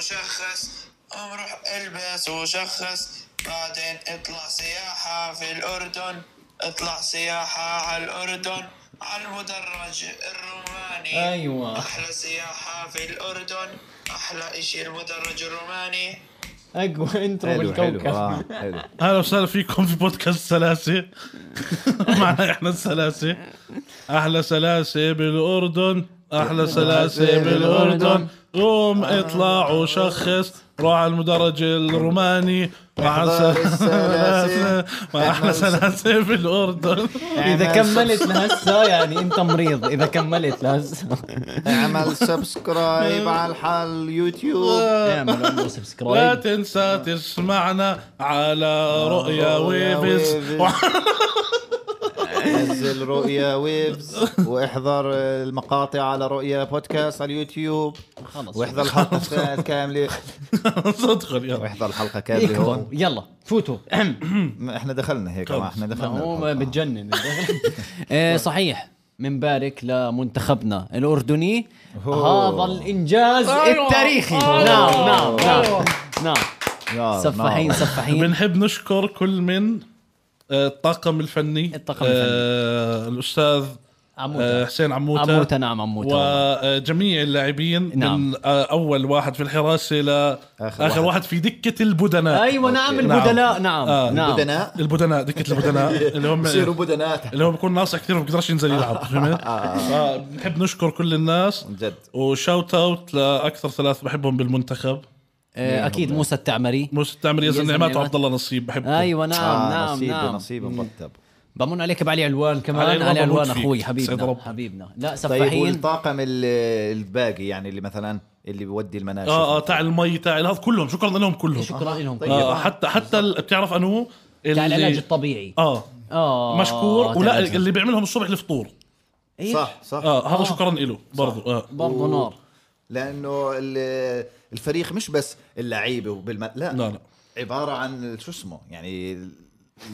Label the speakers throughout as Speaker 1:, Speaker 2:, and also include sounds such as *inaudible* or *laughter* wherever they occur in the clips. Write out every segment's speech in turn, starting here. Speaker 1: شخص امرح البس وشخص بعدين اطلع سياحة في الأردن اطلع سياحة على الأردن على المدرج الروماني
Speaker 2: أيوة.
Speaker 1: أحلى سياحة في الأردن أحلى إشي المدرج الروماني
Speaker 2: اقوى انترو
Speaker 3: حلو حلو
Speaker 2: بالكوكب
Speaker 3: آه
Speaker 2: *laughs*
Speaker 3: حلو
Speaker 4: اهلا وسهلا فيكم في بودكاست سلاسه معنا احنا السلاسه احلى سلاسه بالاردن احلى سلاسه بالاردن قوم اطلع وشخص روح على المدرج الروماني مع السلاسه مع احلى سلاسه بالاردن
Speaker 2: اذا كملت لهسه يعني انت مريض اذا كملت لهسه
Speaker 3: اعمل سبسكرايب على اليوتيوب
Speaker 2: اعمل عمره
Speaker 4: لا
Speaker 2: سبسكرايب
Speaker 4: تنسى تسمعنا على رؤيا
Speaker 3: رؤيا
Speaker 4: ويبس
Speaker 3: ويبس.
Speaker 4: *laughs*
Speaker 3: نزل رؤيا ويبز واحضر المقاطع على رؤيا بودكاست على اليوتيوب
Speaker 2: خلص
Speaker 3: واحضر الحلقه كامله
Speaker 4: صدقا يا
Speaker 3: واحضر الحلقه كامله
Speaker 2: اكبروا
Speaker 3: هون
Speaker 2: إيه، يلا فوتوا
Speaker 3: ما احنا دخلنا هيك ما احنا
Speaker 2: ما
Speaker 3: دخلنا
Speaker 2: هو
Speaker 3: الحلقة.
Speaker 2: *laughs* بتجنن إيه، صحيح منبارك لمنتخبنا أيوة. الاردني هذا الانجاز التاريخي نعم نعم نعم نعم
Speaker 3: يا
Speaker 2: سفاحين
Speaker 3: نار.
Speaker 2: سفاحين
Speaker 4: بنحب نشكر كل من آه، الطاقم الفني
Speaker 2: الطاقم الفني.
Speaker 4: آه، الاستاذ
Speaker 2: عموتا
Speaker 4: آه، حسين عموته
Speaker 2: عموته، نعم، عموته.
Speaker 4: وجميع اللاعبين
Speaker 2: نعم.
Speaker 4: من آه، اول واحد في الحراسه لاخر
Speaker 3: واحد.
Speaker 4: واحد. واحد في دكه البدناء
Speaker 2: ايوه نعم
Speaker 4: نعم.
Speaker 2: البدلاء نعم
Speaker 4: آه،
Speaker 2: نعم
Speaker 3: بدناء
Speaker 4: البدناء دكه البدناء
Speaker 2: *laughs*
Speaker 4: اللي هم
Speaker 3: بصيروا بدناء
Speaker 4: اللي هو بيكون ناقصه كثير ما بيقدرش ينزل يلعب فهمت؟ آه، بنحب نشكر كل الناس
Speaker 3: جد
Speaker 4: وشاوت اوت لاكثر ثلاث بحبهم بالمنتخب
Speaker 2: آه، اكيد موسى التعمري
Speaker 4: موسى التعمري يزن
Speaker 2: يزن
Speaker 4: نعمات
Speaker 2: نعمات.
Speaker 4: وعبد الله نصيب بحبهم
Speaker 2: ايوه نعم
Speaker 3: آه
Speaker 2: نعم
Speaker 3: نصيب
Speaker 2: نعم
Speaker 3: نصيب مرتب
Speaker 2: بمون عليك بعلي علوان
Speaker 4: علي
Speaker 2: كمان
Speaker 4: علوان
Speaker 2: علي
Speaker 4: بموت
Speaker 2: علوان
Speaker 4: فيك.
Speaker 2: اخوي
Speaker 4: سعد
Speaker 2: حبيبنا
Speaker 4: ربي.
Speaker 2: حبيبنا لا
Speaker 3: طيب
Speaker 2: سفاحين
Speaker 3: والطاقم ال- الباقي يعني اللي مثلا اللي بودي المناشف
Speaker 4: اه اه تاع المي تاع هذا كلهم شكرا لهم كلهم
Speaker 2: شكرا لهم
Speaker 3: طيب.
Speaker 4: آه حتى حتى ال- بتعرف انو
Speaker 2: تاع العلاج
Speaker 4: طيب، اللي
Speaker 2: الطبيعي
Speaker 4: اه
Speaker 2: اه
Speaker 4: مشكور
Speaker 2: تاع
Speaker 4: ولا
Speaker 2: العلاج.
Speaker 4: اللي بيعملهم الصبح الفطور
Speaker 2: إيه؟
Speaker 3: صح صح
Speaker 4: اه هذا شكرا له برضو اه
Speaker 2: برضه إيه، نار
Speaker 3: لانه ال- الفريق مش بس اللعيبه وبالم... لا
Speaker 4: لا، لا.
Speaker 3: عباره عن شو اسمه يعني
Speaker 4: *laughs*
Speaker 3: ال-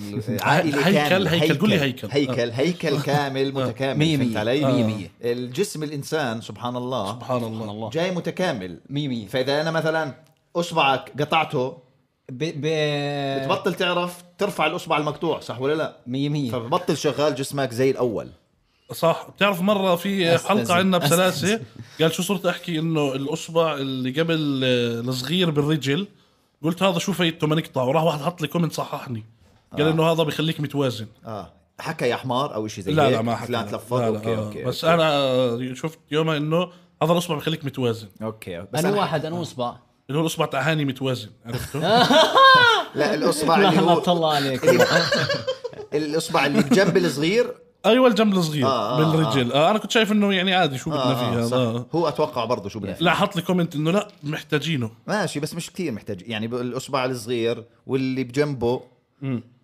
Speaker 4: هيكل-
Speaker 3: العائله كامل
Speaker 4: هيكل، قول لي هيكل. آه.
Speaker 3: هيكل
Speaker 4: *laughs*
Speaker 3: هيكل كامل متكامل
Speaker 2: مية
Speaker 3: فهمت
Speaker 2: مية.
Speaker 3: علي؟
Speaker 2: مية مية.
Speaker 3: الجسم الانسان سبحان الله
Speaker 4: سبحان الله
Speaker 2: الله
Speaker 3: جاي متكامل
Speaker 2: مية مية.
Speaker 3: فاذا انا مثلا اصبعك قطعته
Speaker 2: ب ب
Speaker 3: بتبطل تعرف ترفع الاصبع المقطوع صح ولا لا؟
Speaker 2: 100
Speaker 3: فببطل شغال جسمك زي الاول
Speaker 4: صح بتعرف مره في
Speaker 2: أستاذ.
Speaker 4: حلقه عندنا بسلاسه
Speaker 2: أستاذ.
Speaker 4: قال شو صرت احكي انه الاصبع اللي قبل آه، الصغير بالرجل قلت هذا شو فايدته ما نقطع وراح واحد حط لي كومنت صححني قال
Speaker 2: آه.
Speaker 4: انه هذا بخليك متوازن
Speaker 3: اه حكى يا حمار او شيء زي
Speaker 4: لا
Speaker 3: هيك
Speaker 4: لا ما حكى
Speaker 3: فلان
Speaker 4: لا.
Speaker 3: تلفظ
Speaker 4: لا، لا،
Speaker 3: اوكي
Speaker 4: آه.
Speaker 3: اوكي
Speaker 4: بس
Speaker 3: أوكي.
Speaker 4: انا آه، شفت يومها انه هذا الاصبع بخليك متوازن
Speaker 3: اوكي بس
Speaker 2: انا
Speaker 3: أنا آه.
Speaker 2: واحد انا اصبع
Speaker 4: اللي هو الاصبع تاع هاني متوازن عرفته؟
Speaker 3: لا الاصبع
Speaker 2: لا
Speaker 3: اللي
Speaker 2: لا
Speaker 3: هو أيوة.
Speaker 2: طلع
Speaker 3: *laughs*
Speaker 2: عليك
Speaker 3: الاصبع اللي بجنب الصغير
Speaker 4: ايوه الجنب الصغير
Speaker 3: آه، آه،
Speaker 4: بالرجل آه. انا كنت شايف انه يعني عادي شو بدنا
Speaker 3: آه
Speaker 4: فيها
Speaker 3: آه صح.
Speaker 4: آه.
Speaker 3: هو اتوقع برضه شو بدنا فيه.
Speaker 4: لا حط لي كومنت انه لا محتاجينه
Speaker 3: ماشي بس مش كثير محتاج يعني ب- الاصبع الصغير واللي بجنبه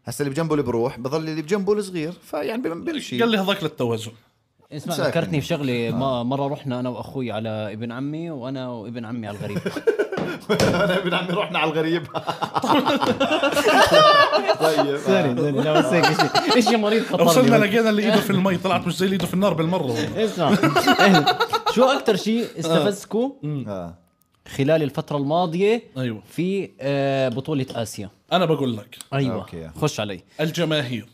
Speaker 3: هسا اللي بجنبه اللي بروح بضل اللي بجنبه الصغير فيعني بم- بمشي *laughs*
Speaker 4: قال لي هذاك للتوازن
Speaker 2: اسمع
Speaker 3: ساكن. آه.
Speaker 2: ذكرتني في شغله ما مره رحنا انا واخوي على ابن عمي وانا وابن عمي على
Speaker 3: *laughs*
Speaker 2: الغريب
Speaker 3: انا ابن عمي رحنا على الغريب *laughs* طيب
Speaker 2: سوري
Speaker 3: آه.
Speaker 2: سوري لا بس هيك شيء شيء مريض خطر
Speaker 4: وصلنا
Speaker 2: لي.
Speaker 4: لقينا اللي ايده في المي طلعت مش زي اللي ايده في النار بالمره
Speaker 2: *laughs* اسمع شو اكثر شيء استفزكو
Speaker 3: آه.
Speaker 2: خلال الفتره الماضيه
Speaker 4: أيوة.
Speaker 2: في آه، بطوله اسيا
Speaker 4: انا بقول لك
Speaker 2: ايوه
Speaker 3: أوكي.
Speaker 2: خش علي
Speaker 4: الجماهير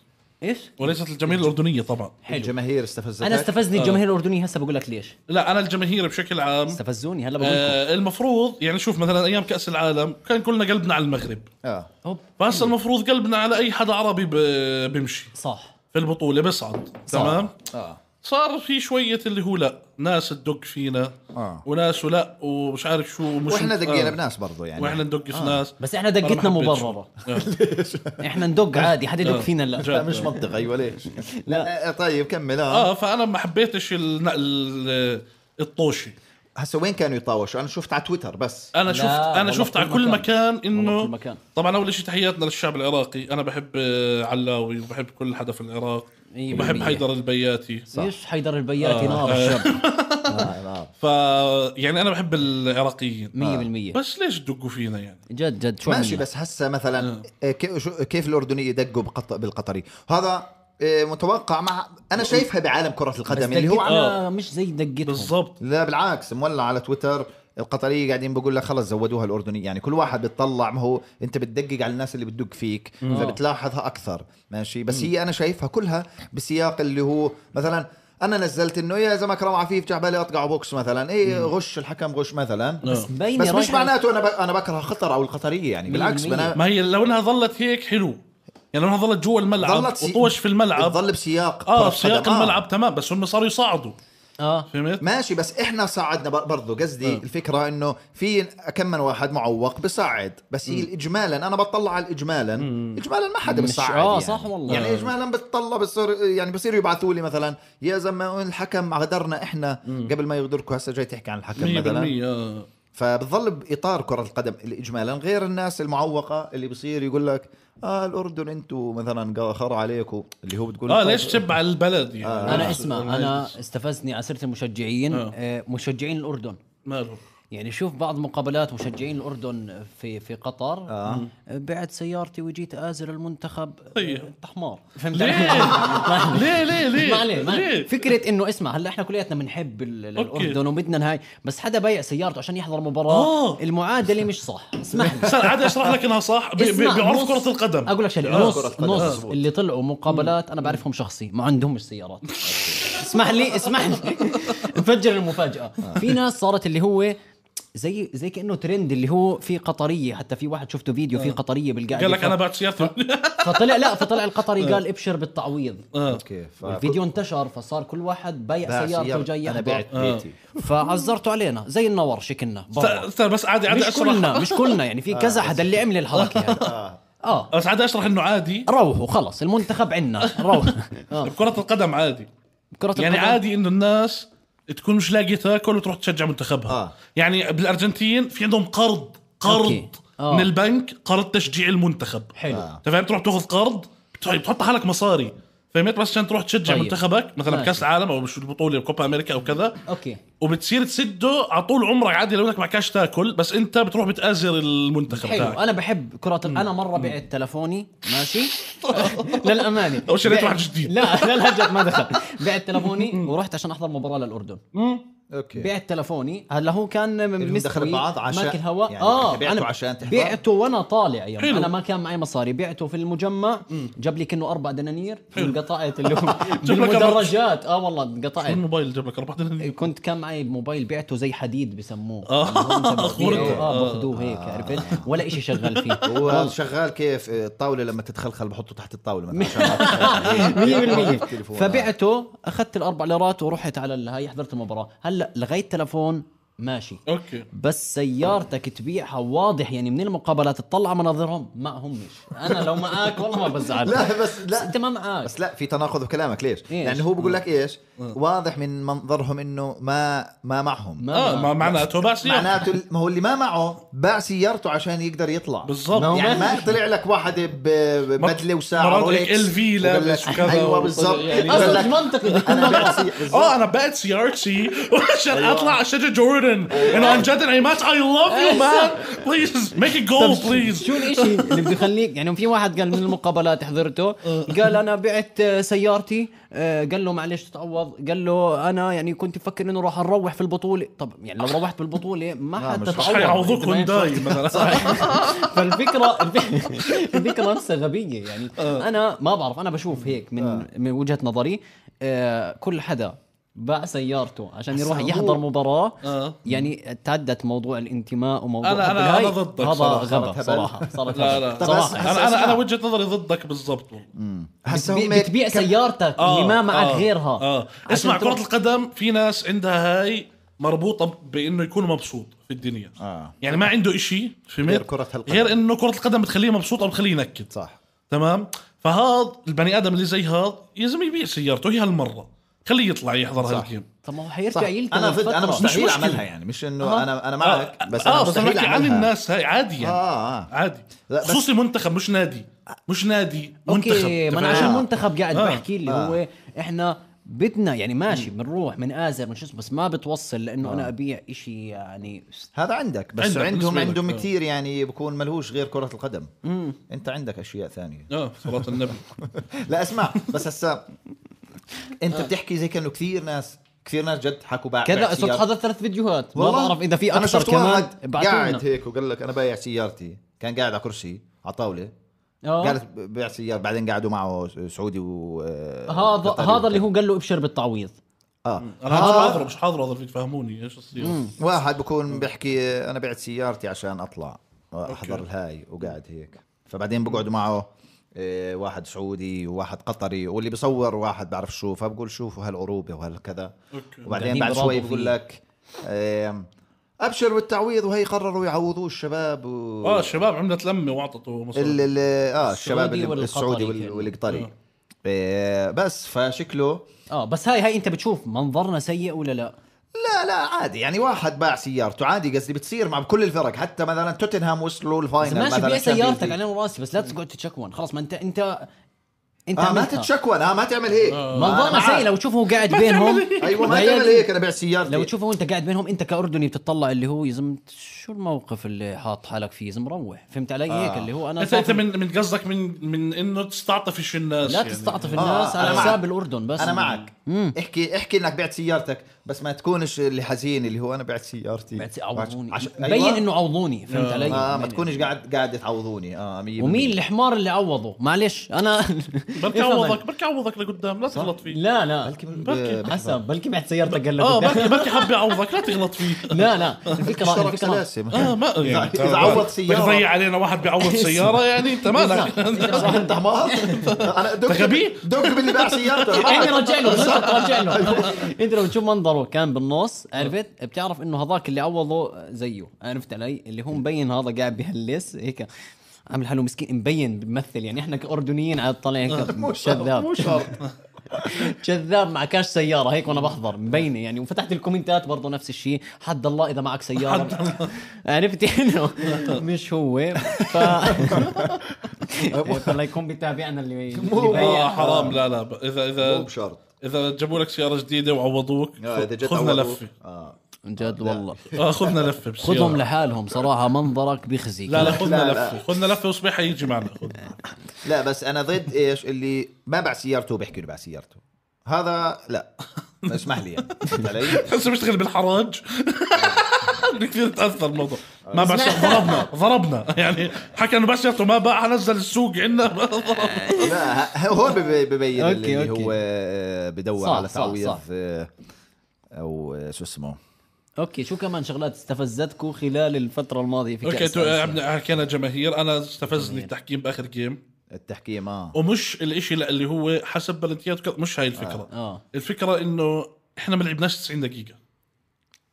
Speaker 2: ايش
Speaker 4: وليست الجماهير الاردنيه طبعا
Speaker 2: حلو
Speaker 3: الجماهير استفزتك
Speaker 2: انا استفزني الجماهير الاردنيه هسه بقول لك ليش
Speaker 4: لا انا الجماهير بشكل عام
Speaker 2: استفزوني هلا بقول لكم
Speaker 4: آه المفروض يعني شوف مثلا ايام كاس العالم كان كلنا قلبنا على المغرب
Speaker 3: اه
Speaker 2: هوب
Speaker 4: فهسه المفروض قلبنا على اي حدا عربي ب- بيمشي
Speaker 2: صح
Speaker 4: في البطوله بيصعد
Speaker 2: صح.
Speaker 4: تمام
Speaker 3: اه
Speaker 4: صار في شوية اللي هو لا ناس تدق فينا
Speaker 3: آه.
Speaker 4: وناس لا ومش عارف شو مش آه.
Speaker 3: واحنا دقينا بناس برضه يعني
Speaker 4: واحنا ندق في ناس
Speaker 2: بس احنا دقتنا
Speaker 4: أنا ما حبيتش.
Speaker 2: مبرره *laughs* احنا ندق عادي حد يدق فينا لا
Speaker 3: لا، مش منطق ايوه ليش
Speaker 2: لا
Speaker 3: آه، طيب كمل اه
Speaker 4: اه فانا ما حبيتش ال- ال- الطوشي
Speaker 3: هسا وين كانوا يطاوشوا انا شفت على تويتر بس
Speaker 4: انا
Speaker 2: لا،
Speaker 4: شفت انا
Speaker 2: والله
Speaker 4: شفت
Speaker 2: في
Speaker 4: على كل مكان,
Speaker 2: والله
Speaker 4: انه
Speaker 2: في مكان.
Speaker 4: طبعا اول شيء تحياتنا للشعب العراقي انا بحب آه، علاوي وبحب كل حدا في العراق
Speaker 2: إيه، مية
Speaker 4: وبحب
Speaker 2: بالمية.
Speaker 4: حيدر البياتي
Speaker 2: ليش حيدر البياتي نار الشاب
Speaker 3: آه.
Speaker 4: ف يعني انا بحب العراقيين
Speaker 2: 100%
Speaker 4: بس ليش تدقوا فينا يعني
Speaker 2: جد جد شو
Speaker 3: ماشي
Speaker 2: عملنا؟
Speaker 3: بس هسا مثلا آه، كي- شو- كيف الاردنيه دقوا بقط- بالقطري هذا آه، متوقع مع انا
Speaker 2: آه.
Speaker 3: شايفها بعالم كره القدم اللي يعني هو
Speaker 2: دقتنا
Speaker 3: عم...
Speaker 2: مش زي دقتهم
Speaker 4: بالضبط
Speaker 3: لا بالعكس مولع على تويتر القطريه قاعدين بقول لك خلص زودوها الاردنيه يعني كل واحد بتطلع ما هو انت بتدقق على الناس اللي بتدق فيك فبتلاحظها اكثر ماشي بس هي انا شايفها كلها بسياق اللي هو مثلا انا نزلت انه يا زلمه كرم عفيف جاب بالي اطقعه بوكس مثلا ايه غش الحكم غش مثلا بس,
Speaker 2: مبينة
Speaker 3: بس مش
Speaker 2: رايحة-
Speaker 3: معناته انا ب... انا بكره قطر او القطريه يعني
Speaker 2: مية
Speaker 3: بالعكس
Speaker 2: بالمية.
Speaker 3: انا
Speaker 4: ما هي لو انها ظلت هيك حلو يعني لو انها ظلت جوا الملعب
Speaker 3: ظلت سي-
Speaker 4: وطوش في الملعب
Speaker 3: بتضل بسياق
Speaker 4: اه
Speaker 3: كرة
Speaker 4: في سياق
Speaker 3: قدم. آه.
Speaker 4: الملعب تمام بس هم صاروا يصعدوا
Speaker 2: اه
Speaker 4: فهمت؟
Speaker 3: ماشي بس احنا صعدنا بر- برضو قصدي
Speaker 4: آه.
Speaker 3: الفكره انه في كم من واحد معوق بصعد بس هي اجمالا انا بطلع على الاجمالا اجمالا ما حدا
Speaker 2: مش-
Speaker 3: بصعد
Speaker 2: آه،
Speaker 3: يعني.
Speaker 2: صح والله.
Speaker 3: يعني اجمالا بتطلع بصير يعني بصير يبعثوا لي مثلا يا زلمه الحكم غدرنا احنا قبل ما يغدركم هسه جاي تحكي عن الحكم مثلا
Speaker 4: 100% آه.
Speaker 3: فبتظل باطار كره القدم اجمالا غير الناس المعوقه اللي بصير يقول لك اه الاردن انتوا مثلا خر عليكم اللي هو بتقول
Speaker 4: اه
Speaker 3: طيب، آه.
Speaker 4: ليش تشب على البلد يعني
Speaker 2: انا اسمع انا استفزني على سيره المشجعين آه، مشجعين الاردن *laughs*
Speaker 4: ماله
Speaker 2: يعني شوف بعض مقابلات مشجعين الاردن في في قطر آه. بعت سيارتي وجيت ازر المنتخب آه،
Speaker 4: طيب.
Speaker 2: انت حمار فهمت
Speaker 4: ليه؟
Speaker 2: ما-
Speaker 4: ليه ليه ليه؟
Speaker 2: ما عليه ما عليه.
Speaker 4: ليه؟
Speaker 2: فكره انه اسمع هلا احنا كلياتنا بنحب ال- ال-
Speaker 4: أوكي.
Speaker 2: الاردن وبدنا هاي بس حدا بايع سيارته عشان يحضر مباراه
Speaker 4: آه.
Speaker 2: المعادله مش صح اسمع
Speaker 4: *laughs*
Speaker 2: لي.
Speaker 4: استنى، عاد اشرح لك انها صح ب- ب-
Speaker 2: اسمع،
Speaker 4: بعرف
Speaker 2: نص-
Speaker 4: كره القدم
Speaker 2: اقول لك شغله
Speaker 4: آه،
Speaker 2: نص
Speaker 4: كرة القدم. آه.
Speaker 2: نص اللي طلعوا مقابلات انا بعرفهم شخصي ما عندهمش سيارات اسمح لي اسمح لي *laughs* نفجر المفاجاه في ناس صارت اللي هو زي زي كانه ترند اللي هو في قطريه حتى في واحد شفته فيديو في قطريه بالقاعده
Speaker 4: آه. قال لك
Speaker 2: ف-
Speaker 4: انا بعت سيارتي *laughs*
Speaker 2: فطلع لا فطلع القطري قال ابشر بالتعويض
Speaker 4: آه.
Speaker 3: اوكي ف-
Speaker 2: الفيديو انتشر فصار كل واحد بايع
Speaker 3: باع
Speaker 2: سيارته
Speaker 3: آه، سيارة.
Speaker 2: وجاي
Speaker 3: انا
Speaker 2: يحضر.
Speaker 3: بعت بيتي
Speaker 2: فعزرتوا علينا زي النور شكلنا برا.
Speaker 4: استنى بس عادي عادي
Speaker 2: مش كلنا
Speaker 4: اشرح
Speaker 2: مش كلنا يعني في كذا حدا اللي عمل الحركه هاي.
Speaker 3: آه،
Speaker 2: اه
Speaker 4: بس عادي اشرح انه عادي
Speaker 2: روحوا خلص المنتخب عندنا روح آه.
Speaker 4: بكره القدم عادي
Speaker 2: كرة
Speaker 4: يعني
Speaker 2: القدم.
Speaker 4: عادي انه الناس تكون مش لاقيه تاكل وتروح تشجع منتخبها
Speaker 3: آه.
Speaker 4: يعني بالارجنتين في عندهم قرض قرض
Speaker 2: أوكي. آه.
Speaker 4: من البنك قرض تشجيع المنتخب
Speaker 2: حلو
Speaker 3: آه.
Speaker 4: انت فاهم تروح تاخذ قرض بتح- بتحط حالك مصاري فهمت بس عشان تروح تشجع
Speaker 2: طيب.
Speaker 4: منتخبك مثلا
Speaker 2: ماشي.
Speaker 4: بكاس العالم او مش البطوله بكوبا امريكا او كذا
Speaker 2: اوكي
Speaker 4: وبتصير تسده على طول عمرك عادي لو انك ما كاش تاكل بس انت بتروح بتازر المنتخب
Speaker 2: حلو
Speaker 4: تاعك
Speaker 2: انا بحب كرة ال- انا مرة بعت تلفوني ماشي للامانة
Speaker 4: أو شريت
Speaker 2: بعت-
Speaker 4: واحد جديد.
Speaker 2: لا لا لا جد ما دخل بعت تلفوني ورحت عشان احضر مباراة للاردن
Speaker 3: اوكي
Speaker 2: بعت تلفوني هلا هو كان
Speaker 3: هم
Speaker 2: م-
Speaker 3: دخلوا
Speaker 2: مستوي
Speaker 3: بعض عشان-
Speaker 2: ماكل هواء
Speaker 3: يعني
Speaker 2: اه
Speaker 3: أنت بعته
Speaker 2: أنا
Speaker 3: عشان تحضر؟
Speaker 2: بعته وانا طالع يوم
Speaker 4: حلو.
Speaker 2: انا ما كان معي مصاري بعته في المجمع جاب لي كأنه اربع دنانير انقطعت اللي هو
Speaker 4: جاب لك
Speaker 2: بالمدرجات اه والله انقطعت
Speaker 4: الموبايل جاب لك اربع دنانير
Speaker 2: كنت كان معي موبايل بعته زي حديد بسموه
Speaker 4: آه.
Speaker 2: اللي هو أنت بتبيعه،
Speaker 4: *laughs* خرطة.
Speaker 2: اه باخذوه هيك عرفت ولا إشي شغال فيه
Speaker 3: آه. *laughs* هو شغال كيف الطاوله لما تتخلخل بحطه تحت الطاوله مثلا عشان
Speaker 2: *laughs*
Speaker 3: ما تتخلخل.
Speaker 2: 100%
Speaker 3: التليفون.
Speaker 2: فبعته اخذت الاربع ليرات ورحت على ال- هاي حضرت المباراه هلا لغيت تلفون ماشي
Speaker 4: اوكي
Speaker 2: بس سيارتك تبيعها واضح يعني من المقابلات تطلع مناظرهم ما همش انا لو معاك والله ما بزعل
Speaker 3: *laughs* لا بس
Speaker 2: بس
Speaker 3: لا
Speaker 2: انت ما معاك
Speaker 3: بس لا في تناقض بكلامك ليش؟
Speaker 2: إيش؟
Speaker 3: لانه هو بقول لك ايش؟ واضح من منظرهم انه ما ما معهم
Speaker 2: ما
Speaker 4: اه ما معناته باع سيارة
Speaker 3: معناته ال- ما هو اللي ما معه باع سيارته عشان يقدر يطلع
Speaker 4: بالضبط.
Speaker 3: يعني
Speaker 2: ما-
Speaker 3: ما طلع لك واحد ب- ببدله وساعه
Speaker 4: مرات لك
Speaker 3: رولكس
Speaker 4: ال في
Speaker 3: وقال لك
Speaker 4: لابس وكذا
Speaker 3: ايوه
Speaker 4: و-
Speaker 3: بالضبط
Speaker 4: يعني-
Speaker 3: قال
Speaker 2: اصلا
Speaker 3: لك
Speaker 2: مش منطقي
Speaker 3: انا باع سي-
Speaker 4: *laughs*
Speaker 3: بالضبط.
Speaker 4: اه انا بعت سيارتي عشان
Speaker 2: أيوة.
Speaker 4: اطلع اشجع جوردن انه عن جد اي ماتش اي لاف يو مان بليز ميك ات جول بليز
Speaker 2: أيوة. شو الاشي اللي بده يخليك يعني في واحد قال من المقابلات حضرته قال انا بعت آه، سيارتي آه، قال له معلش تتعوض قال له انا يعني كنت بفكر انه راح نروح في البطوله طب يعني لو روحت بالبطوله ما
Speaker 3: مش- مش
Speaker 4: حيعوضوك
Speaker 2: أنت ما
Speaker 4: هونداي
Speaker 2: ينفع.
Speaker 4: مثلا
Speaker 2: فالفكره *laughs* الفكره نفسها غبيه يعني
Speaker 4: آه.
Speaker 2: انا ما بعرف انا بشوف هيك من من وجهه نظري آه، كل حدا باع سيارته عشان يروح
Speaker 3: هو-
Speaker 2: يحضر مباراه
Speaker 4: آه.
Speaker 2: يعني تعدت موضوع الانتماء وموضوع
Speaker 4: أنا-
Speaker 2: حب
Speaker 4: أنا-
Speaker 2: الهاي.
Speaker 4: أنا ضدك
Speaker 2: هذا
Speaker 3: صراحة. صارت
Speaker 2: غبا
Speaker 3: هبل.
Speaker 2: صراحه صارت
Speaker 4: لا
Speaker 2: هبل.
Speaker 4: لا
Speaker 3: طب
Speaker 2: صراحه
Speaker 3: هسا-
Speaker 4: انا انا انا وجهه نظري ضدك بالضبط والله.
Speaker 3: هسا
Speaker 2: بت-
Speaker 3: هم
Speaker 2: بتبيع
Speaker 3: كم-
Speaker 2: سيارتك اللي ما معك
Speaker 4: آه،
Speaker 2: غيرها
Speaker 4: اه
Speaker 2: عشان
Speaker 4: اسمع
Speaker 2: تروح-
Speaker 4: كرة القدم في ناس عندها هاي مربوطة بانه يكون مبسوط في الدنيا
Speaker 3: آه.
Speaker 4: يعني ما عنده اشي في
Speaker 3: غير كرة القدم.
Speaker 4: غير انه كرة القدم بتخليه مبسوط او بتخليه ينكد
Speaker 3: صح
Speaker 4: تمام فهذا البني ادم اللي زي هذا لازم يبيع سيارته هي هالمرة خليه يطلع يحضر
Speaker 3: صح.
Speaker 4: هالجيم
Speaker 2: طب ما هو حيرجع
Speaker 3: صح
Speaker 2: يلتغى
Speaker 3: انا ضد انا
Speaker 2: فترة.
Speaker 3: مستحيل
Speaker 4: مشكلة.
Speaker 3: اعملها يعني مش انه
Speaker 2: آه.
Speaker 3: انا انا معك بس انا
Speaker 4: اه بس انا
Speaker 3: مستحيل
Speaker 4: بحكي عن
Speaker 3: اعملها
Speaker 4: الناس هاي عادي يعني
Speaker 3: آه، آه.
Speaker 4: عادي
Speaker 3: لا، بس-
Speaker 4: خصوصي منتخب مش نادي مش نادي منتخب
Speaker 2: اوكي ما انا
Speaker 4: تفهم؟
Speaker 2: عشان منتخب قاعد
Speaker 4: آه.
Speaker 2: بحكي اللي هو احنا بدنا يعني ماشي بنروح من ازر من شو اسمه بس ما بتوصل لانه
Speaker 3: آه.
Speaker 2: انا ابيع إشي يعني
Speaker 3: هذا عندك بس
Speaker 4: عندك،
Speaker 3: عندك عندهم
Speaker 4: بالنسبة لك،
Speaker 3: عندهم
Speaker 4: آه.
Speaker 3: كثير يعني بكون ملهوش غير كرة القدم انت عندك اشياء ثانية
Speaker 4: اه صلاة النبي
Speaker 2: آه.
Speaker 3: لا اسمع بس هسا انت بتحكي زي كانه كثير ناس كثير ناس جد حكوا باع باع
Speaker 2: كذا صرت
Speaker 3: سيارة.
Speaker 2: حضرت ثلاث فيديوهات ما
Speaker 3: والله.
Speaker 2: بعرف اذا في
Speaker 3: انا
Speaker 2: اكثر
Speaker 3: شفت
Speaker 2: كمان
Speaker 3: واحد قاعد
Speaker 2: ابعتوا
Speaker 3: هيك وقال لك انا بايع سيارتي كان قاعد على كرسي على طاوله
Speaker 2: لنا
Speaker 3: قاعد بيع سيارة بعدين قعدوا معه سعودي و آه،
Speaker 2: هذا
Speaker 3: قطري
Speaker 2: هذا
Speaker 3: وكذا.
Speaker 2: اللي هو قال له ابشر بالتعويض
Speaker 3: اه
Speaker 4: انا مش حاضره مش حاضره هذا الفيديو فهموني ايش الصيغه
Speaker 3: واحد بكون بيحكي انا بعت سيارتي عشان اطلع احضر الهاي وقاعد هيك فبعدين بقعدوا معه إيه، واحد سعودي وواحد قطري واللي بيصور واحد بعرف شو فبقول شوفوا هالقروبه وهالكذا
Speaker 4: اوكي
Speaker 3: وبعدين
Speaker 2: قاعدين
Speaker 3: بعد
Speaker 2: يضربوا
Speaker 3: شوي بقول
Speaker 2: فيه.
Speaker 3: لك إيه، ابشر بالتعويض وهي قرروا يعوضوه الشباب و...
Speaker 4: اه الشباب عملت لمه واعطته مصاري
Speaker 3: ال ال اه الشباب
Speaker 2: السعودي والقطري
Speaker 3: اللي- السعودي وال-
Speaker 2: كان.
Speaker 3: والقطري
Speaker 4: آه.
Speaker 3: إيه، بس فشكله
Speaker 2: اه بس هاي هاي انت بتشوف منظرنا سيء ولا لا
Speaker 3: لا لا عادي يعني واحد باع سيارته عادي قصدي بتصير مع كل الفرق حتى مثلا توتنهام وصلوا
Speaker 2: اذا
Speaker 3: الفاينل
Speaker 2: ماشي
Speaker 3: مثلا
Speaker 2: بيع سيارتك
Speaker 3: Champions League.
Speaker 2: على وراسي بس لا تقعد تتشكون خلاص ما انت انت انت
Speaker 3: اه ما
Speaker 2: عملتها.
Speaker 3: تتشكون اه ما تعمل هيك
Speaker 2: منظرنا
Speaker 3: معك.
Speaker 2: سيء لو تشوفه قاعد بينهم
Speaker 3: ايوه ما
Speaker 2: هي-
Speaker 3: تعمل هيك انا بيع سيارتي
Speaker 2: لو تشوفه وانت قاعد بينهم انت كاردني بتطلع اللي هو يا زلمه شو الموقف اللي حاط حالك فيه يا زلمه روح فهمت علي
Speaker 3: آه.
Speaker 2: هيك اللي هو انا
Speaker 4: انت انت
Speaker 2: صافي-
Speaker 4: من من قصدك من من انه تستعطفش الناس
Speaker 2: لا
Speaker 4: يعني.
Speaker 2: تستعطف
Speaker 3: آه،
Speaker 2: الناس على
Speaker 3: أنا معك.
Speaker 2: حساب الاردن بس
Speaker 3: انا معك احكي احكي انك بعت سيارتك بس ما تكونش اللي حزين اللي هو انا بعت سيارتي
Speaker 2: بعت- عوضوني
Speaker 3: عش-
Speaker 2: بين
Speaker 3: أيوة.
Speaker 2: انه عوضوني فهمت علي
Speaker 3: اه ما
Speaker 2: يعني-
Speaker 3: تكونش قاعد قاعد تعوضوني اه 100%
Speaker 2: ومين الحمار اللي عوضه معلش انا
Speaker 4: *laughs*
Speaker 3: إيه،
Speaker 4: بركي عوضك بركي عوضك لقدام لا تغلط فيه
Speaker 2: لا لا
Speaker 3: آه، بلكي- آه،
Speaker 2: حسب بلكي بعت سيارتك قال لك
Speaker 4: اه
Speaker 2: قدام.
Speaker 4: بركي بركي حب يعوضك لا تغلط فيه
Speaker 2: لا لا الفكره
Speaker 3: اشترك
Speaker 2: الفكره
Speaker 3: سلاسل *laughs*
Speaker 4: اه ما يعني
Speaker 3: إذا- إذا عوض
Speaker 4: بدك
Speaker 3: سيارة. إيه،
Speaker 4: تضيع علينا
Speaker 3: *laughs*
Speaker 4: واحد بيعوض سياره يعني انت مالك
Speaker 3: صح انت *laughs* حمار انا دق
Speaker 4: غبي؟
Speaker 3: دق باللي باع
Speaker 2: *laughs*
Speaker 3: سيارته أنا
Speaker 2: انت
Speaker 3: معك.
Speaker 2: رجع له صدق رجع له *laughs* انت لو تشوف منظره كان بالنص عرفت بتعرف انه هذاك اللي عوضه زيه عرفت علي اللي هو مبين هذا قاعد بهلس هيك عامل حاله مسكين مبين بمثل يعني احنا كاردنيين على الطلع هيك
Speaker 3: *laughs* مو
Speaker 2: شذاب
Speaker 3: شرط
Speaker 2: كذاب معكاش سياره هيك وانا بحضر مبينه يعني وفتحت الكومنتات برضه نفس الشيء حد الله اذا معك سياره *laughs* عرفت انه مش هو ف
Speaker 3: *laughs*
Speaker 2: *laughs* فالله يكون بيتابعنا اللي اللي
Speaker 4: اه
Speaker 2: بيع.
Speaker 4: حرام لا لا ب- اذا
Speaker 2: آه.
Speaker 3: مو
Speaker 4: اذا
Speaker 3: بشرط
Speaker 4: اذا جابوا لك سياره جديده وعوضوك
Speaker 3: آه، إذا جد
Speaker 4: خذنا
Speaker 3: عوضوه.
Speaker 4: لفه
Speaker 3: آه.
Speaker 2: عن جد والله
Speaker 4: اه خذنا لفه بالسيارة.
Speaker 2: خذهم لحالهم صراحه منظرك بخزي
Speaker 4: لا لا
Speaker 3: لا، آه.
Speaker 4: خذنا
Speaker 3: لا.
Speaker 4: لفه خذنا لفه وصبيح يجي معنا خذ. *laughs*
Speaker 3: لا بس انا ضد ايش اللي ما باع سيارته وبيحكي انه باع سيارته هذا لا *laughs* ما اسمح لي يعني فهمت علي؟
Speaker 4: بس مشتغل بالحراج *laughs* كثير تاثر الموضوع
Speaker 3: آه.
Speaker 4: ما باع سيارته، ضربنا ضربنا *laughs* يعني حكى انه باع سيارته ما باع نزل السوق عندنا *laughs*
Speaker 3: لا ه- هو بب- ببين
Speaker 2: أوكي،
Speaker 3: اللي
Speaker 2: أوكي.
Speaker 3: هو آه، بدور
Speaker 2: صح،
Speaker 3: على
Speaker 2: صح، صح.
Speaker 3: تعويض آه، او آه، شو اسمه
Speaker 2: اوكي شو كمان شغلات استفزتكم خلال الفتره الماضيه في
Speaker 4: اوكي
Speaker 2: كأس
Speaker 4: تو-
Speaker 2: آسيا؟
Speaker 4: عم- حكينا جماهير انا استفزني التحكيم باخر جيم
Speaker 3: التحكيم اه
Speaker 4: ومش الاشي لا، اللي هو حسب بلنتيات وكذا، مش هاي الفكره
Speaker 2: اه
Speaker 4: الفكره انه احنا ما لعبناش 90 دقيقه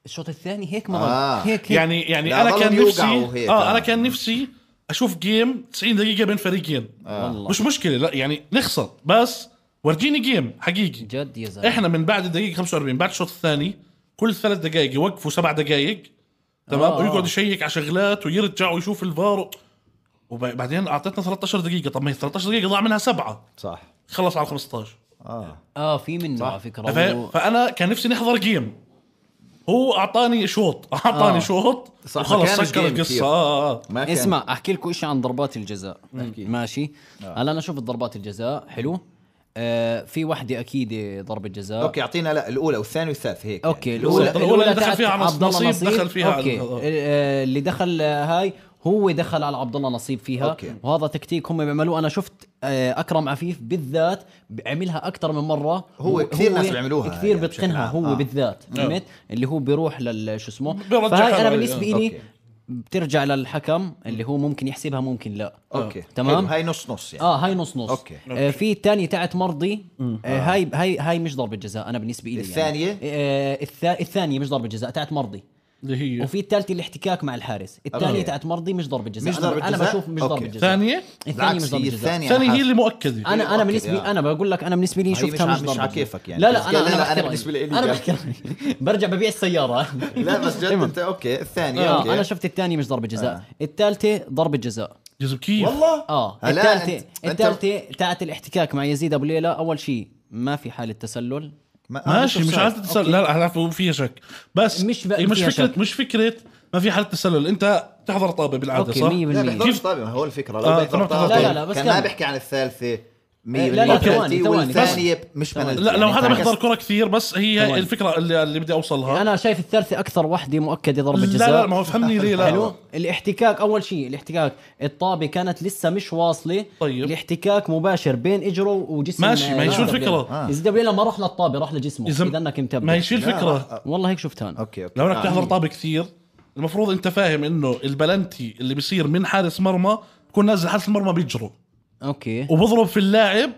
Speaker 2: الشوط الثاني هيك مرة
Speaker 3: آه.
Speaker 2: هيك هيك
Speaker 4: يعني يعني
Speaker 3: لا،
Speaker 4: انا كان
Speaker 3: ضلوا
Speaker 4: نفسي
Speaker 3: يوقعوا هيك،
Speaker 4: اه
Speaker 3: آه.
Speaker 4: انا كان نفسي اشوف جيم 90 دقيقه بين فريقين
Speaker 3: آه،
Speaker 2: والله
Speaker 4: مش مشكله لا يعني نخسر بس ورجيني جيم حقيقي
Speaker 2: جد يا زلمه
Speaker 4: احنا من بعد الدقيقه 45 بعد الشوط الثاني كل ثلاث دقائق يوقفوا سبع دقائق تمام
Speaker 2: آه.
Speaker 4: ويقعد يشيك على شغلات ويرجع ويشوف الفار وبعدين اعطيتنا 13 دقيقه طب ما هي 13 دقيقه ضاع منها سبعه
Speaker 3: صح
Speaker 4: خلص على 15
Speaker 3: اه
Speaker 2: اه في منه
Speaker 3: صح.
Speaker 2: على فكره
Speaker 4: ف-
Speaker 2: هو-
Speaker 4: فانا كان نفسي نحضر جيم هو اعطاني شوط اعطاني
Speaker 2: آه.
Speaker 4: شوط
Speaker 3: صح،
Speaker 4: وخلص
Speaker 3: ما كانش
Speaker 4: سكر
Speaker 3: جيم
Speaker 4: القصه
Speaker 3: كتير.
Speaker 4: آه آه.
Speaker 3: ما كان-
Speaker 2: اسمع احكي لكم شيء عن ضربات الجزاء ماشي
Speaker 4: آه.
Speaker 2: هلا انا شفت ضربات الجزاء حلو آه في وحده اكيد ضربه جزاء
Speaker 3: اوكي اعطينا لا الاولى والثانيه والثالثه هيك
Speaker 2: اوكي
Speaker 3: يعني.
Speaker 2: الاولى
Speaker 4: الأولى اللي دخل
Speaker 2: تاعت
Speaker 4: فيها على
Speaker 2: عبد الله
Speaker 4: نصيب دخل فيها على-
Speaker 2: اوكي
Speaker 4: آه.
Speaker 2: آه، اللي دخل آه، هاي هو دخل على عبد الله نصيب فيها
Speaker 3: أوكي.
Speaker 2: وهذا تكتيك هم بيعملوه انا شفت آه، اكرم عفيف بالذات بيعملها اكثر من مره
Speaker 3: هو كثير ناس بيعملوها
Speaker 2: كثير
Speaker 3: يعني بشكل
Speaker 2: بتقنها
Speaker 3: عام.
Speaker 2: هو
Speaker 3: آه.
Speaker 2: بالذات فهمت اللي هو بيروح لل شو اسمه
Speaker 4: بيرجع
Speaker 2: فهاي انا
Speaker 4: حاله
Speaker 2: بالنسبه
Speaker 4: عليه.
Speaker 2: لي
Speaker 3: آه، أوكي.
Speaker 2: بترجع للحكم اللي هو ممكن يحسبها ممكن لا
Speaker 3: اوكي
Speaker 2: تمام
Speaker 3: حلو، هاي نص نص يعني
Speaker 2: اه هاي نص نص
Speaker 3: أوكي.
Speaker 2: آه في الثانيه تاعت مرضي آه هاي هاي هاي مش ضربه جزاء انا بالنسبه لي
Speaker 3: الثانية؟
Speaker 2: يعني. آه الثا- الثانيه مش ضربه جزاء تاعت مرضي
Speaker 4: اللي هي
Speaker 2: وفي الثالثه الاحتكاك مع الحارس الثانيه
Speaker 3: أوكي.
Speaker 2: تاعت مرضي مش ضربه جزاء
Speaker 3: مش
Speaker 2: أنا-
Speaker 3: ضربة
Speaker 2: انا
Speaker 3: جزاء؟
Speaker 2: بشوف مش
Speaker 3: أوكي.
Speaker 2: ضربه جزاء
Speaker 4: ثانيه
Speaker 2: الثانيه مش
Speaker 3: بالعكس
Speaker 2: ضربه
Speaker 3: هي
Speaker 2: جزاء
Speaker 3: الثانيه
Speaker 4: ثانيه
Speaker 3: أنا
Speaker 4: هي
Speaker 3: حاسس-
Speaker 4: اللي مؤكده
Speaker 2: انا انا
Speaker 3: أوكي،
Speaker 2: بالنسبه
Speaker 3: آه.
Speaker 2: انا بقول لك انا بالنسبه لي
Speaker 3: هي
Speaker 2: شفتها
Speaker 3: مش
Speaker 2: مش,
Speaker 3: ع- مش
Speaker 2: ضربه
Speaker 3: على
Speaker 2: جزاء.
Speaker 3: كيفك يعني.
Speaker 2: لا
Speaker 3: بس
Speaker 2: لا انا
Speaker 3: لا، لا،
Speaker 2: أنا
Speaker 3: أنا
Speaker 2: بحكي
Speaker 3: بالنسبة
Speaker 2: رأيي.
Speaker 3: لي
Speaker 2: انا
Speaker 3: قال.
Speaker 2: بحكي رأيي. برجع ببيع السياره
Speaker 3: لا بس جد انت اوكي الثانيه
Speaker 2: اه
Speaker 3: اوكي
Speaker 2: انا شفت الثانيه مش ضربه
Speaker 3: آه.
Speaker 2: جزاء الثالثه ضربه جزاء
Speaker 4: جذب كيف
Speaker 3: والله
Speaker 2: اه
Speaker 3: هلا
Speaker 2: الثالثه
Speaker 3: آه، أنت- أنت-
Speaker 2: الثالثه تاعت الاحتكاك مع يزيد ابو ليلى اول شيء ما في حاله تسلل
Speaker 3: ما- آه،
Speaker 4: ماشي مش
Speaker 3: أوفسايد.
Speaker 4: عارف تتسلل لا لا عارف فيها شك بس
Speaker 2: مش
Speaker 4: مش
Speaker 2: بقى
Speaker 4: مش
Speaker 2: فيها
Speaker 4: فكره
Speaker 2: شك.
Speaker 4: مش فكره ما في حاله تسلل انت تحضر طابه بالعاده
Speaker 2: اوكي
Speaker 4: صح؟
Speaker 2: 100%
Speaker 3: لا
Speaker 2: بالمية.
Speaker 3: بيحضرش
Speaker 4: كيف؟
Speaker 3: طابة ما هو الفكرة لو
Speaker 4: آه،
Speaker 3: بيحضر
Speaker 4: تمام، تمام.
Speaker 3: طابة
Speaker 2: لا، لا، لا، بس
Speaker 3: كان ما
Speaker 2: كمل.
Speaker 3: بيحكي عن الثالثة 100%
Speaker 2: لا، لا، ثواني، ثواني.
Speaker 3: والثانية مش بنالتي
Speaker 4: لا لو
Speaker 3: يعني
Speaker 4: هذا
Speaker 3: تعكس-
Speaker 4: بيحضر كره كثير بس هي
Speaker 2: ثواني.
Speaker 4: هي الفكره اللي, اللي بدي اوصلها
Speaker 2: انا شايف الثالثه اكثر وحده مؤكده ضربه
Speaker 4: لا
Speaker 2: جزاء
Speaker 4: لا ما هو فهمني ليه لا
Speaker 2: حلو الاحتكاك اول شيء الاحتكاك الطابه كانت لسه مش واصله
Speaker 4: طيب.
Speaker 2: الاحتكاك مباشر بين اجره وجسم
Speaker 4: ماشي، ما هي شو
Speaker 2: آه،
Speaker 4: الفكرة؟
Speaker 2: آه. اذا دبليلا ما راح للطابه راح لجسمه
Speaker 4: إذا-
Speaker 2: اذا انك متبع
Speaker 4: ما هي شو الفكره
Speaker 2: والله هيك شفتها انا
Speaker 3: اوكي اوكي
Speaker 4: لو انك
Speaker 3: آه.
Speaker 4: تحضر طابه كثير المفروض انت فاهم انه البلنتي اللي بيصير من حارس مرمى بكون نازل حارس المرمى بيجره
Speaker 2: اوكي
Speaker 4: وبضرب في اللاعب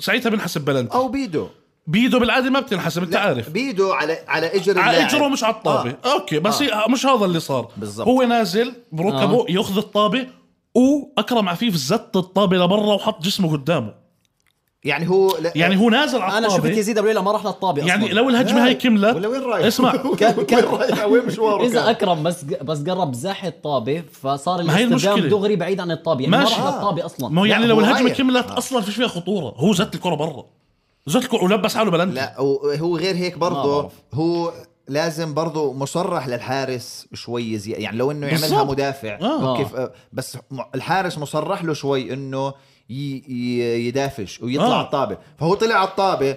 Speaker 4: ساعتها بنحسب بلنتي
Speaker 3: او بيدو
Speaker 4: بيده بالعاده ما بتنحسب انت
Speaker 3: لا،
Speaker 4: عارف
Speaker 3: بيدو على على اجر
Speaker 4: على
Speaker 3: اللاعب.
Speaker 4: اجره مش على الطابه
Speaker 3: آه.
Speaker 4: آه. اوكي بس آه. مش هذا اللي صار
Speaker 3: بالضبط.
Speaker 4: هو نازل بركبه آه. ياخذ الطابه واكرم عفيف زت الطابه لبرا وحط جسمه قدامه
Speaker 3: يعني هو لا
Speaker 4: يعني هو نازل على
Speaker 2: انا شفت
Speaker 4: الطابه
Speaker 2: يزيد دبليلا ما راح للطابه
Speaker 4: يعني
Speaker 2: أصلاً.
Speaker 4: لو الهجمه هاي كملت
Speaker 3: ولا وين رايح
Speaker 4: اسمع
Speaker 3: كان كان رايح *laughs* وين مشواره
Speaker 2: اذا
Speaker 3: كان؟
Speaker 2: اكرم بس بس قرب زاحي الطابه فصار
Speaker 4: ما هي
Speaker 2: الاستخدام
Speaker 4: المشكلة.
Speaker 2: دغري بعيد عن الطابه يعني
Speaker 4: ماشي.
Speaker 2: ما راح للطابه اصلا
Speaker 4: ما هو
Speaker 3: لا،
Speaker 4: يعني
Speaker 3: هو آه.
Speaker 4: لو الهجمه
Speaker 3: غير.
Speaker 4: كملت اصلا فيش فيها خطوره هو زت الكره برا زت الكره ولبس حاله بلنتي
Speaker 3: لا وهو غير هيك برضه
Speaker 2: بعرف.
Speaker 3: هو لازم برضه مصرح للحارس شوي زي يعني لو انه يعملها
Speaker 4: بالضبط.
Speaker 3: مدافع
Speaker 4: آه.
Speaker 3: اوكي ف- بس م- الحارس مصرح له شوي انه ي- ي- يدافش ويطلع
Speaker 4: آه.
Speaker 3: على الطابه فهو طلع على الطابه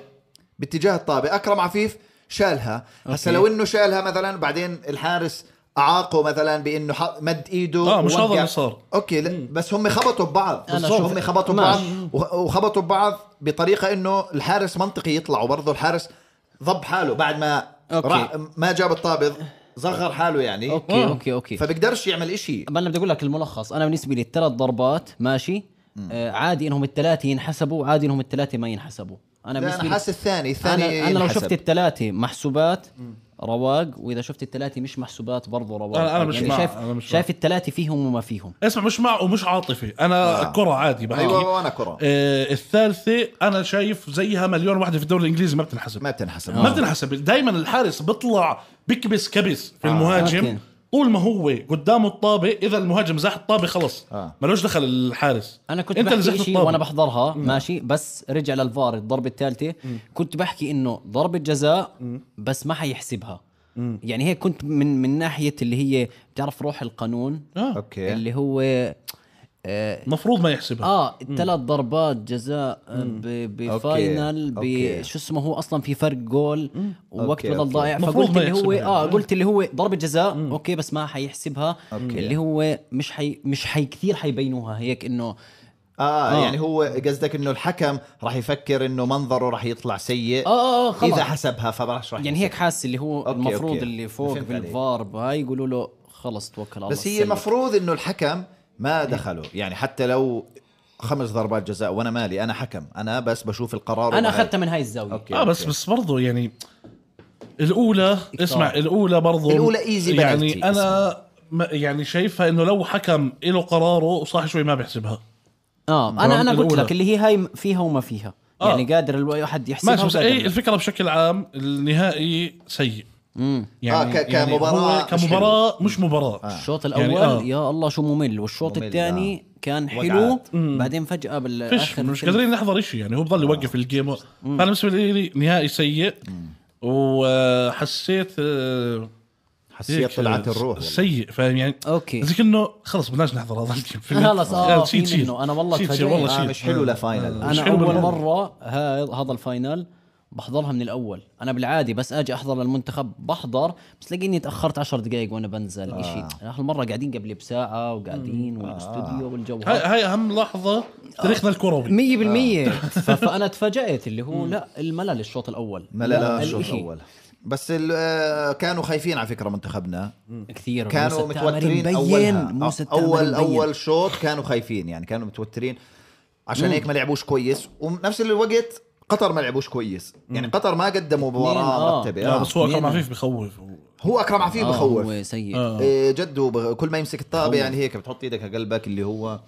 Speaker 3: باتجاه الطابه اكرم عفيف شالها هسا لو انه شالها مثلا بعدين الحارس اعاقه مثلا بانه حط- مد ايده
Speaker 4: آه، مش هذا
Speaker 3: ووقع.
Speaker 4: اللي صار.
Speaker 3: اوكي لا بس هم خبطوا ببعض
Speaker 2: أنا نعم.
Speaker 3: بالضبط.
Speaker 2: شوف-
Speaker 3: هم خبطوا
Speaker 2: ماشي.
Speaker 3: ببعض وخ- وخبطوا ببعض بطريقه انه الحارس منطقي يطلع وبرضه الحارس ضب حاله بعد ما
Speaker 2: أوكي.
Speaker 3: راح ما جاب الطابه صغر حاله يعني
Speaker 4: آه.
Speaker 2: اوكي اوكي اوكي
Speaker 3: فبقدرش يعمل إشي
Speaker 2: ما انا بدي اقول لك الملخص انا بالنسبه لي الثلاث ضربات ماشي آه عادي انهم الثلاثه ينحسبوا وعادي انهم الثلاثه ما ينحسبوا انا
Speaker 3: لا
Speaker 2: بالنسبه
Speaker 3: انا
Speaker 2: لي
Speaker 3: حاسس الثاني الثاني
Speaker 2: انا, أنا لو
Speaker 3: ينحسب.
Speaker 2: شفت الثلاثه محسوبات رواق واذا شفت الثلاثه مش محسوبات برضه رواق يعني
Speaker 4: أنا- أنا مش مع-
Speaker 2: شايف
Speaker 4: أنا مش مع.
Speaker 2: شايف الثلاثه فيهم وما فيهم
Speaker 4: اسمع مش معه ومش عاطفي انا آه. كره عادي بحكي
Speaker 3: أيوة، وأنا كرة.
Speaker 2: إيه.
Speaker 4: آه الثالثه انا شايف زيها مليون واحده في الدوري الانجليزي ما بتنحسب
Speaker 3: ما بتنحسب
Speaker 2: آه.
Speaker 4: ما بتنحسب دائما الحارس بيطلع بكبس كبس
Speaker 3: آه،
Speaker 4: في المهاجم
Speaker 2: أوكي.
Speaker 4: طول ما هو قدامه الطابه اذا المهاجم زاح الطابه خلص
Speaker 3: آه.
Speaker 4: ملوش دخل الحارس
Speaker 2: انا كنت
Speaker 4: انت اللي
Speaker 2: بحكي
Speaker 4: زحت
Speaker 2: شيء
Speaker 4: الطابه
Speaker 2: وانا بحضرها
Speaker 4: نعم.
Speaker 2: ماشي بس رجع للفار الضربه الثالثه كنت بحكي انه ضربه جزاء بس ما حيحسبها يعني هيك كنت من من ناحيه اللي هي بتعرف روح القانون
Speaker 4: آه.
Speaker 3: اوكي
Speaker 2: اللي هو
Speaker 4: مفروض ما
Speaker 3: آه.
Speaker 4: يحسبها
Speaker 2: اه ثلاث ضربات جاء ب- بفاينل
Speaker 3: أوكي.
Speaker 2: بشو اسمه هو اصلا في فرق جول ووقت
Speaker 3: أوكي،
Speaker 2: بدل
Speaker 3: أوكي.
Speaker 2: ضائع
Speaker 4: مفروض
Speaker 2: فقلت
Speaker 4: ما
Speaker 2: اللي هو
Speaker 4: يحسبها.
Speaker 2: اه قلت اللي هو ضربه جزاء اوكي بس ما حيحسبها اللي هو مش حي مش حي كثير حيبينوها هيك انه
Speaker 3: آه,
Speaker 2: آه.
Speaker 3: يعني هو قصدك انه الحكم راح يفكر انه منظره راح يطلع سيء
Speaker 2: اه اه آه، خلص
Speaker 3: اذا حسبها فبراش راح
Speaker 2: يعني هيك حاسس اللي هو
Speaker 3: أوكي،
Speaker 2: المفروض
Speaker 3: أوكي.
Speaker 2: اللي فوق
Speaker 3: فهمت عليك.
Speaker 2: بالفار هاي يقولوا له خلص توكل على الله
Speaker 3: بس هي
Speaker 2: السلم.
Speaker 3: المفروض انه الحكم ما دخله يعني حتى لو خمس ضربات جزاء وانا مالي انا حكم انا بس بشوف القرار
Speaker 2: انا
Speaker 3: وهاي.
Speaker 2: اخذتها من هاي الزاويه
Speaker 3: أوكي.
Speaker 4: اه بس بس برضه يعني الاولى اسمع الاولى برضه
Speaker 3: الأولى إيزي بنالتي،
Speaker 4: يعني انا ما- يعني شايفها انه لو حكم له قراره صح شوي ما بيحسبها
Speaker 2: اه انا انا قلت
Speaker 4: الأولى.
Speaker 2: لك اللي هي هاي فيها وما فيها
Speaker 4: آه.
Speaker 2: يعني قادر الواحد يحسبها
Speaker 4: ماشي بس
Speaker 2: وقادر
Speaker 4: اي
Speaker 2: لا.
Speaker 4: الفكره بشكل عام النهائي سيء يعني
Speaker 3: آه، ك- كمباراة
Speaker 4: هو
Speaker 3: مش
Speaker 4: كمباراه مش, مباراه
Speaker 2: الشوط الاول
Speaker 4: يعني
Speaker 2: يعني
Speaker 4: آه.
Speaker 2: آه. يا الله شو ممل والشوط
Speaker 3: ممل،
Speaker 2: الثاني آه. كان
Speaker 3: وقعات.
Speaker 2: حلو بعدين فجاه
Speaker 4: فيش
Speaker 2: بالاخر
Speaker 4: مش
Speaker 2: فيلم.
Speaker 4: قادرين نحضر شيء يعني هو بضل يوقف الجيم فانا بالنسبه لي نهائي سيء وحسيت آه،
Speaker 3: حسيت طلعت الروح والله.
Speaker 4: سيء فاهم يعني
Speaker 2: أوكي.
Speaker 4: زي كأنه خلص بدناش نحضر
Speaker 2: *laughs*
Speaker 4: هذا الفيلم
Speaker 2: خلاص، آه،
Speaker 4: يعني
Speaker 2: في منه. أنا والله
Speaker 4: شيل شيل
Speaker 2: اتفاجأت.
Speaker 4: والله
Speaker 3: آه
Speaker 4: شيل
Speaker 3: مش حلو لفاينل
Speaker 4: مش
Speaker 2: انا
Speaker 4: حلو
Speaker 2: اول
Speaker 4: بالمرة.
Speaker 2: مره هاي- هذا الفاينل بحضرها من الاول انا بالعادي بس اجي احضر للمنتخب بحضر بس لاقيني تاخرت 10 دقائق وانا بنزل آه. شيء اخر مره قاعدين قبلي بساعه وقاعدين والاستوديو
Speaker 3: آه.
Speaker 2: والجو
Speaker 4: هاي
Speaker 2: هذا
Speaker 4: هاي اهم لحظه تاريخنا
Speaker 2: آه.
Speaker 4: الكروي
Speaker 2: 100%
Speaker 3: آه.
Speaker 2: ف- فانا تفاجات اللي هو لا الملل الشوط الاول
Speaker 3: لا لا لا الشوط
Speaker 2: الإشي.
Speaker 3: الاول بس ال- آه، كانوا خايفين على فكره منتخبنا
Speaker 2: كثير
Speaker 3: كانوا
Speaker 2: موسى التعمري
Speaker 3: متوترين
Speaker 2: مبين
Speaker 3: اولها
Speaker 2: موسى التعمري
Speaker 3: اول
Speaker 2: مبين.
Speaker 3: اول شوط كانوا خايفين يعني كانوا متوترين عشان هيك ما لعبوش كويس وبنفس الوقت قطر ما لعبوش كويس يعني قطر ما قدموا
Speaker 2: آه.
Speaker 3: مباراه مرتبه
Speaker 4: لا
Speaker 3: آه.
Speaker 4: بس هو اكرم
Speaker 2: مين؟
Speaker 4: عفيف بخوف
Speaker 3: هو اكرم عفيف
Speaker 2: آه،
Speaker 3: بخوف
Speaker 2: هو سيء
Speaker 4: آه.
Speaker 3: إيه، جده بغ- كل ما يمسك الطابه يعني هيك بتحط ايدك على قلبك اللي هو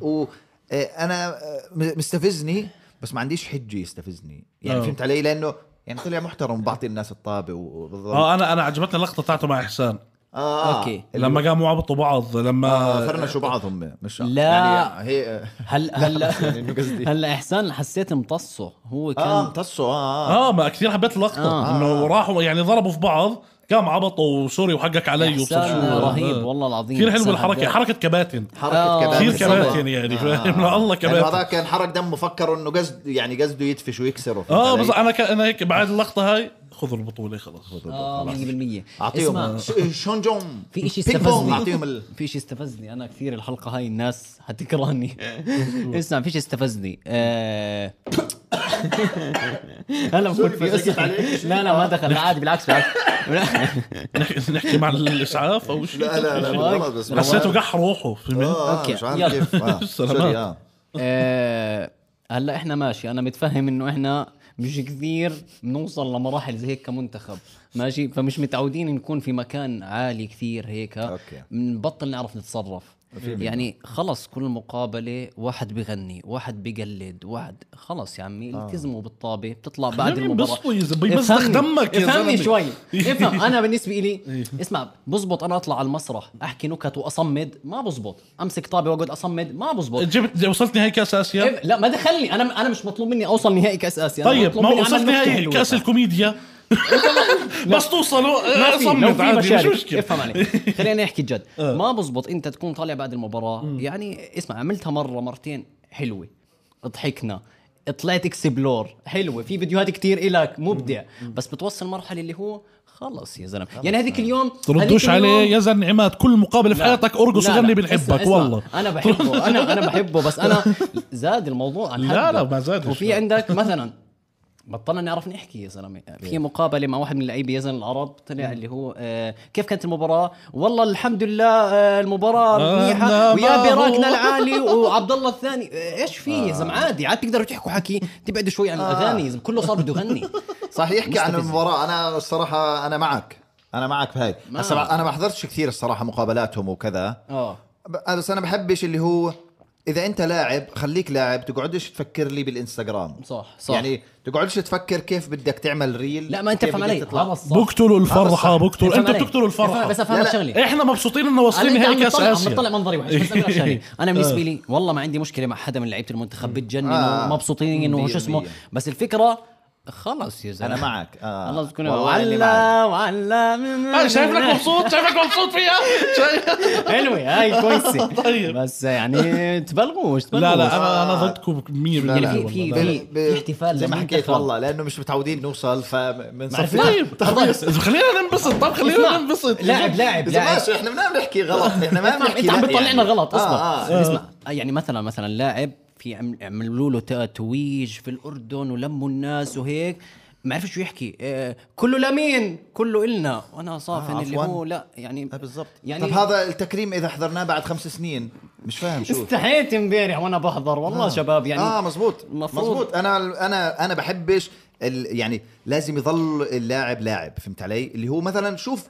Speaker 3: و إيه، انا آه، م- مستفزني بس ما عنديش حجه يستفزني يعني
Speaker 4: آه.
Speaker 3: فهمت علي لانه يعني طلع محترم بعطي الناس الطابه وبالضبط
Speaker 4: اه انا انا عجبتني اللقطه تاعته مع احسان
Speaker 3: آه.
Speaker 2: أوكي.
Speaker 4: لما قاموا عبطوا بعض
Speaker 3: آه،
Speaker 4: لما
Speaker 3: فرنشوا بعض هم مش
Speaker 2: لا.
Speaker 3: يعني هي
Speaker 2: هلا
Speaker 3: بس يعني إنه قصدي.
Speaker 2: هلا هلا احسان حسيت امتصه هو كان
Speaker 3: اه امتصوا اه, آه.
Speaker 2: آه.
Speaker 4: اه ما كثير حبيت اللقطه انه راحوا يعني ضربوا في بعض قام عبطوا وسوري وحقك علي وبصر أيوه، شو. آه.
Speaker 2: احسان رهيب والله العظيم
Speaker 4: كثير حلوه
Speaker 2: إحسان
Speaker 4: الحركه
Speaker 2: هذا.
Speaker 4: حركه كباتن
Speaker 2: آه.
Speaker 3: حركه كباتن
Speaker 4: كثير
Speaker 3: صراحة.
Speaker 4: كباتن يعني فاهم الله
Speaker 3: آه. يعني
Speaker 4: كباتن
Speaker 3: هذا كان حرق دمه فكروا انه قصد يعني قصده يدفش ويكسره فهمت
Speaker 4: اه
Speaker 3: علي؟
Speaker 4: بس انا ك... انا هيك بعد اللقطه هاي خذوا البطوله خلاص
Speaker 2: آه، 100%
Speaker 3: اعطيهم
Speaker 2: اسمع
Speaker 3: ش- شون جون
Speaker 2: في شيء
Speaker 3: آه، بينج بونج اعطيهم
Speaker 2: استفزني
Speaker 3: ال...
Speaker 2: في شيء استفزني انا كثير الحلقه هاي الناس
Speaker 3: *laughs*
Speaker 2: حتكرهني اسمع في شيء استفزني آه، هلا بكون في
Speaker 3: بس
Speaker 2: اسم.
Speaker 3: عليك.
Speaker 2: لا لا ما دخل لا، عادي بالعكس بالعكس
Speaker 3: *laughs*
Speaker 4: نحكي نحكي مع الاسعاف او شيء
Speaker 2: *laughs*
Speaker 3: لا لا لا بالغلط بس
Speaker 4: حسيته قح روحه فهمت
Speaker 3: آه،
Speaker 2: أوكي،
Speaker 3: مش عارف
Speaker 2: يلا.
Speaker 3: كيف
Speaker 2: *laughs*
Speaker 3: آه، سوري اه
Speaker 2: آه، هلا احنا ماشي انا متفهم انه احنا مش كثير بنوصل لمراحل زي هيك كمنتخب ماشي فمش متعودين نكون في مكان عالي كثير هيك
Speaker 3: أوكي.
Speaker 2: بنبطل نعرف نتصرف يعني خلص كل مقابلة واحد بغني واحد بقلد واحد خلص يا عمي التزموا بالطابة بتطلع بعد
Speaker 4: خليهم
Speaker 2: المباراة
Speaker 4: ينبسطوا يا زلمة، يبزخ
Speaker 2: افهمني-
Speaker 4: دمك يا
Speaker 2: افهمني
Speaker 4: زلمة. إيه.
Speaker 2: شوي
Speaker 4: *laughs*
Speaker 2: افهم انا بالنسبة إلي اسمع بزبط انا اطلع على المسرح احكي نكت واصمد ما بزبط امسك طابة واقعد اصمد ما بزبط
Speaker 4: جبت وصلت نهائي كاس اسيا
Speaker 2: إيه، لا ما دخلني انا انا مش مطلوب مني اوصل نهائي كاس اسيا أنا
Speaker 4: طيب
Speaker 2: مطلوب
Speaker 4: ما
Speaker 2: مني أعمل
Speaker 4: وصلت
Speaker 2: نكتة
Speaker 4: نهائي
Speaker 2: حلوة.
Speaker 4: كاس الكوميديا
Speaker 2: إيه،
Speaker 4: بس توصلوا
Speaker 2: ما في لو
Speaker 4: اصمت
Speaker 2: في
Speaker 4: عادي مش آه.
Speaker 2: مشارك
Speaker 4: مشكله
Speaker 2: افهم
Speaker 4: *laughs*
Speaker 2: علي خليني احكي جد ما بزبط انت تكون طالع بعد المباراه يعني اسمع عملتها مره مرتين حلوه ضحكنا طلعت اكسبلور حلوه في فيديوهات كتير إلك مبدع بس بتوصل مرحله اللي هو خلص يا زلمه يعني هذيك اليوم هذيك
Speaker 4: آه. تردوش
Speaker 2: اليوم-
Speaker 4: عليه يا زلمه عماد كل مقابله في
Speaker 2: لا.
Speaker 4: حياتك ارقص
Speaker 2: لا،
Speaker 4: وغني
Speaker 2: لا. اسمع،
Speaker 4: بنحبك
Speaker 2: اسمع.
Speaker 4: والله
Speaker 2: انا
Speaker 4: *laughs*
Speaker 2: بحبه انا انا بحبه بس انا زاد الموضوع عن
Speaker 4: لا،
Speaker 2: حده.
Speaker 4: لا، ما زادش.
Speaker 2: وفي عندك مثلا بطلنا نعرف نحكي يا زلمه
Speaker 3: إيه.
Speaker 2: في مقابله مع واحد من اللعيبه يا زلمه العرب طلع اللي هو آه كيف كانت المباراه والله الحمد لله آه المباراه
Speaker 4: آه،
Speaker 2: منيحه
Speaker 4: لا، ما
Speaker 2: ويا
Speaker 4: هو.
Speaker 2: راكنا العالي وعبد الله الثاني آه ايش في يا زلمه عادي عاد بتقدروا تحكوا حكي تبعدوا شوي عن الاغاني يا زلمه كله صار بده يغني
Speaker 3: آه. *laughs* صح يحكي عن
Speaker 2: مستفز.
Speaker 3: المباراة أنا الصراحة أنا معك أنا معك في هاي
Speaker 2: ما-
Speaker 3: هسا أنا ما حضرتش كثير الصراحة مقابلاتهم وكذا
Speaker 2: اه
Speaker 3: ب- بس أنا بحبش اللي هو إذا أنت لاعب خليك لاعب تقعدش تفكر لي بالإنستغرام
Speaker 2: صح صح
Speaker 3: يعني تقعدش تفكر كيف بدك تعمل ريل
Speaker 2: لا ما انت
Speaker 3: كيف
Speaker 2: فهم
Speaker 3: بدك
Speaker 2: علي
Speaker 3: تطلع.
Speaker 2: هذا الصح
Speaker 4: بقتلوا الفرحه
Speaker 3: صح.
Speaker 4: بقتلوا
Speaker 2: افهم
Speaker 4: انتوا
Speaker 2: علي.
Speaker 4: بتقتلوا
Speaker 2: افهم-
Speaker 4: الفرحه
Speaker 2: بس افهم
Speaker 3: لا،
Speaker 2: شغله
Speaker 4: احنا مبسوطين انه واصلين
Speaker 2: أنا- أنت
Speaker 4: نهائي
Speaker 2: عم
Speaker 4: كاس
Speaker 2: بتطلع- عم
Speaker 4: اسيا
Speaker 2: بتطلع منظري وحش بس
Speaker 4: *laughs*
Speaker 2: بدي أقول لك شغلة. انا
Speaker 4: آه.
Speaker 2: بالنسبه لي والله ما عندي مشكله مع حدا من لعيبه المنتخب بتجنن
Speaker 3: آه.
Speaker 2: ومبسوطين انه شو اسمه
Speaker 3: 100%.
Speaker 2: بس الفكره خلص يا زلمه
Speaker 3: أنا معك آه.
Speaker 2: خلص كنا
Speaker 3: والله إني معك.
Speaker 2: وعلا وعلا
Speaker 4: آه، شايفك
Speaker 2: *laughs*
Speaker 4: مبسوط شايفك مبسوط فيها شايف-
Speaker 2: حلوه هاي كويسه
Speaker 4: *laughs* طيب.
Speaker 2: بس يعني تبلغوش
Speaker 4: لا
Speaker 2: تبلغوش
Speaker 4: *laughs* لا انا انا ضدكم 100%
Speaker 2: يعني
Speaker 4: بالمية
Speaker 2: في
Speaker 4: والله.
Speaker 2: في
Speaker 4: لا، لا.
Speaker 2: في في احتفال
Speaker 3: زي ما
Speaker 2: لمنتخب.
Speaker 3: حكيت والله لأنه مش متعودين نوصل فبنصفي
Speaker 2: معرفة.
Speaker 4: طيب تخليص *laughs* خلينا ننبسط طب
Speaker 2: اسمع،
Speaker 4: خلينا ننبسط
Speaker 2: لاعب لاعب
Speaker 3: إذا
Speaker 2: لاعب
Speaker 3: ماشي إحنا ما بنحكي غلط
Speaker 2: *laughs*
Speaker 3: إحنا ما بنحكي
Speaker 2: انت إيه. عم
Speaker 3: لا
Speaker 2: بتطلعنا
Speaker 3: يعني.
Speaker 2: غلط اصبر
Speaker 3: آه، آه.
Speaker 2: اسمع يعني مثلا مثلا لاعب في عم- عملوا له تتويج في الاردن ولموا الناس وهيك ما عرف شو يحكي آه كله لمين كله إلنا وانا صافن
Speaker 3: آه،
Speaker 2: اللي
Speaker 3: عفواً.
Speaker 2: هو لا يعني
Speaker 3: آه، بالضبط
Speaker 2: يعني
Speaker 3: طب هذا التكريم إذا حضرناه بعد خمس سنين مش فاهم شو
Speaker 2: استحيت امبارح وانا بحضر والله شباب يعني
Speaker 3: اه مزبوط
Speaker 2: المفروض.
Speaker 3: مزبوط انا انا انا بحبش ال يعني لازم يظل اللاعب لاعب فهمت علي اللي هو مثلا شوف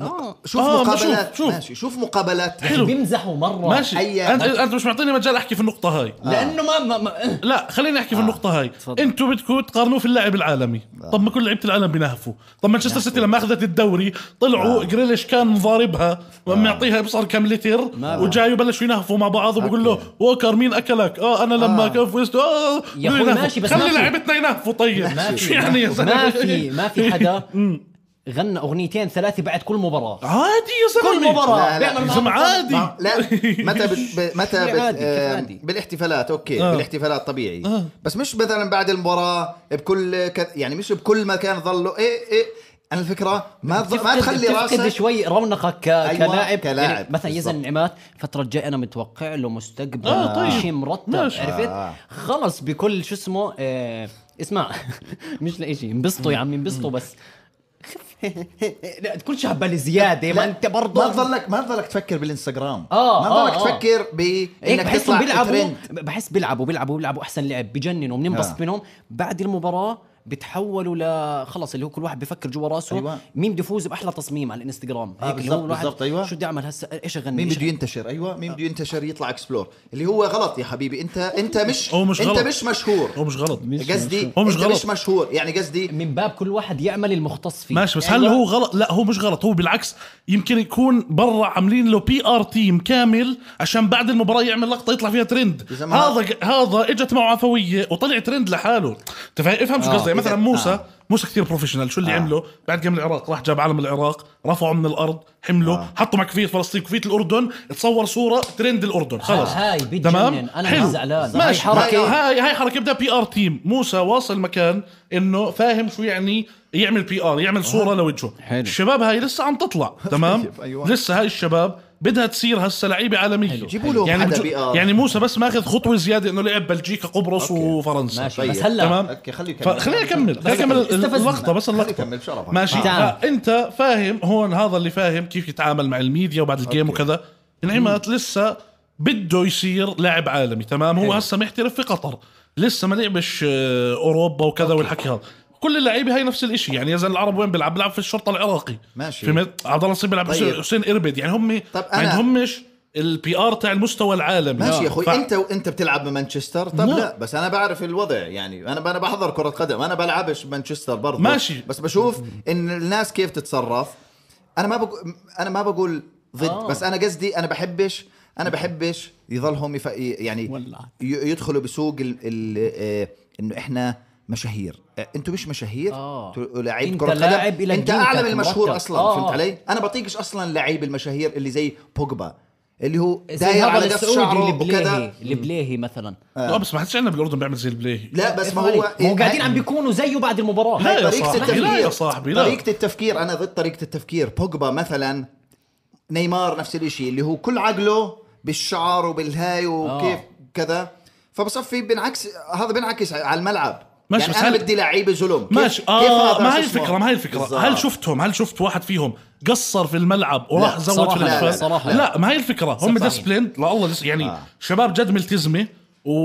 Speaker 2: آه.
Speaker 3: شوف
Speaker 4: آه،
Speaker 3: مقابلات
Speaker 4: شوف- شوف.
Speaker 3: ماشي شوف مقابلات
Speaker 4: حلو.
Speaker 2: بيمزحوا مره
Speaker 4: ماشي
Speaker 3: أي-
Speaker 4: انت انت مش معطيني مجال احكي في النقطه هاي
Speaker 3: آه.
Speaker 2: لانه ما, ما,
Speaker 3: *laughs*
Speaker 2: ما
Speaker 4: لا خليني احكي في النقطة هاي
Speaker 2: آه. تفضل. آه.
Speaker 4: انتم بدكم تقارنوه في اللاعب العالمي طب ما كل لعيبة العالم بينهفوا طب مانشستر سيتي لما اخذت الدوري
Speaker 2: آه.
Speaker 4: طلعوا جريليش كان ضاربها معطيها بصر كم لتر وجاي بلشوا ينهفوا مع بعض وبقول له ووكر مين اكلك اه انا لما كان فزت اه
Speaker 2: آه. يا أخوي
Speaker 4: ينهفوا.
Speaker 2: ماشي، بس
Speaker 4: خلي
Speaker 2: ماشي.
Speaker 4: لعيبتنا ينهفوا طيب شو يعني يا زلمة؟
Speaker 2: ما في ما في
Speaker 3: *laughs*
Speaker 2: حدا غنى اغنيتين ثلاثه بعد كل مباراه
Speaker 4: عادي يا زلمة
Speaker 2: كل مباراه
Speaker 3: لا، لا.
Speaker 2: بيعمل معهم
Speaker 4: زلمة
Speaker 3: *laughs*
Speaker 4: عادي
Speaker 3: ما-
Speaker 2: *laughs*
Speaker 3: لا متى بت ب- متى
Speaker 2: عادي،
Speaker 3: بت
Speaker 2: كيف
Speaker 3: آه،
Speaker 2: عادي.
Speaker 3: بالاحتفالات اوكي
Speaker 4: آه.
Speaker 3: بالاحتفالات طبيعي بس مش مثلا بعد المباراه بكل كذ- يعني مش بكل مكان ظلوا ايه ايه انا الفكره ما تظ- ما
Speaker 2: تفقد-
Speaker 3: تخلي
Speaker 2: تفقد
Speaker 3: راسك
Speaker 2: شوي رونقك ك...
Speaker 3: أيوة،
Speaker 2: كلاعب
Speaker 3: كلاعب.
Speaker 2: يعني مثلا يزن
Speaker 3: بالضبط.
Speaker 2: نعمات الفتره الجايه انا متوقع له مستقبل
Speaker 4: آه، طيب.
Speaker 2: شيء مرتب
Speaker 4: ماشي.
Speaker 2: عرفت
Speaker 3: آه.
Speaker 2: خلص بكل شو اسمه آه... اسمع *laughs* مش لإشي انبسطوا يا عمي انبسطوا
Speaker 3: *laughs*
Speaker 2: بس لا تكون شهبل زياده ما انت برضه
Speaker 3: ما تظلك ما تظلك تفكر بالانستغرام
Speaker 2: آه،
Speaker 3: ما
Speaker 2: آه،
Speaker 3: تظلك
Speaker 2: آه.
Speaker 3: تفكر
Speaker 2: هيك
Speaker 3: بانك
Speaker 2: بحسهم
Speaker 3: تطلع
Speaker 2: بيلعبوا
Speaker 3: ترند
Speaker 2: بحس بيلعبوا بيلعبوا بيلعبوا احسن لعب بجننوا بننبسط
Speaker 3: آه.
Speaker 2: منهم بعد المباراه بتحولوا ل خلص اللي هو كل واحد بيفكر جوا راسه
Speaker 3: أيوة.
Speaker 2: مين بده يفوز باحلى تصميم على الانستغرام اللي
Speaker 3: آه،
Speaker 2: هو
Speaker 3: بالضبط،
Speaker 2: الواحد
Speaker 3: بالضبط، أيوة.
Speaker 2: شو بدي اعمل هسه ايش اغني
Speaker 3: مين
Speaker 2: إيش
Speaker 3: بده ينتشر ايوه مين بده ينتشر يطلع اكسبلور اللي هو غلط يا حبيبي انت انت مش
Speaker 4: هو مش
Speaker 3: انت
Speaker 4: غلط.
Speaker 3: مش مشهور
Speaker 4: هو مش غلط
Speaker 3: قصدي
Speaker 4: هو مش
Speaker 3: انت
Speaker 4: غلط.
Speaker 3: مش مشهور يعني قصدي
Speaker 2: من باب كل واحد يعمل المختص فيه يعني
Speaker 4: ماشي بس هل هو غلط لا هو مش غلط هو بالعكس يمكن يكون برا عاملين له بي ار تيم كامل عشان بعد المباراه يعمل لقطه يطلع فيها ترند
Speaker 3: إذا ما-
Speaker 4: هذا هذا اجت معه عفويه وطلع ترند لحاله تفهم افهم شو قصدي زي مثلا موسى موسى كثير بروفيشنال شو اللي عمله بعد جيم العراق راح جاب علم العراق رفعه من الارض حمله حطه مع كفيه فلسطين كفيه الاردن تصور صوره ترند الاردن خلص
Speaker 2: هاي بتجنن. أنا
Speaker 4: حلو.
Speaker 2: زعلان. هاي
Speaker 4: ماشي هاي
Speaker 2: حركة-
Speaker 4: هاي, هاي حركه بدها بي ار تيم موسى واصل مكان انه فاهم شو يعني يعمل بي ار يعمل صوره لوجهه
Speaker 2: حلو.
Speaker 4: الشباب هاي لسه عم
Speaker 3: *laughs*
Speaker 4: تطلع تمام
Speaker 3: طيب، أيوة.
Speaker 4: لسه هاي الشباب بدها تصير هسه لعيبه عالميه
Speaker 3: جيبوا لهم
Speaker 4: يعني
Speaker 3: حدا
Speaker 4: بجو-
Speaker 3: PR.
Speaker 4: يعني موسى بس ماخذ خطوه زياده انه لعب بلجيكا قبرص
Speaker 3: أوكي.
Speaker 4: وفرنسا
Speaker 2: ماشي
Speaker 3: طيب.
Speaker 2: بس هلا
Speaker 4: تمام.
Speaker 3: اوكي خليه يكمل
Speaker 4: فخلينا نكمل خلينا نكمل
Speaker 2: استفزنا.
Speaker 4: اللقطه بس
Speaker 3: خليه
Speaker 4: اللقطه
Speaker 3: يكمل شرفك
Speaker 4: ماشي
Speaker 2: تعال.
Speaker 4: فانت فاهم هون هذا اللي فاهم كيف يتعامل مع الميديا وبعد الجيم
Speaker 3: أوكي.
Speaker 4: وكذا انعمت لسه بده يصير لاعب عالمي تمام هو هسه محترف في قطر لسه ما لعبش آه، اوروبا وكذا والحكي هذا كل اللعيبه هاي نفس الشيء يعني يا زلمه العرب وين بيلعب بيلعب في الشرطه العراقي
Speaker 3: ماشي.
Speaker 4: فهمت عبد الله نصيب بيلعب
Speaker 3: طيب.
Speaker 4: حسين اربد يعني هم
Speaker 3: طب
Speaker 4: ما
Speaker 3: أنا-
Speaker 4: عندهمش البي ار تاع المستوى العالمي
Speaker 3: ماشي يا اخوي
Speaker 4: ف-
Speaker 3: انت وانت بتلعب بمانشستر طب
Speaker 4: لا.
Speaker 3: لا. لا بس انا بعرف الوضع يعني انا انا بحضر كره قدم انا بلعبش مانشستر برضه
Speaker 4: ماشي.
Speaker 3: بس بشوف ان الناس كيف تتصرف انا ما بقول انا ما بقول ضد
Speaker 2: آه.
Speaker 3: آه. بس انا قصدي انا بحبش انا بحبش يضلهم يف... يعني
Speaker 2: ولعت.
Speaker 3: ي- يدخلوا بسوق ال... ال... آه، انه احنا مشاهير آه، انتوا مش مشاهير
Speaker 2: آه.
Speaker 3: انتوا لعيب
Speaker 2: أنت
Speaker 3: كره
Speaker 2: لاعب
Speaker 3: قدم
Speaker 2: إلى
Speaker 3: انت
Speaker 2: الدين
Speaker 3: اعلى من
Speaker 2: كان
Speaker 3: المشهور
Speaker 2: مرتب.
Speaker 3: اصلا
Speaker 2: آه.
Speaker 3: فهمت علي انا بطيقش اصلا اللعيب المشاهير اللي زي بوجبا اللي هو
Speaker 2: زي
Speaker 3: داير
Speaker 2: هذا
Speaker 3: على قص
Speaker 2: السعودي اللي
Speaker 3: شعره
Speaker 2: بلاهي
Speaker 3: وكذا
Speaker 2: اللي بلاهي مثلا
Speaker 4: لا بس ما حدش عندنا بالاردن بيعمل زي البلاهي
Speaker 3: لا بس ما هو
Speaker 2: إيه،
Speaker 3: إيه،
Speaker 2: هو قاعدين عم بيكونوا زيه بعد المباراه
Speaker 4: لا يا
Speaker 3: طريقة
Speaker 4: صاحبي لا يا
Speaker 3: التفكير.
Speaker 4: صاحبي لا
Speaker 3: طريقة التفكير انا ضد طريقة التفكير بوجبا مثلا نيمار نفس الشيء اللي هو كل عقله بالشعر وبالهاي وكيف
Speaker 2: آه.
Speaker 3: كذا فبصفي بنعكس هذا بنعكس على الملعب
Speaker 4: ماشي،
Speaker 3: ماشي يعني
Speaker 4: بس
Speaker 3: انا
Speaker 4: هل-
Speaker 3: بدي لعيبه زلم كيف-
Speaker 4: ماشي
Speaker 3: كيف
Speaker 4: اه
Speaker 3: هذا
Speaker 4: ما هي
Speaker 3: شو اسمه؟
Speaker 4: الفكره ما هي الفكره
Speaker 3: بالظبط.
Speaker 4: هل شفتهم هل شفت واحد فيهم قصر في الملعب وراح
Speaker 3: لا،
Speaker 4: زود
Speaker 2: صراحة
Speaker 4: في
Speaker 2: لا،
Speaker 4: الأجفال؟
Speaker 3: لا، صراحة
Speaker 4: لا,
Speaker 3: لا.
Speaker 4: ما هي الفكره هم
Speaker 2: صفاين.
Speaker 4: ديسبلين لا الله ديس- يعني
Speaker 3: آه.
Speaker 4: شباب جد ملتزمه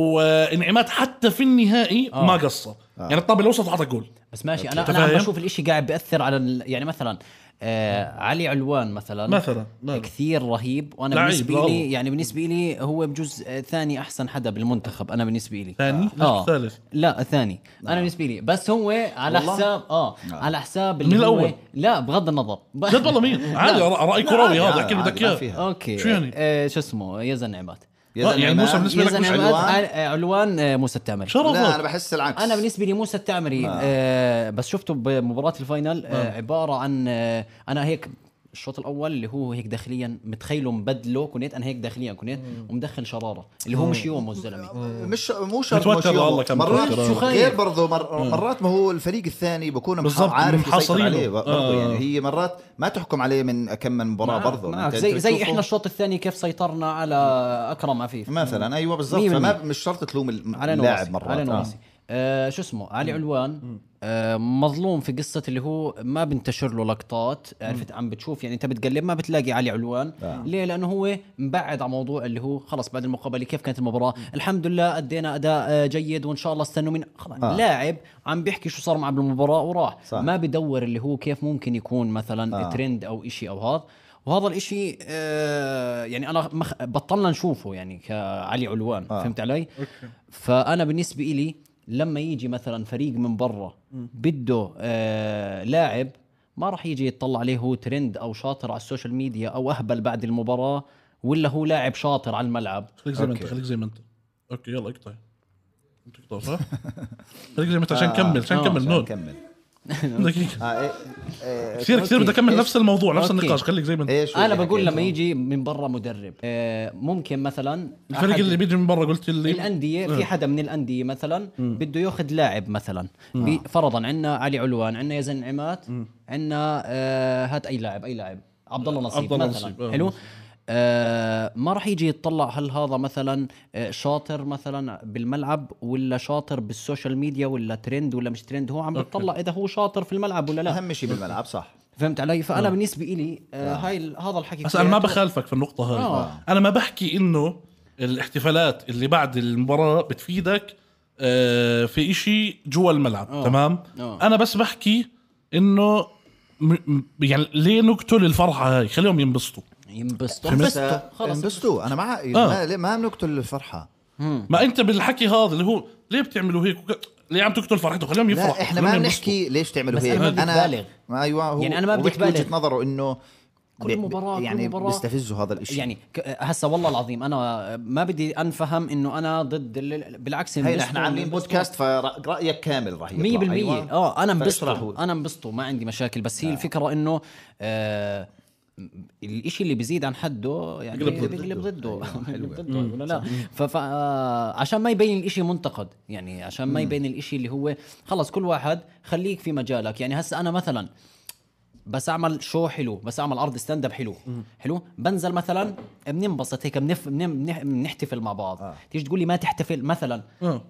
Speaker 4: وانعمات حتى في النهائي
Speaker 3: آه.
Speaker 4: ما قصر يعني الطابه الوسط حط جول
Speaker 2: بس ماشي انا
Speaker 4: أوكي.
Speaker 2: انا عم
Speaker 4: تفاهم؟
Speaker 2: بشوف الاشي قاعد بياثر على ال... يعني مثلا آه علي علوان مثلا
Speaker 4: مثلاً، لا.
Speaker 2: كثير رهيب وانا
Speaker 4: لعيب،
Speaker 2: بالنسبه
Speaker 4: والله.
Speaker 2: لي يعني بالنسبه لي هو بجوز آه، ثاني احسن حدا بالمنتخب انا بالنسبه لي
Speaker 4: ثاني؟ ليش
Speaker 2: اه
Speaker 4: ثالث؟
Speaker 2: لا ثاني انا بالنسبه لي بس هو على
Speaker 3: والله؟
Speaker 2: حساب اه على حساب
Speaker 4: مين
Speaker 2: اللي هو
Speaker 4: الأول؟
Speaker 2: لا بغض النظر
Speaker 4: جد والله
Speaker 2: *laughs*
Speaker 3: *laughs*
Speaker 4: مين عادي رأ- راي كروي هذا
Speaker 3: عادي،
Speaker 4: احكي اللي
Speaker 3: عادي،
Speaker 4: بدك
Speaker 3: ما
Speaker 4: اياه
Speaker 3: فيها.
Speaker 2: اوكي
Speaker 4: شو يعني؟
Speaker 2: آه شو اسمه يزن عماد
Speaker 3: يا
Speaker 4: آه، يعني
Speaker 3: زلمة،
Speaker 4: موسى بالنسبة لك
Speaker 2: يزن
Speaker 4: مش
Speaker 2: عماد
Speaker 3: علوان؟
Speaker 2: آه، آه، علوان آه، موسى التامري
Speaker 3: لا
Speaker 4: شرفك
Speaker 3: انا بحس العكس
Speaker 2: انا بالنسبه لي موسى التعمري آه. آه بس شفته بمباراه الفاينل آه عباره عن آه انا هيك الشوط الاول اللي هو هيك داخليا متخيله مبدله كنت انا هيك داخليا كنت ومدخل شراره اللي هو مش يومه الزلمه
Speaker 3: مش مو شرط
Speaker 4: متوتر
Speaker 3: مش يومه.
Speaker 4: والله كان
Speaker 3: مرات
Speaker 4: متوتر.
Speaker 3: شو
Speaker 2: خايف.
Speaker 3: غير برضه مر... مرات ما هو الفريق الثاني بكون مح...
Speaker 4: بالضبط،
Speaker 3: عارف يسيطر
Speaker 4: محاصرينه.
Speaker 3: عليه برضه
Speaker 4: آه.
Speaker 3: يعني هي مرات ما تحكم عليه من كم من مباراه برضه
Speaker 2: معك.
Speaker 3: أنت-
Speaker 2: زي
Speaker 3: أنت
Speaker 2: زي
Speaker 3: بتشوفه-
Speaker 2: احنا الشوط الثاني كيف سيطرنا على اكرم عفيف
Speaker 3: مثلا ايوه بالضبط
Speaker 2: مية
Speaker 3: فما
Speaker 2: بالمية.
Speaker 3: مش شرط تلوم الم-
Speaker 2: على
Speaker 3: اللاعب
Speaker 2: نواسي
Speaker 3: مرات
Speaker 2: على
Speaker 3: آه.
Speaker 2: نواسي آه شو اسمه علي علوان آه مظلوم في قصه اللي هو ما بنتشر له لقطات عرفت عم بتشوف يعني انت بتقلب ما بتلاقي علي علوان آه. ليه لانه هو مبعد على موضوع اللي هو خلص بعد المقابله كيف كانت المباراه الحمد لله ادينا اداء آه، جيد وان شاء الله استنوا من خلص آه. لاعب عم بيحكي شو صار معه بالمباراه وراح صح.
Speaker 3: صح.
Speaker 2: ما بدور اللي هو كيف ممكن يكون مثلا آه.
Speaker 3: آه.
Speaker 2: ترند او إشي او هذا وهذا الإشي آه يعني انا مخ... بطلنا نشوفه يعني كعلي علوان آه. فهمت علي فانا بالنسبه إلي لما يجي مثلا فريق من برا بده آه لاعب ما راح يجي يطلع عليه هو ترند او شاطر على السوشيال ميديا او اهبل بعد المباراه ولا هو لاعب شاطر على الملعب
Speaker 4: خليك زي ما انت
Speaker 3: أوكي.
Speaker 4: خليك زي ما انت اوكي يلا اقطع انت اقطع
Speaker 3: *laughs*
Speaker 4: صح؟ خليك زي ما انت عشان كمل عشان
Speaker 2: آه،
Speaker 4: كمل
Speaker 3: عشان
Speaker 4: نون
Speaker 3: نكمل
Speaker 4: دقيقه
Speaker 3: آه، إيه- إيه،
Speaker 4: كثير كثير بدي اكمل
Speaker 2: إيش-
Speaker 4: نفس الموضوع نفس
Speaker 2: أوكي.
Speaker 4: النقاش خليك زي ما انت
Speaker 3: ايش
Speaker 2: انا
Speaker 3: اللي
Speaker 2: بقول
Speaker 3: حكيته؟
Speaker 2: لما يجي من برا مدرب آه ممكن مثلا
Speaker 4: الفريق
Speaker 2: أحد-
Speaker 4: اللي بيجي من برا قلت لي
Speaker 2: الانديه في حدا من الانديه
Speaker 4: إيه.
Speaker 2: مثلا بده ياخذ لاعب مثلا بي- فرضا عندنا علي علوان عندنا يزن عمات
Speaker 4: إيه.
Speaker 2: عندنا آه هات اي لاعب اي لاعب عبد الله نصيب
Speaker 4: عبد الله نصيب،
Speaker 2: مثلا
Speaker 4: آه.
Speaker 2: حلو آه ما راح يجي يتطلع هل هذا مثلا آه، شاطر مثلا بالملعب ولا شاطر بالسوشيال ميديا ولا ترند ولا مش ترند هو عم بتطلع اذا هو شاطر في الملعب ولا لا
Speaker 3: اهم شيء بالملعب صح
Speaker 2: فهمت علي فانا بالنسبه إلي آه هاي ال- هذا الحكي
Speaker 4: بس انا ما
Speaker 2: كلياته-
Speaker 4: بخالفك في النقطه هاي
Speaker 2: آه.
Speaker 4: انا ما بحكي انه الاحتفالات اللي بعد المباراه بتفيدك آه، في إشي جوا الملعب
Speaker 2: آه.
Speaker 4: تمام
Speaker 2: آه.
Speaker 4: انا بس بحكي انه م... م- يعني ليه نقتل الفرحه هاي خليهم ينبسطوا
Speaker 2: ينبسطوا
Speaker 3: بس
Speaker 2: انبسطوا، خلص
Speaker 3: آه، انبسطوا انا مع
Speaker 4: آه.
Speaker 3: ما- ما بنقتل الفرحه
Speaker 4: ما انت بالحكي هذا اللي هو ليه بتعملوا هيك وك... ليه عم تقتل فرحته خليهم يفرحوا
Speaker 3: لا احنا
Speaker 4: خليهم
Speaker 3: ما
Speaker 4: ينبسطوا.
Speaker 3: بنحكي ليش تعملوا
Speaker 2: بس
Speaker 3: هيك
Speaker 2: أنا ما بدي أبالغ.
Speaker 3: ما ايوه هو
Speaker 2: يعني أنا ما بدي
Speaker 3: وبحكي
Speaker 2: أبالغ.
Speaker 3: وجهه نظره انه
Speaker 2: كل مباراه
Speaker 3: يعني
Speaker 2: كل مباراه
Speaker 3: بيستفزوا هذا الشيء
Speaker 2: يعني ك- هسا والله العظيم انا ما بدي انفهم انه انا ضد ال- بالعكس
Speaker 3: هي
Speaker 2: انبسطوا-
Speaker 3: نحن عاملين
Speaker 2: انبسطوا.
Speaker 3: بودكاست فرايك كامل راح
Speaker 2: 100%
Speaker 3: يطلع
Speaker 2: أيوة. اه انا
Speaker 3: فاشرحوا. نعم.
Speaker 2: انبسطوا انا انبسطوا ما عندي مشاكل بس هي الفكره انه آه الاشي اللي بيزيد عن حده يعني
Speaker 4: بيقلب ضده.
Speaker 2: بيقلب ضده
Speaker 3: أيوة.
Speaker 2: *laughs* بيقلب ضده ولا لا ف- ف- آه، عشان ما يبين الاشي منتقد يعني عشان ما يبين الاشي اللي هو خلص كل واحد خليك في مجالك يعني هسا انا مثلا بس اعمل شو حلو بس اعمل عرض ستاند اب حلو حلو بنزل مثلا بننبسط هيك بنف بنم- بنح- بنحتفل مع بعض
Speaker 3: آه.
Speaker 2: تيجي تقول لي ما تحتفل مثلا
Speaker 4: آه.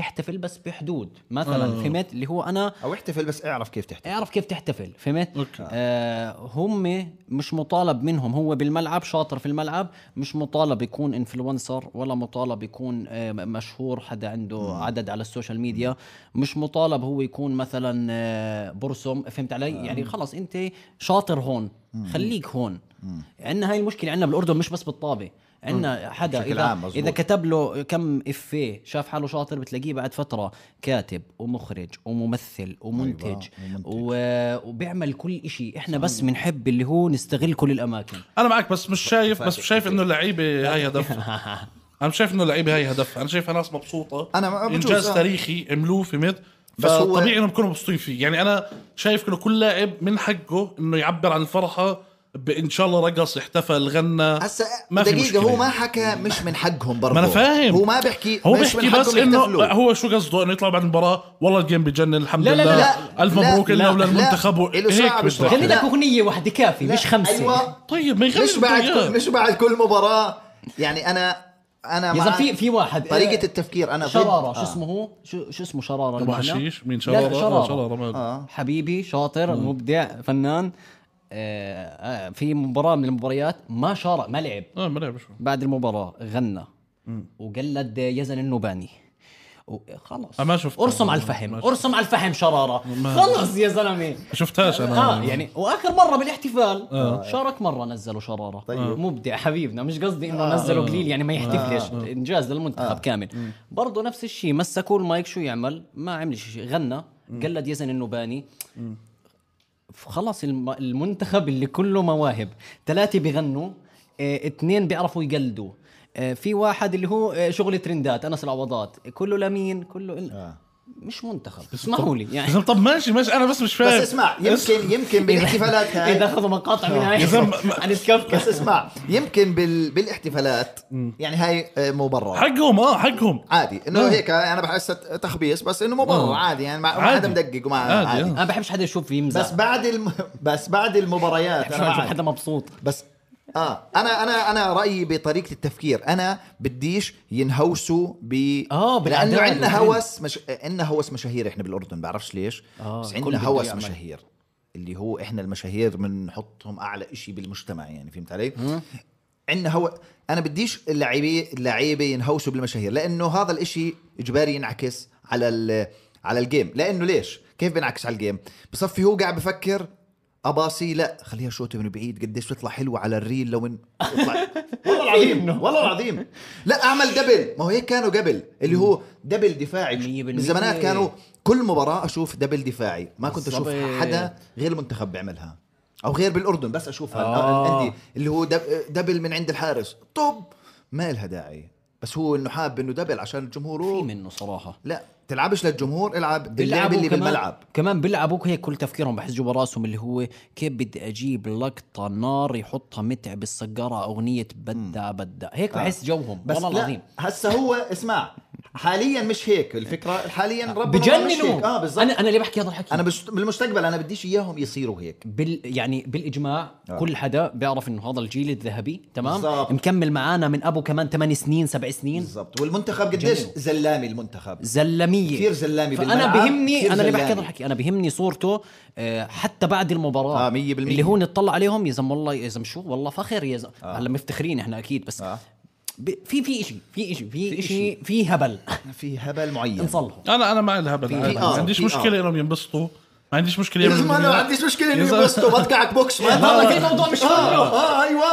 Speaker 2: احتفل بس بحدود مثلا
Speaker 4: آه.
Speaker 2: فهمت اللي هو انا
Speaker 3: او احتفل بس اعرف كيف تحتفل
Speaker 2: اعرف كيف تحتفل فهمت
Speaker 4: أوكي.
Speaker 2: آه هم مش مطالب منهم هو بالملعب شاطر في الملعب مش مطالب يكون انفلونسر ولا مطالب يكون آه مشهور حدا عنده عدد على السوشيال ميديا مش مطالب هو يكون مثلا آه برسم فهمت علي
Speaker 4: آه.
Speaker 2: يعني خلص انت شاطر هون خليك هون عندنا هاي المشكله عندنا بالاردن مش بس بالطابه عندنا حدا
Speaker 3: بشكل
Speaker 2: اذا
Speaker 3: عام مزبوط.
Speaker 2: اذا كتب له كم افيه شاف حاله شاطر بتلاقيه بعد فتره كاتب ومخرج وممثل ومنتج,
Speaker 3: أيوة، ومنتج.
Speaker 2: و... وبيعمل كل إشي احنا بس بنحب اللي هو نستغل كل الاماكن
Speaker 4: انا معك بس مش شايف بس مش شايف انه اللعيبه
Speaker 3: *laughs*
Speaker 4: هاي هدفها انا مش شايف انه اللعيبه هاي هدفها انا شايفها ناس مبسوطه
Speaker 3: أنا ما- بجوز،
Speaker 4: انجاز
Speaker 3: آه.
Speaker 4: تاريخي عملوه فهمت
Speaker 3: بس هو-
Speaker 4: فطبيعي انهم بيكونوا مبسوطين فيه يعني انا شايف انه كل لاعب من حقه انه يعبر عن الفرحه ب- ان شاء الله رقص احتفل غنى
Speaker 3: هسا
Speaker 4: ما في
Speaker 3: دقيقة
Speaker 4: مشكلة
Speaker 3: هو
Speaker 4: يعني.
Speaker 3: ما حكى مش من حقهم برضه
Speaker 4: ما أنا فاهم.
Speaker 3: هو ما بيحكي
Speaker 4: هو
Speaker 3: مش
Speaker 4: بيحكي
Speaker 3: من
Speaker 4: بس
Speaker 3: حقهم
Speaker 4: انه
Speaker 3: يحتفلوا.
Speaker 4: هو شو قصده انه يطلع بعد المباراه والله الجيم بجنن الحمد
Speaker 2: لا، لا،
Speaker 4: لله
Speaker 2: لا،
Speaker 4: الف
Speaker 3: لا،
Speaker 4: مبروك
Speaker 3: لا،
Speaker 4: لنا وللمنتخب إيه،
Speaker 3: لا.
Speaker 4: و-
Speaker 3: إله ساعة
Speaker 4: هيك
Speaker 3: بيشرح.
Speaker 4: بدك.
Speaker 2: غني
Speaker 3: طيب. لا.
Speaker 2: لك اغنيه واحده كافي مش خمسه
Speaker 3: ايوه
Speaker 4: طيب ما يغني
Speaker 3: مش بعد
Speaker 4: إياه.
Speaker 3: كل مش بعد كل مباراة يعني انا انا
Speaker 2: يا زلمه
Speaker 3: مع
Speaker 2: في في واحد
Speaker 3: طريقة التفكير انا ضد-
Speaker 2: شراره شو
Speaker 3: آه.
Speaker 2: اسمه هو شو شو اسمه شراره
Speaker 4: ابو
Speaker 2: المعنى؟
Speaker 4: حشيش مين
Speaker 2: لا،
Speaker 4: شراره آه،
Speaker 2: شراره
Speaker 4: شراره ماله.
Speaker 3: آه.
Speaker 2: حبيبي شاطر مبدع فنان آه، آه، في مباراه من المباريات ما شارع ما لعب
Speaker 4: اه ما لعبش
Speaker 2: بعد المباراه غنى وقلد يزن النوباني و- خلص
Speaker 4: أنا ما شفته.
Speaker 2: ارسم على
Speaker 4: ما
Speaker 2: الفحم
Speaker 4: شفته.
Speaker 2: ارسم على الفحم شراره
Speaker 4: ما-
Speaker 2: خلص يا زلمه
Speaker 4: ما شفتهاش انا
Speaker 2: اه يعني واخر مره بالاحتفال شارك مره نزلوا شراره
Speaker 3: طيب.
Speaker 2: مبدع حبيبنا مش قصدي انه نزلوا قليل يعني ما يحتفلش انجاز للمنتخب كامل برضه نفس الشيء مسكوا المايك شو يعمل ما عمل شيء غنى قلد يزن النوباني خلص الم- المنتخب اللي كله مواهب ثلاثة بيغنوا اه، اثنين بيعرفوا يقلدوا اه، في واحد اللي هو اه، شغل ترندات انس العوضات كله لمين كله ال- مش منتخب اسمحوا لي
Speaker 4: *laughs*
Speaker 2: يعني
Speaker 4: يعني طب ماشي ماشي انا بس مش
Speaker 3: بس
Speaker 4: فاهم
Speaker 3: اسمع يمكن يمكن بالاحتفالات هاي
Speaker 2: اذا اخذوا إيه، مقاطع من هاي يعني
Speaker 4: يا
Speaker 2: *laughs*
Speaker 4: زلمة، ما-
Speaker 2: عن سكافكا
Speaker 3: بس اسمع يمكن بال... بالاحتفالات يعني هاي آه، مبرر
Speaker 4: حقهم اه حقهم
Speaker 3: عادي انه
Speaker 4: آه.
Speaker 3: هيك انا بحس تخبيص بس انه مبرر
Speaker 4: آه.
Speaker 3: عادي يعني ما ما
Speaker 4: عادي.
Speaker 3: حدا مدقق وما
Speaker 4: عادي،
Speaker 3: عادي,
Speaker 4: آه.
Speaker 2: انا بحبش حدا يشوف يمزح
Speaker 3: بس
Speaker 2: بس
Speaker 3: بعد الم... بس بعد المباريات انا معك.
Speaker 2: حدا مبسوط
Speaker 3: بس اه انا انا انا رايي بطريقه التفكير انا بديش ينهوسوا ب
Speaker 2: آه، بالأعداد
Speaker 3: لانه عندنا
Speaker 2: والترند.
Speaker 3: هوس مش عندنا هوس مشاهير احنا بالاردن بعرفش ليش
Speaker 2: آه،
Speaker 3: بس
Speaker 2: الكل
Speaker 3: عندنا
Speaker 2: بده
Speaker 3: هوس
Speaker 2: يعمل.
Speaker 3: مشاهير اللي هو احنا المشاهير بنحطهم اعلى إشي بالمجتمع يعني فهمت علي؟ عندنا هو انا بديش اللاعبين اللعيبه ينهوسوا بالمشاهير لانه هذا الإشي اجباري ينعكس على ال على الجيم لانه ليش كيف بينعكس على الجيم بصفي هو قاعد بفكر اباصي لا خليها شوتة من بعيد قديش بتطلع حلوه على الريل لو ان
Speaker 2: *laughs*
Speaker 3: بتطلع- والله العظيم والله العظيم لا اعمل دبل ما هو هيك كانوا قبل اللي هو دبل دفاعي
Speaker 2: مية بالمية.
Speaker 3: بالزمانات كانوا كل مباراه اشوف دبل دفاعي ما كنت اشوف
Speaker 2: بالظبط.
Speaker 3: حدا غير المنتخب بيعملها او غير بالاردن بس اشوفها
Speaker 2: آه.
Speaker 3: عندي اللي هو دب- دبل من عند الحارس طب ما لها داعي بس هو انه حاب انه دبل عشان الجمهور
Speaker 2: في
Speaker 3: هو-
Speaker 2: منه صراحه
Speaker 3: لا تلعبش للجمهور العب اللعب اللي
Speaker 2: كمان
Speaker 3: بالملعب
Speaker 2: كمان بيلعبوا هيك كل تفكيرهم بحس جوا راسهم اللي هو كيف بدي اجيب لقطه نار يحطها متعب السقاره اغنيه بدع بدع هيك بحس جوهم
Speaker 3: آه. بس
Speaker 2: والله العظيم
Speaker 3: هسا هو اسمع حاليا مش هيك الفكره حاليا ربنا مش هيك.
Speaker 2: بجننوا
Speaker 3: اه بالظبط
Speaker 2: انا انا اللي بحكي هذا الحكي
Speaker 3: انا بس- بالمستقبل انا بديش اياهم يصيروا هيك
Speaker 2: بال يعني بالاجماع
Speaker 3: آه.
Speaker 2: آه. كل حدا بيعرف انه هذا الجيل الذهبي تمام
Speaker 3: بالظبط.
Speaker 2: مكمل معانا من ابو كمان 8 سنين 7 سنين
Speaker 3: بالضبط والمنتخب قديش
Speaker 2: جننوا.
Speaker 3: زلامي المنتخب
Speaker 2: زلميه
Speaker 3: كثير زلامي
Speaker 2: فانا
Speaker 3: بالملعب،
Speaker 2: بهمني
Speaker 3: كثير
Speaker 2: انا اللي
Speaker 3: زلامي.
Speaker 2: بحكي هذا الحكي انا بهمني صورته آه، حتى بعد المباراه
Speaker 3: آه، مية بالمية.
Speaker 2: اللي هو نطلع عليهم يا زلمه والله يا زلمه شو والله فخر يا زلمه هلا مفتخرين احنا اكيد بس
Speaker 3: آه.
Speaker 2: ب- في في شيء في شيء
Speaker 3: في
Speaker 2: في
Speaker 3: إشي.
Speaker 2: شيء في هبل
Speaker 3: في هبل معين
Speaker 2: نصلحه
Speaker 4: *laughs* انا انا مع الهبل عادي. ما
Speaker 3: آه،
Speaker 4: عنديش
Speaker 3: في
Speaker 4: مشكله
Speaker 3: آه.
Speaker 4: انهم ينبسطوا ما عنديش مشكله
Speaker 3: يا زلمه انا *laughs* ما
Speaker 4: ينبسطوا.
Speaker 3: عنديش مشكله
Speaker 4: يا
Speaker 3: انه
Speaker 4: زلمة-
Speaker 3: آه، يبسطوا بدكعك بوكس ما
Speaker 2: هذا في موضوع مش
Speaker 3: اه
Speaker 2: حلو
Speaker 3: اه ايوه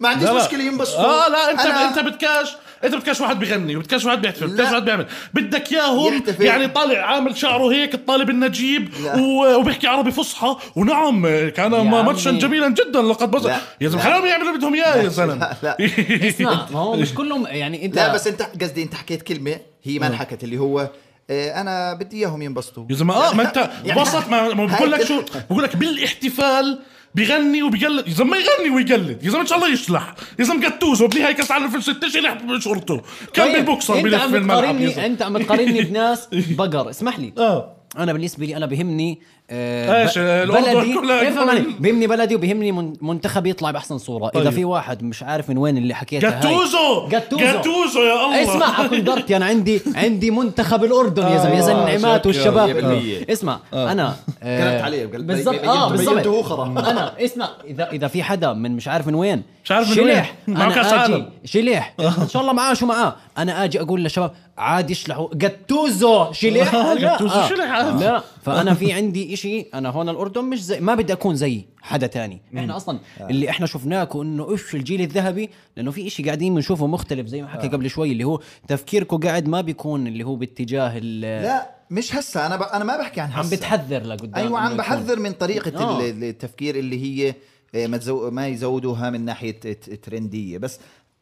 Speaker 3: ما عنديش
Speaker 4: لا لا.
Speaker 3: مشكله ينبسطوا
Speaker 2: آه،
Speaker 4: اه لا انت
Speaker 3: أنا-
Speaker 4: انت بتكاش انت بتكاش واحد بغني وبتكاش واحد بيحتفل بتكاش واحد بيعمل بدك اياهم
Speaker 3: يحتفل.
Speaker 4: يعني طالع عامل شعره هيك الطالب النجيب
Speaker 3: لا.
Speaker 4: و- وبيحكي عربي فصحى ونعم كان ما- ماتشا
Speaker 2: عمي.
Speaker 4: جميلا جدا لقد بصر
Speaker 3: لا.
Speaker 4: يا زلمه
Speaker 3: لا.
Speaker 4: خليهم يعملوا اللي بدهم اياه يا زلمه
Speaker 3: لا.
Speaker 4: *laughs*
Speaker 2: اسمع نعم، ما هو مش كلهم يعني انت
Speaker 3: لا بس انت قصدي انت حكيت كلمه هي ما انحكت اللي هو آه، انا بدي اياهم ينبسطوا
Speaker 4: يا زلمه اه ما
Speaker 2: *laughs*
Speaker 4: انت
Speaker 3: يعني-
Speaker 4: وسط ما ما بقول لك شو بقول لك بالاحتفال بغني وبقلد يا زلمه يغني ويقلد يا زلمه ان شاء الله يشلح يا زلمه قتوزو بنهاية كاس العالم في 2016 يلعب بشورته كان
Speaker 2: طيب،
Speaker 4: بالبوكسر
Speaker 2: انت
Speaker 4: بيلف في
Speaker 2: عم
Speaker 4: الملعب يا
Speaker 2: تقارني
Speaker 4: زلمة.
Speaker 2: انت عم
Speaker 4: *laughs*
Speaker 2: تقارني بناس بقر اسمح لي
Speaker 4: اه
Speaker 2: انا بالنسبه لي انا بهمني آه
Speaker 4: إيش،
Speaker 2: ب-
Speaker 4: الأردن
Speaker 2: بلدي
Speaker 4: كلها-
Speaker 2: افهم علي بهمني بلدي وبهمني من- منتخبي يطلع باحسن صوره اذا
Speaker 4: طيب.
Speaker 2: في واحد مش عارف من وين اللي حكيتها هاي.
Speaker 4: جاتوزو
Speaker 2: جاتوزو.
Speaker 4: جاتوزو يا الله
Speaker 2: اسمع اكون درت انا عندي عندي منتخب الاردن يا زلمه يا زلمه النعمات
Speaker 4: شكراً.
Speaker 2: والشباب
Speaker 3: 100%.
Speaker 2: اسمع انا آه،
Speaker 3: كلمت عليه قلت
Speaker 2: بالضبط
Speaker 3: بينته-
Speaker 2: اه بالضبط
Speaker 3: بينته هو خرا.
Speaker 2: انا اسمع اذا اذا في حدا من مش عارف من وين
Speaker 4: مش عارف من
Speaker 2: شلح
Speaker 4: وين. آه. معه كأس
Speaker 2: انا اجي
Speaker 4: عالم.
Speaker 2: شلح ان شاء الله معاه شو معاه انا اجي اقول للشباب عادي اشلحوا جتوزو شلح لا
Speaker 4: *laughs* جاتوزو
Speaker 2: آه.
Speaker 4: شلح عادي.
Speaker 2: لا فانا في عندي إشي انا هون الاردن مش زي ما بدي اكون زي حدا تاني احنا اصلا
Speaker 3: آه.
Speaker 2: اللي احنا شفناكوا انه ايش الجيل الذهبي لانه في إشي قاعدين بنشوفه مختلف زي ما
Speaker 3: آه.
Speaker 2: حكى قبل شوي اللي هو تفكيركم قاعد ما بيكون اللي هو باتجاه ال-
Speaker 3: لا مش هسه انا ب... انا ما بحكي عن
Speaker 2: عم
Speaker 3: هسه
Speaker 2: بتحذر لقدام
Speaker 3: ايوه عم
Speaker 2: إنه يكون.
Speaker 3: بحذر من طريقه
Speaker 2: آه.
Speaker 3: ال- التفكير اللي هي آه، ما تزو... ما يزودوها من ناحيه ت- ترنديه بس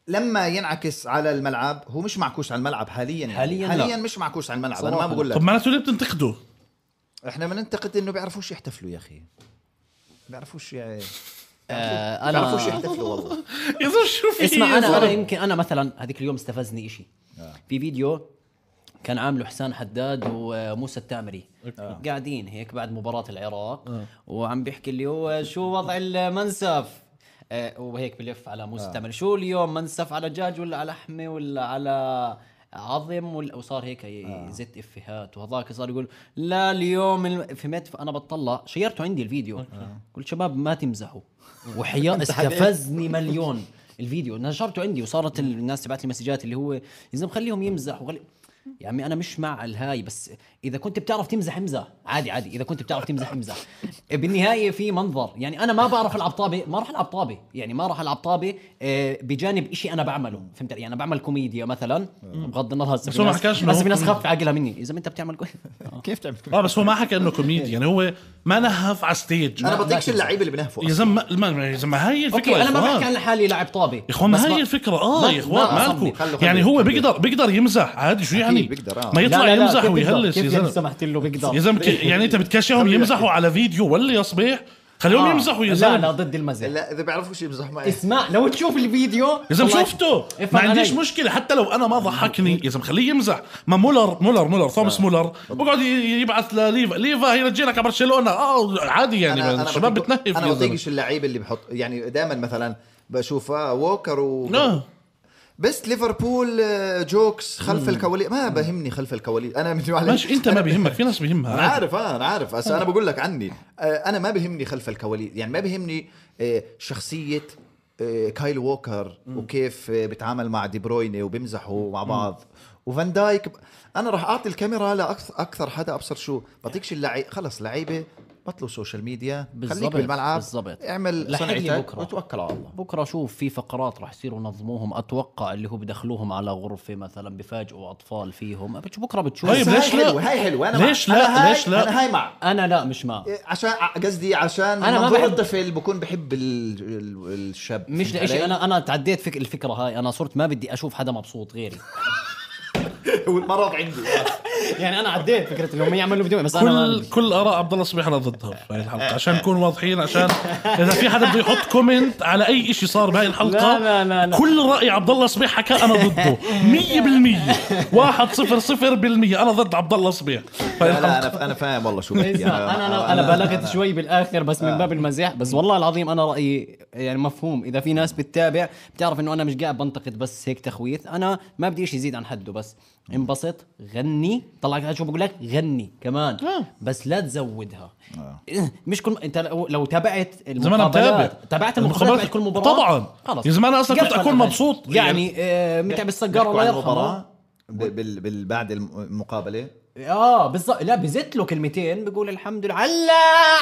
Speaker 3: لما ينعكس على الملعب هو مش معكوس على الملعب حاليا يعني.
Speaker 2: حالياً لا.
Speaker 3: حاليا مش معكوس على الملعب انا
Speaker 2: صراحة
Speaker 3: ما
Speaker 2: لا.
Speaker 3: بقول لك
Speaker 4: طب معناته ليه بتنتقده؟
Speaker 3: احنا بننتقد انه بيعرفوش يحتفلوا يا اخي بيعرفوش يعني
Speaker 2: آه
Speaker 3: بيعرفوش
Speaker 2: انا
Speaker 3: يحتفلوا
Speaker 2: *laughs*
Speaker 3: والله
Speaker 4: يا زلمه شو في
Speaker 2: اسمع
Speaker 3: إيه،
Speaker 4: يا
Speaker 2: انا انا
Speaker 4: زلمة؟
Speaker 2: يمكن انا مثلا هذيك اليوم استفزني إشي
Speaker 3: آه.
Speaker 2: في فيديو كان عامله حسان حداد وموسى التامري آه، قاعدين هيك بعد مباراة العراق وعم بيحكي اللي هو شو وضع المنسف آه، وهيك بلف على موسى التامري شو اليوم منسف على دجاج ولا على لحمة ولا على عظم ولا وصار هيك زت افيهات وهذاك صار يقول لا اليوم الم- فهمت فانا بطلع شيرته عندي الفيديو قلت شباب ما تمزحوا وحياة استفزني مليون الفيديو نشرته عندي وصارت الناس تبعت لي مسجات اللي هو يا زلمه خليهم يمزحوا خلي... يا عمي انا مش مع الهاي بس اذا كنت بتعرف تمزح امزح عادي عادي اذا كنت بتعرف تمزح *laughs* امزح بالنهايه في منظر يعني انا ما بعرف العب طابه ما راح العب طابه يعني ما راح العب طابه آه، بجانب إشي انا بعمله فهمت علي؟ يعني انا بعمل كوميديا مثلا بغض النظر هسه
Speaker 4: بس
Speaker 2: في
Speaker 4: هو ما
Speaker 2: ناس-
Speaker 4: حكاش إنه
Speaker 2: هسه
Speaker 4: هو
Speaker 2: في ناس
Speaker 4: كوميدي.
Speaker 2: خف عقلها مني اذا انت بتعمل *laughs*
Speaker 4: *laughs*
Speaker 2: كوميديا
Speaker 3: كيف تعمل كده؟
Speaker 4: اه بس هو ما حكى انه كوميدي يعني هو ما نهف على ستيج
Speaker 3: انا
Speaker 4: ما-
Speaker 3: بطيقش اللعيبه اللي بنهفوا
Speaker 4: يا زلمه ما- يا زلمه هاي الفكره
Speaker 2: اوكي
Speaker 4: يا
Speaker 2: انا ما
Speaker 4: إخوان.
Speaker 2: بحكي عن حالي لاعب طابه
Speaker 4: يا اخوان ما
Speaker 2: بس
Speaker 4: هي الفكره اه
Speaker 2: ما-
Speaker 4: يا اخوان
Speaker 2: ما أصمم.
Speaker 4: مالكم
Speaker 3: خلوا-
Speaker 4: يعني
Speaker 3: خلوا-
Speaker 4: هو بيقدر بيقدر يمزح عادي شو يعني
Speaker 3: بيقدر، آه.
Speaker 4: ما
Speaker 2: لا،
Speaker 4: يطلع
Speaker 2: لا، لا،
Speaker 4: يمزح
Speaker 2: كيف بيقدر؟
Speaker 4: ويهلس يا
Speaker 2: كيف إيه. يعني
Speaker 4: زلمه
Speaker 2: سمحت له بيقدر
Speaker 4: يا زلمه ك- يعني انت بتكاشيهم يمزحوا على فيديو ولا يا صبيح خليهم
Speaker 2: آه.
Speaker 4: يمزحوا يا
Speaker 2: لا لا
Speaker 4: زلمه
Speaker 2: ضد المزح
Speaker 3: لا اذا بيعرفوش يمزحوا
Speaker 4: إيه،
Speaker 3: معي
Speaker 2: اسمع لو تشوف الفيديو
Speaker 4: يا زلمه
Speaker 2: والله
Speaker 4: شفته ما
Speaker 2: افهم
Speaker 4: عنديش
Speaker 2: علي.
Speaker 4: مشكله حتى لو انا ما ضحكني يا زلمه خليه يمزح ما مولر مولر مولر توماس مولر بقعد ي- يبعث لليفا ليفا هيرجع لك على برشلونه اه عادي يعني الشباب
Speaker 3: بطيق-
Speaker 4: بتنهف
Speaker 3: انا
Speaker 4: يا زلمه
Speaker 3: بطيقش اللعيبه اللي بحط يعني دائما مثلا بشوف آه، ووكر و
Speaker 4: آه.
Speaker 3: بس ليفربول آه، جوكس خلف الكواليس ما بهمني خلف الكواليس انا من على-
Speaker 4: ماشي انت ما
Speaker 3: أنا-
Speaker 4: بيهمك في ناس بيهمها
Speaker 3: انا
Speaker 4: عادي.
Speaker 3: عارف اه انا عارف بس انا بقول لك عني آه، انا ما بهمني خلف الكواليس يعني ما بهمني آه، شخصيه آه، كايل ووكر وكيف آه، بتعامل مع دي برويني وبيمزحوا مع بعض وفان دايك انا راح اعطي الكاميرا لاكثر اكثر حدا ابصر شو بعطيكش اللعيب خلص لعيبه بطلوا سوشيال ميديا خليك
Speaker 2: بالظبط،
Speaker 3: بالملعب
Speaker 2: بالظبط.
Speaker 3: اعمل
Speaker 2: لحق لي
Speaker 3: صنعتك
Speaker 2: بكرة.
Speaker 3: وتوكل على الله
Speaker 2: بكره شوف في فقرات رح يصيروا ينظموهم اتوقع اللي هو بدخلوهم على غرفه مثلا بفاجئوا اطفال فيهم بتش- بكره بتشوف
Speaker 4: طيب،
Speaker 3: بس
Speaker 4: ليش
Speaker 3: هاي
Speaker 4: لا؟
Speaker 3: حلوة، هاي حلوة انا مع-
Speaker 4: ليش
Speaker 3: أنا
Speaker 4: لا؟
Speaker 3: هاي-
Speaker 4: ليش لا؟
Speaker 3: انا هاي مع
Speaker 2: انا لا مش مع
Speaker 3: إيه، عشان ع- قصدي عشان
Speaker 2: أنا
Speaker 3: انا
Speaker 2: ما
Speaker 3: ما
Speaker 2: بحب-
Speaker 3: الطفل بكون بحب ال... ال... الشاب
Speaker 2: مش
Speaker 3: فهمت
Speaker 2: لإشي
Speaker 3: علي؟
Speaker 2: انا انا تعديت فك الفكره هاي انا صرت ما بدي اشوف حدا مبسوط غيري *laughs*
Speaker 3: والمرض عندي
Speaker 2: يعني انا عديت فكره انهم يعملوا فيديو بس انا ما
Speaker 4: كل
Speaker 2: بدي.
Speaker 4: كل اراء عبد الله صبيح انا ضدها في هاي
Speaker 2: *laughs*
Speaker 4: الحلقه عشان نكون واضحين عشان اذا في حدا بده يحط كومنت على اي شيء صار بهاي الحلقه
Speaker 2: لا، لا، لا، لا.
Speaker 4: كل راي عبد الله صبيح حكى انا
Speaker 2: *laughs*
Speaker 4: ضده 100% واحد صفر صفر بالمية انا ضد عبد الله صبيح بهاي
Speaker 3: لا لا
Speaker 4: الحلقه
Speaker 3: انا انا فاهم والله شو بدي
Speaker 2: اسمع انا انا, إيه، أنا بلغت شوي بالاخر بس
Speaker 4: آه.
Speaker 2: من باب المزاح بس والله العظيم انا رايي يعني مفهوم اذا في ناس بتتابع بتعرف انه انا مش قاعد بنتقد بس هيك تخويث انا ما بدي شيء يزيد عن حده بس
Speaker 4: آه.
Speaker 2: انبسط غني طلعك قاعد شو بقول لك غني كمان
Speaker 4: آه.
Speaker 2: بس لا تزودها *laughs* مش كل انت لو, لو تابعت
Speaker 4: زي ما انا متابع
Speaker 2: المقابلات تابعت المقابلات بعد كل مباراه
Speaker 4: طبعا يا زلمه انا اصلا كنت
Speaker 2: قفل يعني،
Speaker 4: اكون
Speaker 2: أغاني.
Speaker 4: مبسوط
Speaker 2: يعني آه، متعب السجاره الله يرحمه
Speaker 3: بال... بال... بعد المقابله
Speaker 2: اه بالظبط لا بزت له كلمتين بقول الحمد لله علا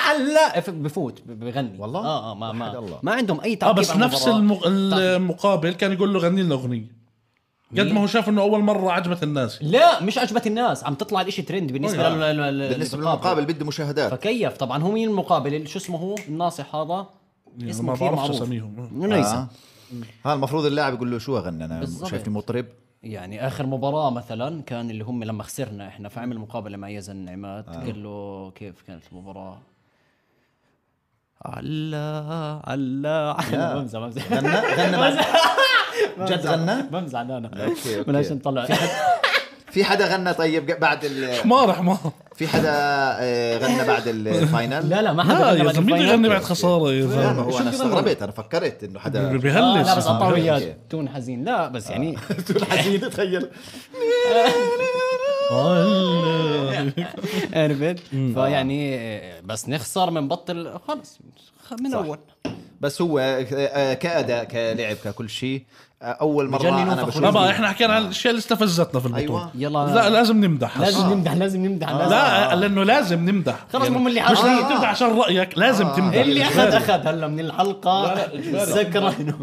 Speaker 2: علا ف- بفوت ب- بغني
Speaker 3: والله؟
Speaker 2: اه اه ما
Speaker 3: وحد
Speaker 2: ما
Speaker 3: الله.
Speaker 2: ما عندهم اي
Speaker 4: اه
Speaker 2: تعقيب
Speaker 4: بس
Speaker 2: على
Speaker 4: نفس
Speaker 2: المباراة.
Speaker 4: المق... المقابل كان يقول له غني لنا اغنيه قد ما هو شاف انه اول مره
Speaker 2: *laughs*
Speaker 4: عجبت الناس
Speaker 2: لا مش عجبت الناس عم تطلع الاشي ترند بالنسبه
Speaker 4: أوه،
Speaker 2: لل- لل- لل-
Speaker 3: بالنسبه
Speaker 2: للمقابل.
Speaker 3: للمقابل بده مشاهدات
Speaker 2: فكيف طبعا هو مين المقابل شو اسمه هو الناصح هذا اسمه
Speaker 4: يعني ما
Speaker 2: كثير
Speaker 4: بعرفش
Speaker 2: معروف
Speaker 4: اساميهم
Speaker 2: نيسان
Speaker 3: آه. ها المفروض اللاعب يقول له شو اغني انا
Speaker 2: بالضبط.
Speaker 3: شايفني مطرب
Speaker 2: يعني اخر مباراه مثلا كان اللي هم لما خسرنا احنا فعمل مقابله مع يزن نعمات آه. قال له كيف كانت المباراه علا علا علا بمزح بمزح
Speaker 3: غنى غنى بعد- جد غنى
Speaker 2: *laughs* بمزح انا
Speaker 3: أوكي، أوكي.
Speaker 2: بلاش نطلع
Speaker 3: في حدا غنى طيب بعد ال...
Speaker 4: حمار حمار
Speaker 3: في حدا آه، غنى بعد
Speaker 2: *laughs*
Speaker 3: الفاينل
Speaker 2: لا لا ما حدا
Speaker 4: لا
Speaker 2: غنى
Speaker 4: يا
Speaker 2: بعد
Speaker 4: زلمه مين
Speaker 2: الفاينل.
Speaker 4: يغني بعد خساره يا
Speaker 3: لا ما
Speaker 4: زلمه
Speaker 3: هو انا استغربت انا فكرت انه حدا
Speaker 2: آه
Speaker 3: *laughs*
Speaker 2: لا بس
Speaker 4: بيهلس
Speaker 2: عطاوي
Speaker 4: *laughs*
Speaker 2: اياه
Speaker 3: أوكي.
Speaker 2: تون حزين لا بس يعني
Speaker 3: حزين تخيل
Speaker 2: *laughs* *laughs* عرفت فيعني آه، بس نخسر بنبطل خلص من اول
Speaker 3: بس هو آه، آه، كاداء كلعب ككل شيء آه، اول مره
Speaker 2: مجننوا
Speaker 3: انا
Speaker 2: فخور.
Speaker 3: بشوف
Speaker 4: بابا احنا حكينا عن الاشياء اللي استفزتنا في البطوله
Speaker 3: أيوة.
Speaker 2: يلا
Speaker 4: لا لازم نمدح
Speaker 2: لازم
Speaker 4: هسا.
Speaker 2: نمدح لازم نمدح لازم
Speaker 4: لا لانه لازم نمدح
Speaker 2: خلص مو اللي
Speaker 4: مش
Speaker 2: حاضر.
Speaker 4: لازم تمدح عشان رايك لازم تمدح
Speaker 2: آه. اللي اخذ
Speaker 4: إجباري.
Speaker 2: اخذ هلا من الحلقه
Speaker 4: لا،
Speaker 2: *laughs*
Speaker 4: لا، إجباري.
Speaker 2: سكران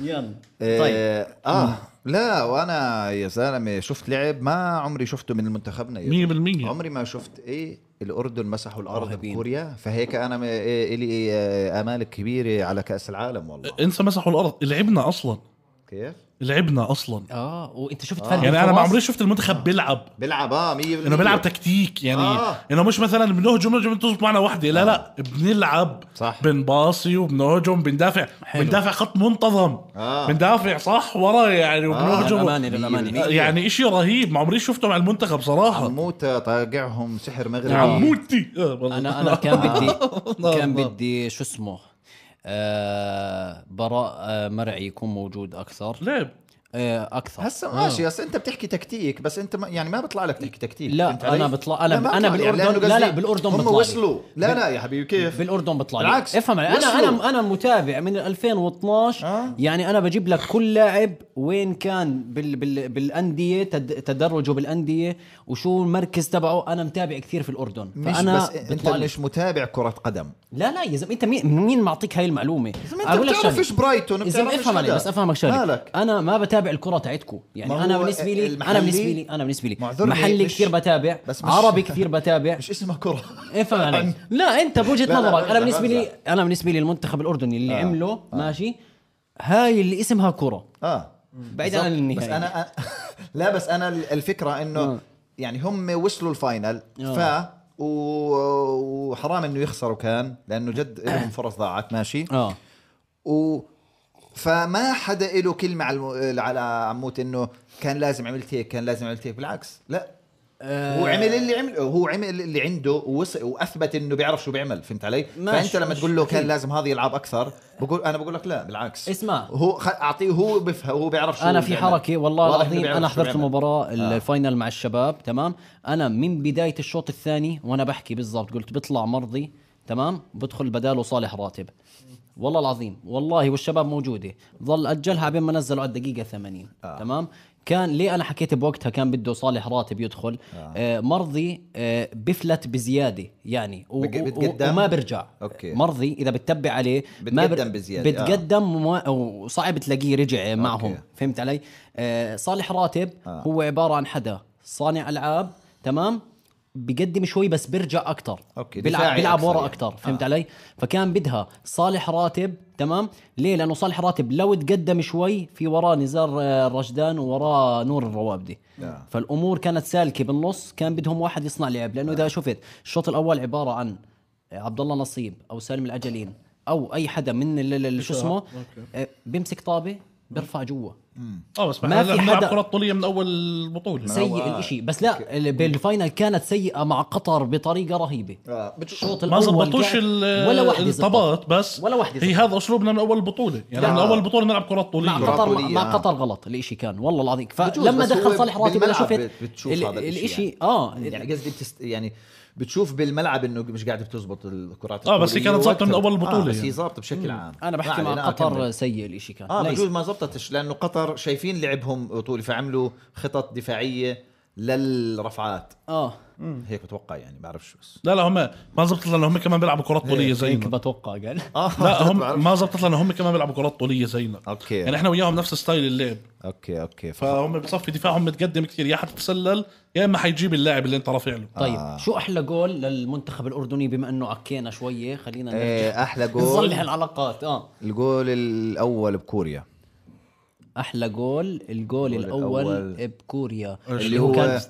Speaker 2: يلا طيب
Speaker 3: آه، اه لا وانا يا زلمه شفت لعب ما عمري شفته من منتخبنا يا
Speaker 4: 100%
Speaker 3: عمري ما شفت ايه الاردن مسحوا الارض
Speaker 2: رهيبين.
Speaker 3: بكوريا فهيك انا م- إيه الي آه، امال كبيره على كاس العالم والله
Speaker 4: انسى مسحوا الارض لعبنا اصلا
Speaker 3: كيف
Speaker 4: لعبنا اصلا
Speaker 2: اه وانت شفت فرق
Speaker 4: يعني انا ما
Speaker 2: الفرص؟
Speaker 4: عمري شفت المنتخب بيلعب
Speaker 3: بيلعب اه 100%
Speaker 4: انه بيلعب تكتيك يعني
Speaker 3: آه.
Speaker 4: انه مش مثلا بنهجم نهجم تزبط معنا وحده لا لا بنلعب
Speaker 3: صح.
Speaker 4: بنباصي وبنهجم بندافع
Speaker 2: حلو.
Speaker 4: بندافع خط منتظم
Speaker 3: آه.
Speaker 4: بندافع صح ورا يعني وبنهجم
Speaker 2: للأمانة للأمانة
Speaker 3: مية.
Speaker 4: يعني اشي رهيب ما عمري شفته مع المنتخب صراحه
Speaker 3: موتى طاقعهم سحر مغربي
Speaker 4: عموتي
Speaker 2: انا انا كان
Speaker 4: *laughs*
Speaker 2: بدي كان بدي شو اسمه آه براء آه مرعي يكون موجود اكثر
Speaker 4: لعب
Speaker 2: آه اكثر
Speaker 3: هسا ماشي هسا انت بتحكي تكتيك بس انت ما يعني ما بيطلع لك تك- تكتيك
Speaker 2: لا،
Speaker 3: فهمت
Speaker 2: أنا
Speaker 3: علي؟
Speaker 2: بطلع- أنا-
Speaker 3: لا، ما
Speaker 2: أنا
Speaker 3: بطلع لي،
Speaker 2: بالأردن-
Speaker 3: لأنه قصدي
Speaker 2: لا، لا، بالأردن
Speaker 3: هم
Speaker 2: بطلع لي.
Speaker 3: وصلوا لا لا يا حبيبي كيف
Speaker 2: بالاردن بيطلع لي.
Speaker 3: بالعكس.
Speaker 2: افهم علي. انا
Speaker 3: وصلوا.
Speaker 2: انا انا متابع من 2012
Speaker 3: آه.
Speaker 2: يعني انا بجيب لك كل لاعب وين كان بال بال بالانديه تد تدرجه بالانديه وشو المركز تبعه انا متابع كثير في الاردن
Speaker 3: مش
Speaker 2: فانا
Speaker 3: بس انت
Speaker 2: بيطلع لي.
Speaker 3: مش متابع كرة قدم
Speaker 2: لا لا يا زلمه انت مين مين معطيك هاي المعلومه
Speaker 3: انت
Speaker 2: أقول لك شغلة.
Speaker 3: بتعرفش برايتون
Speaker 2: يا زلمه
Speaker 3: بتعرفش
Speaker 2: افهم علي
Speaker 3: حدا.
Speaker 2: بس افهمك شغله
Speaker 3: مالك
Speaker 2: انا ما بتابع الكره تاعتكم يعني
Speaker 3: ما
Speaker 2: انا
Speaker 3: هو
Speaker 2: بالنسبه لي انا
Speaker 3: المحلي-
Speaker 2: بالنسبه لي انا بالنسبه لي
Speaker 3: معذرني،
Speaker 2: محلي
Speaker 3: مش-
Speaker 2: كثير بتابع
Speaker 3: بس مش-
Speaker 2: عربي كثير بتابع
Speaker 3: مش اسمها كرة
Speaker 2: افهم علي إيه، لا انت بوجهه
Speaker 3: لا، لا،
Speaker 2: نظرك انا
Speaker 3: برجع،
Speaker 2: بالنسبه لي
Speaker 3: برجع.
Speaker 2: انا بالنسبه لي المنتخب الاردني اللي
Speaker 3: آه،
Speaker 2: عمله ماشي هاي اللي اسمها كره
Speaker 3: اه
Speaker 2: بعيد عن
Speaker 3: بالضبط. بس
Speaker 2: النهائي
Speaker 3: انا *laughs* لا بس انا الفكره انه
Speaker 2: آه.
Speaker 3: يعني هم وصلوا الفاينل ف
Speaker 2: آه.
Speaker 3: و- وحرام انه يخسروا كان لانه
Speaker 2: *coughs*
Speaker 3: جد لهم فرص ضاعت ماشي
Speaker 2: اه
Speaker 3: و فما حدا له كلمه على الم... على عموت انه كان لازم عملت هيك كان لازم عملت هيك بالعكس لا
Speaker 2: آه.
Speaker 3: هو عمل اللي عمله هو عمل اللي عنده ووص... واثبت انه بيعرف شو بيعمل فهمت علي
Speaker 2: ماشي،
Speaker 3: فانت لما
Speaker 2: ماشي،
Speaker 3: تقول له كان
Speaker 2: أكيد.
Speaker 3: لازم هذا يلعب اكثر بقول انا بقول لك لا بالعكس
Speaker 2: اسمع.
Speaker 3: هو خ... اعطيه هو بفهم هو بيعرف شو
Speaker 2: انا في
Speaker 3: بيعمل.
Speaker 2: حركه والله
Speaker 3: واضح إنه
Speaker 2: العظيم
Speaker 3: بيعرف
Speaker 2: انا
Speaker 3: شو آه.
Speaker 2: حضرت
Speaker 3: بيعمل.
Speaker 2: المباراه الفاينل مع الشباب تمام انا من بدايه الشوط الثاني وانا بحكي بالضبط قلت بيطلع مرضي تمام بدخل بداله صالح راتب والله العظيم والله والشباب موجوده ظل اجلها بين ما نزلوا على الدقيقه 80 آه. تمام كان ليه انا حكيت بوقتها كان بده صالح راتب يدخل آه. آه مرضي آه بفلت بزياده يعني و-
Speaker 3: بق-
Speaker 2: و-
Speaker 3: بتقدم؟
Speaker 2: وما برجع
Speaker 3: أوكي.
Speaker 2: مرضي اذا بتتبع عليه ما
Speaker 3: بتقدم بزيادة، آه.
Speaker 2: بتقدم دم و- وصعب تلاقيه رجع معهم
Speaker 3: أوكي.
Speaker 2: فهمت علي آه صالح راتب آه. هو عباره عن حدا صانع العاب تمام بقدم شوي بس بيرجع اكثر
Speaker 3: أوكي،
Speaker 2: بيلعب
Speaker 3: دفاعي
Speaker 2: بيلعب
Speaker 3: أكثر
Speaker 2: ورا
Speaker 3: يعني.
Speaker 2: اكثر فهمت آه. علي فكان بدها صالح راتب تمام ليه لانه صالح راتب لو تقدم شوي في وراه نزار آه، الرشدان ووراه نور الروابدي
Speaker 3: آه.
Speaker 2: فالامور كانت سالكه بالنص كان بدهم واحد يصنع لعب لانه اذا شفت الشوط الاول عباره عن عبد الله نصيب او سالم العجلين او اي حدا من ال- ال- ال- شو اسمه آه، بيمسك طابه بيرفع جوا
Speaker 4: اه بس
Speaker 2: ما
Speaker 4: ما
Speaker 2: في
Speaker 4: في حدا
Speaker 2: حدا-
Speaker 4: كره طوليه من اول البطوله
Speaker 2: سيء الاشي بس لا ال- بالفاينل كانت سيئه مع قطر بطريقه رهيبه
Speaker 3: آه.
Speaker 2: الشوط
Speaker 4: ما
Speaker 2: الاول
Speaker 4: زبطوش
Speaker 2: كان-
Speaker 4: ال-
Speaker 2: ولا واحد
Speaker 4: الطبات بس
Speaker 2: ولا واحدة
Speaker 4: هي
Speaker 2: زبط.
Speaker 4: هذا اسلوبنا من اول البطوله يعني
Speaker 3: لا.
Speaker 4: من اول البطوله نلعب كره طوليه
Speaker 2: مع قطر مع,
Speaker 3: طولية،
Speaker 2: مع
Speaker 3: آه.
Speaker 2: قطر غلط الاشي كان والله العظيم
Speaker 3: بجوز،
Speaker 2: فلما
Speaker 3: بس هو
Speaker 2: دخل صالح راتب انا
Speaker 3: بالملعب
Speaker 2: شفت
Speaker 3: بت- بتشوف هذا الإشي
Speaker 2: الاشي
Speaker 3: يعني.
Speaker 2: اه
Speaker 3: يعني قصدي بتست... يعني بتشوف بالملعب انه مش قاعده بتزبط الكرات
Speaker 4: آه، بس هي
Speaker 3: الطولية
Speaker 4: كانت ظابطة من
Speaker 3: وأكتر.
Speaker 4: أول بطولة
Speaker 3: آه بس
Speaker 4: يعني.
Speaker 3: هي ظابطه بشكل عام
Speaker 2: انا بحكي
Speaker 3: ما علينا،
Speaker 2: مع
Speaker 3: آه، كمل.
Speaker 2: قطر سيء الاشي كان
Speaker 3: اه
Speaker 2: ليس.
Speaker 3: بجوز ما زبطتش لانه قطر شايفين لعبهم طول فعملوا خطط دفاعيه للرفعات
Speaker 2: اه
Speaker 3: هيك بتوقع يعني بعرف شو بس
Speaker 4: لا لا هم ما زبطت لنا هم كمان بيلعبوا كرات طوليه
Speaker 2: هيك
Speaker 3: طيب.
Speaker 4: زينا
Speaker 2: بتوقع
Speaker 3: *laughs*
Speaker 2: قال *laughs*
Speaker 3: اه
Speaker 4: لا
Speaker 3: بعرف.
Speaker 4: هم ما زبطت لنا هم كمان بيلعبوا كرات طوليه زينا
Speaker 3: اوكي
Speaker 4: يعني احنا وياهم نفس ستايل اللعب
Speaker 3: اوكي اوكي ف...
Speaker 4: فهم بصفي دفاعهم متقدم كثير يا حتتسلل يا اما حيجيب اللاعب اللي انت رافع له
Speaker 2: طيب
Speaker 3: آه.
Speaker 2: شو احلى جول للمنتخب الاردني بما انه عكينا شويه خلينا نرجع
Speaker 3: ايه
Speaker 2: *laughs*
Speaker 3: احلى
Speaker 2: نصلح
Speaker 3: جول
Speaker 2: العلاقات اه
Speaker 3: الجول الاول بكوريا
Speaker 2: احلى جول الجول
Speaker 3: الجول
Speaker 2: الاول
Speaker 3: الأول.
Speaker 2: بكوريا
Speaker 3: اللي هو
Speaker 2: كان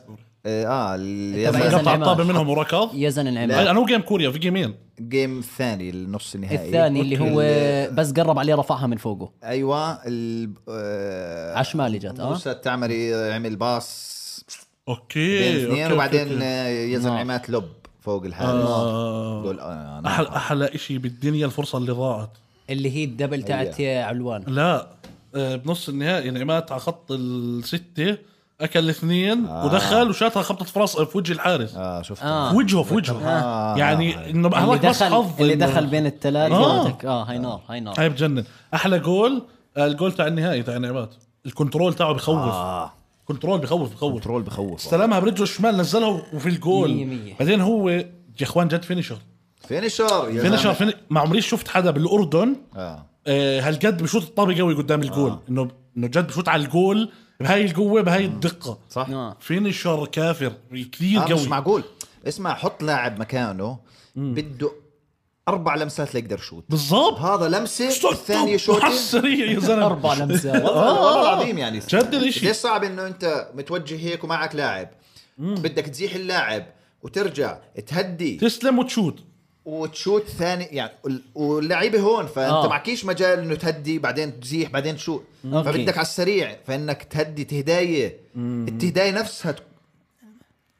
Speaker 3: اه اللي
Speaker 2: تبع
Speaker 3: يسأل-
Speaker 2: يزن
Speaker 4: قطع
Speaker 2: عماد.
Speaker 4: الطابه منهم وركض
Speaker 2: يزن العماد
Speaker 4: انا وجيم كوريا في جيمين
Speaker 3: جيم الثاني النص النهائي
Speaker 2: الثاني اللي هو
Speaker 3: ال-
Speaker 2: بس قرب عليه رفعها من فوقه
Speaker 3: ايوه ال... آه،
Speaker 2: عشمالي جت اه
Speaker 3: موسى التعمري عمل باص بين
Speaker 4: اوكي
Speaker 3: اثنين
Speaker 4: إيه، أوكي،
Speaker 3: وبعدين
Speaker 4: أوكي.
Speaker 3: آه، يزن
Speaker 2: نار.
Speaker 3: عماد لب فوق الحارس
Speaker 4: آه.
Speaker 3: جول آه، نار.
Speaker 4: احلى احلى شيء بالدنيا الفرصه اللي ضاعت
Speaker 2: اللي هي الدبل تاعت علوان
Speaker 4: لا آه، بنص النهائي نعمات على خط الستة أكل اثنين آه. ودخل وشاتها خبطة في راس في وجه الحارس آه.
Speaker 3: اه شفت
Speaker 2: آه.
Speaker 4: في وجهه في وجهه
Speaker 3: آه.
Speaker 4: يعني
Speaker 2: اللي
Speaker 4: انه بحضرتك بس
Speaker 2: دخل
Speaker 4: حظ
Speaker 2: اللي
Speaker 4: إنه-
Speaker 2: دخل بين الثلاثه
Speaker 4: آه.
Speaker 2: آه. اه هاي نار هاي نار
Speaker 4: هاي بجنن احلى جول آه، الجول تاع النهائي تاع نعمات الكنترول تاعه بخوف آه.
Speaker 3: اه
Speaker 4: كنترول بخوف بخوف
Speaker 3: كنترول بخوف
Speaker 4: استلمها برجله الشمال نزلها وفي
Speaker 2: مية
Speaker 4: الجول
Speaker 2: مية.
Speaker 4: بعدين هو يا اخوان جد فينيشر
Speaker 3: فينيشر يا
Speaker 4: فينيشر
Speaker 3: زلمة.
Speaker 4: فيني... ما عمري شفت حدا بالاردن
Speaker 3: اه
Speaker 4: آه، هالقد بشوط الطابه قوي قدام الجول آه. انه انه جد بشوط على الجول بهاي القوه بهاي الدقه
Speaker 3: صح آه
Speaker 2: آه.
Speaker 4: فينيشر كافر كثير قوي
Speaker 3: مش معقول اسمع حط لاعب مكانه بده اربع لمسات ليقدر يشوت
Speaker 2: آه.
Speaker 4: بالضبط
Speaker 3: هذا لمسه
Speaker 4: شوت
Speaker 3: الثانيه
Speaker 4: توب. على
Speaker 3: شوطه
Speaker 4: السريع يا زلمه
Speaker 2: اربع
Speaker 4: *laughs*
Speaker 2: لمسات
Speaker 3: والله والله العظيم يعني
Speaker 4: آه، جد الاشي.
Speaker 3: ليش صعب انه انت متوجه هيك ومعك لاعب بدك تزيح اللاعب وترجع تهدي
Speaker 4: تسلم وتشوت
Speaker 3: وتشوت ثاني يعني وال- واللعيبه هون فانت
Speaker 2: آه.
Speaker 3: آه. معكيش مجال انه تهدي بعدين تزيح بعدين تشوت
Speaker 2: أوكي.
Speaker 3: فبدك على السريع فانك تهدي تهدايه التهدايه نفسها ت-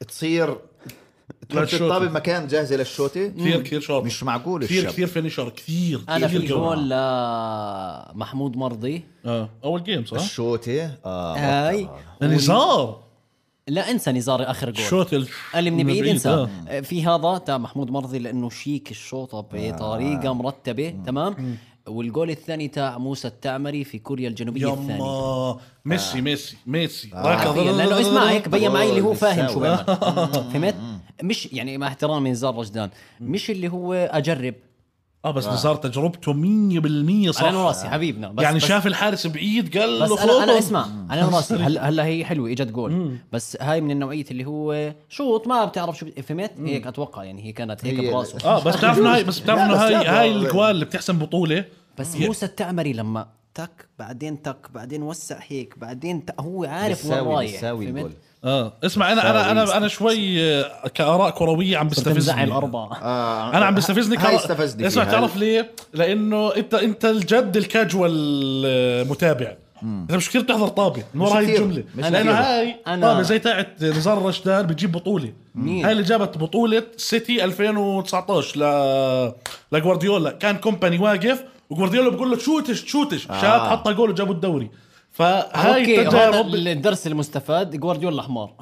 Speaker 3: تصير تحط
Speaker 4: للشوتة.
Speaker 3: الطابه بمكان جاهزه للشوطه
Speaker 4: كثير كثير شاطر
Speaker 3: مش معقول
Speaker 4: كثير
Speaker 3: الشاب
Speaker 4: كثير فينيشر كثير
Speaker 2: انا في
Speaker 4: كثير قوي
Speaker 2: جول لمحمود مرضي
Speaker 4: اه اول جيم صح؟
Speaker 3: الشوطه
Speaker 2: آه،
Speaker 3: اه
Speaker 2: هاي
Speaker 4: نزار
Speaker 2: لا انسى نزار اخر جول
Speaker 4: شوت ال-
Speaker 2: قال لي من بعيد انسى
Speaker 4: آه.
Speaker 2: في هذا تاع محمود مرضي لانه شيك الشوطه بطريقه مرتبه تمام والجول الثاني تاع موسى التعمري في كوريا الجنوبيه الثانية
Speaker 4: يما
Speaker 2: آه.
Speaker 4: ميسي ميسي ميسي
Speaker 2: حرفياً، لانه اسمع هيك بين معي اللي هو فاهم شو
Speaker 4: *laughs*
Speaker 3: بيساوي.
Speaker 2: بيعمل. فهمت مش يعني مع احترامي نزار رجدان مش اللي هو اجرب
Speaker 4: اه
Speaker 2: آه.
Speaker 4: بس نزار تجربته 100% صح
Speaker 2: على راسي حبيبنا بس
Speaker 4: يعني
Speaker 2: بس
Speaker 4: شاف الحارس بعيد قال
Speaker 2: بس
Speaker 4: له
Speaker 2: انا
Speaker 4: خلطهم.
Speaker 2: انا اسمع انا راسي هلا هلا هي حلوه اجت جول بس هاي من النوعيه اللي هو شوط ما بتعرف شو بت- فهمت هيك اتوقع يعني هي كانت هيك
Speaker 3: هي-
Speaker 2: براسه
Speaker 4: اه بس
Speaker 3: *laughs*
Speaker 4: بتعرف إنه هاي بس بتعرف
Speaker 3: لا،
Speaker 4: انه
Speaker 3: بس
Speaker 4: هاي
Speaker 3: لا،
Speaker 4: هاي
Speaker 3: لا، لا.
Speaker 4: الجوال اللي بتحسم بطوله
Speaker 2: بس
Speaker 4: هي-
Speaker 2: موسى التعمري لما تك بعدين تك بعدين وسع هيك بعدين تك هو عارف وين
Speaker 3: بيساوي
Speaker 2: رايح
Speaker 3: بيساوي الجول
Speaker 2: فهمت؟
Speaker 4: اه اسمع انا انا انا انا شوي آه، كاراء كرويه عم
Speaker 2: بتنزعل
Speaker 4: بستفزني
Speaker 2: الاربعه
Speaker 3: آه
Speaker 4: انا عم بستفزني
Speaker 3: هاي
Speaker 4: كرا-
Speaker 3: استفزني
Speaker 4: اسمع
Speaker 3: فيها.
Speaker 4: تعرف ليه؟ لانه انت انت الجد الكاجوال آه، متابع انت مش كثير بتحضر طابه من ورا
Speaker 3: مش
Speaker 4: هاي
Speaker 3: كتير.
Speaker 4: الجمله
Speaker 3: مش
Speaker 4: لانه
Speaker 3: كتير.
Speaker 4: هاي
Speaker 2: أنا-
Speaker 4: طابه زي تاعت نزار رشدان بتجيب بطوله
Speaker 2: مين؟
Speaker 4: هاي اللي جابت بطوله سيتي 2019 ل لجوارديولا كان كومباني واقف وجوارديولا بقول له تشوتش تشوتش آه. شات حطها جول وجابوا الدوري فهاي
Speaker 2: اوكي هذا
Speaker 4: التجارب
Speaker 2: الدرس المستفاد جوارديولا يعني حمار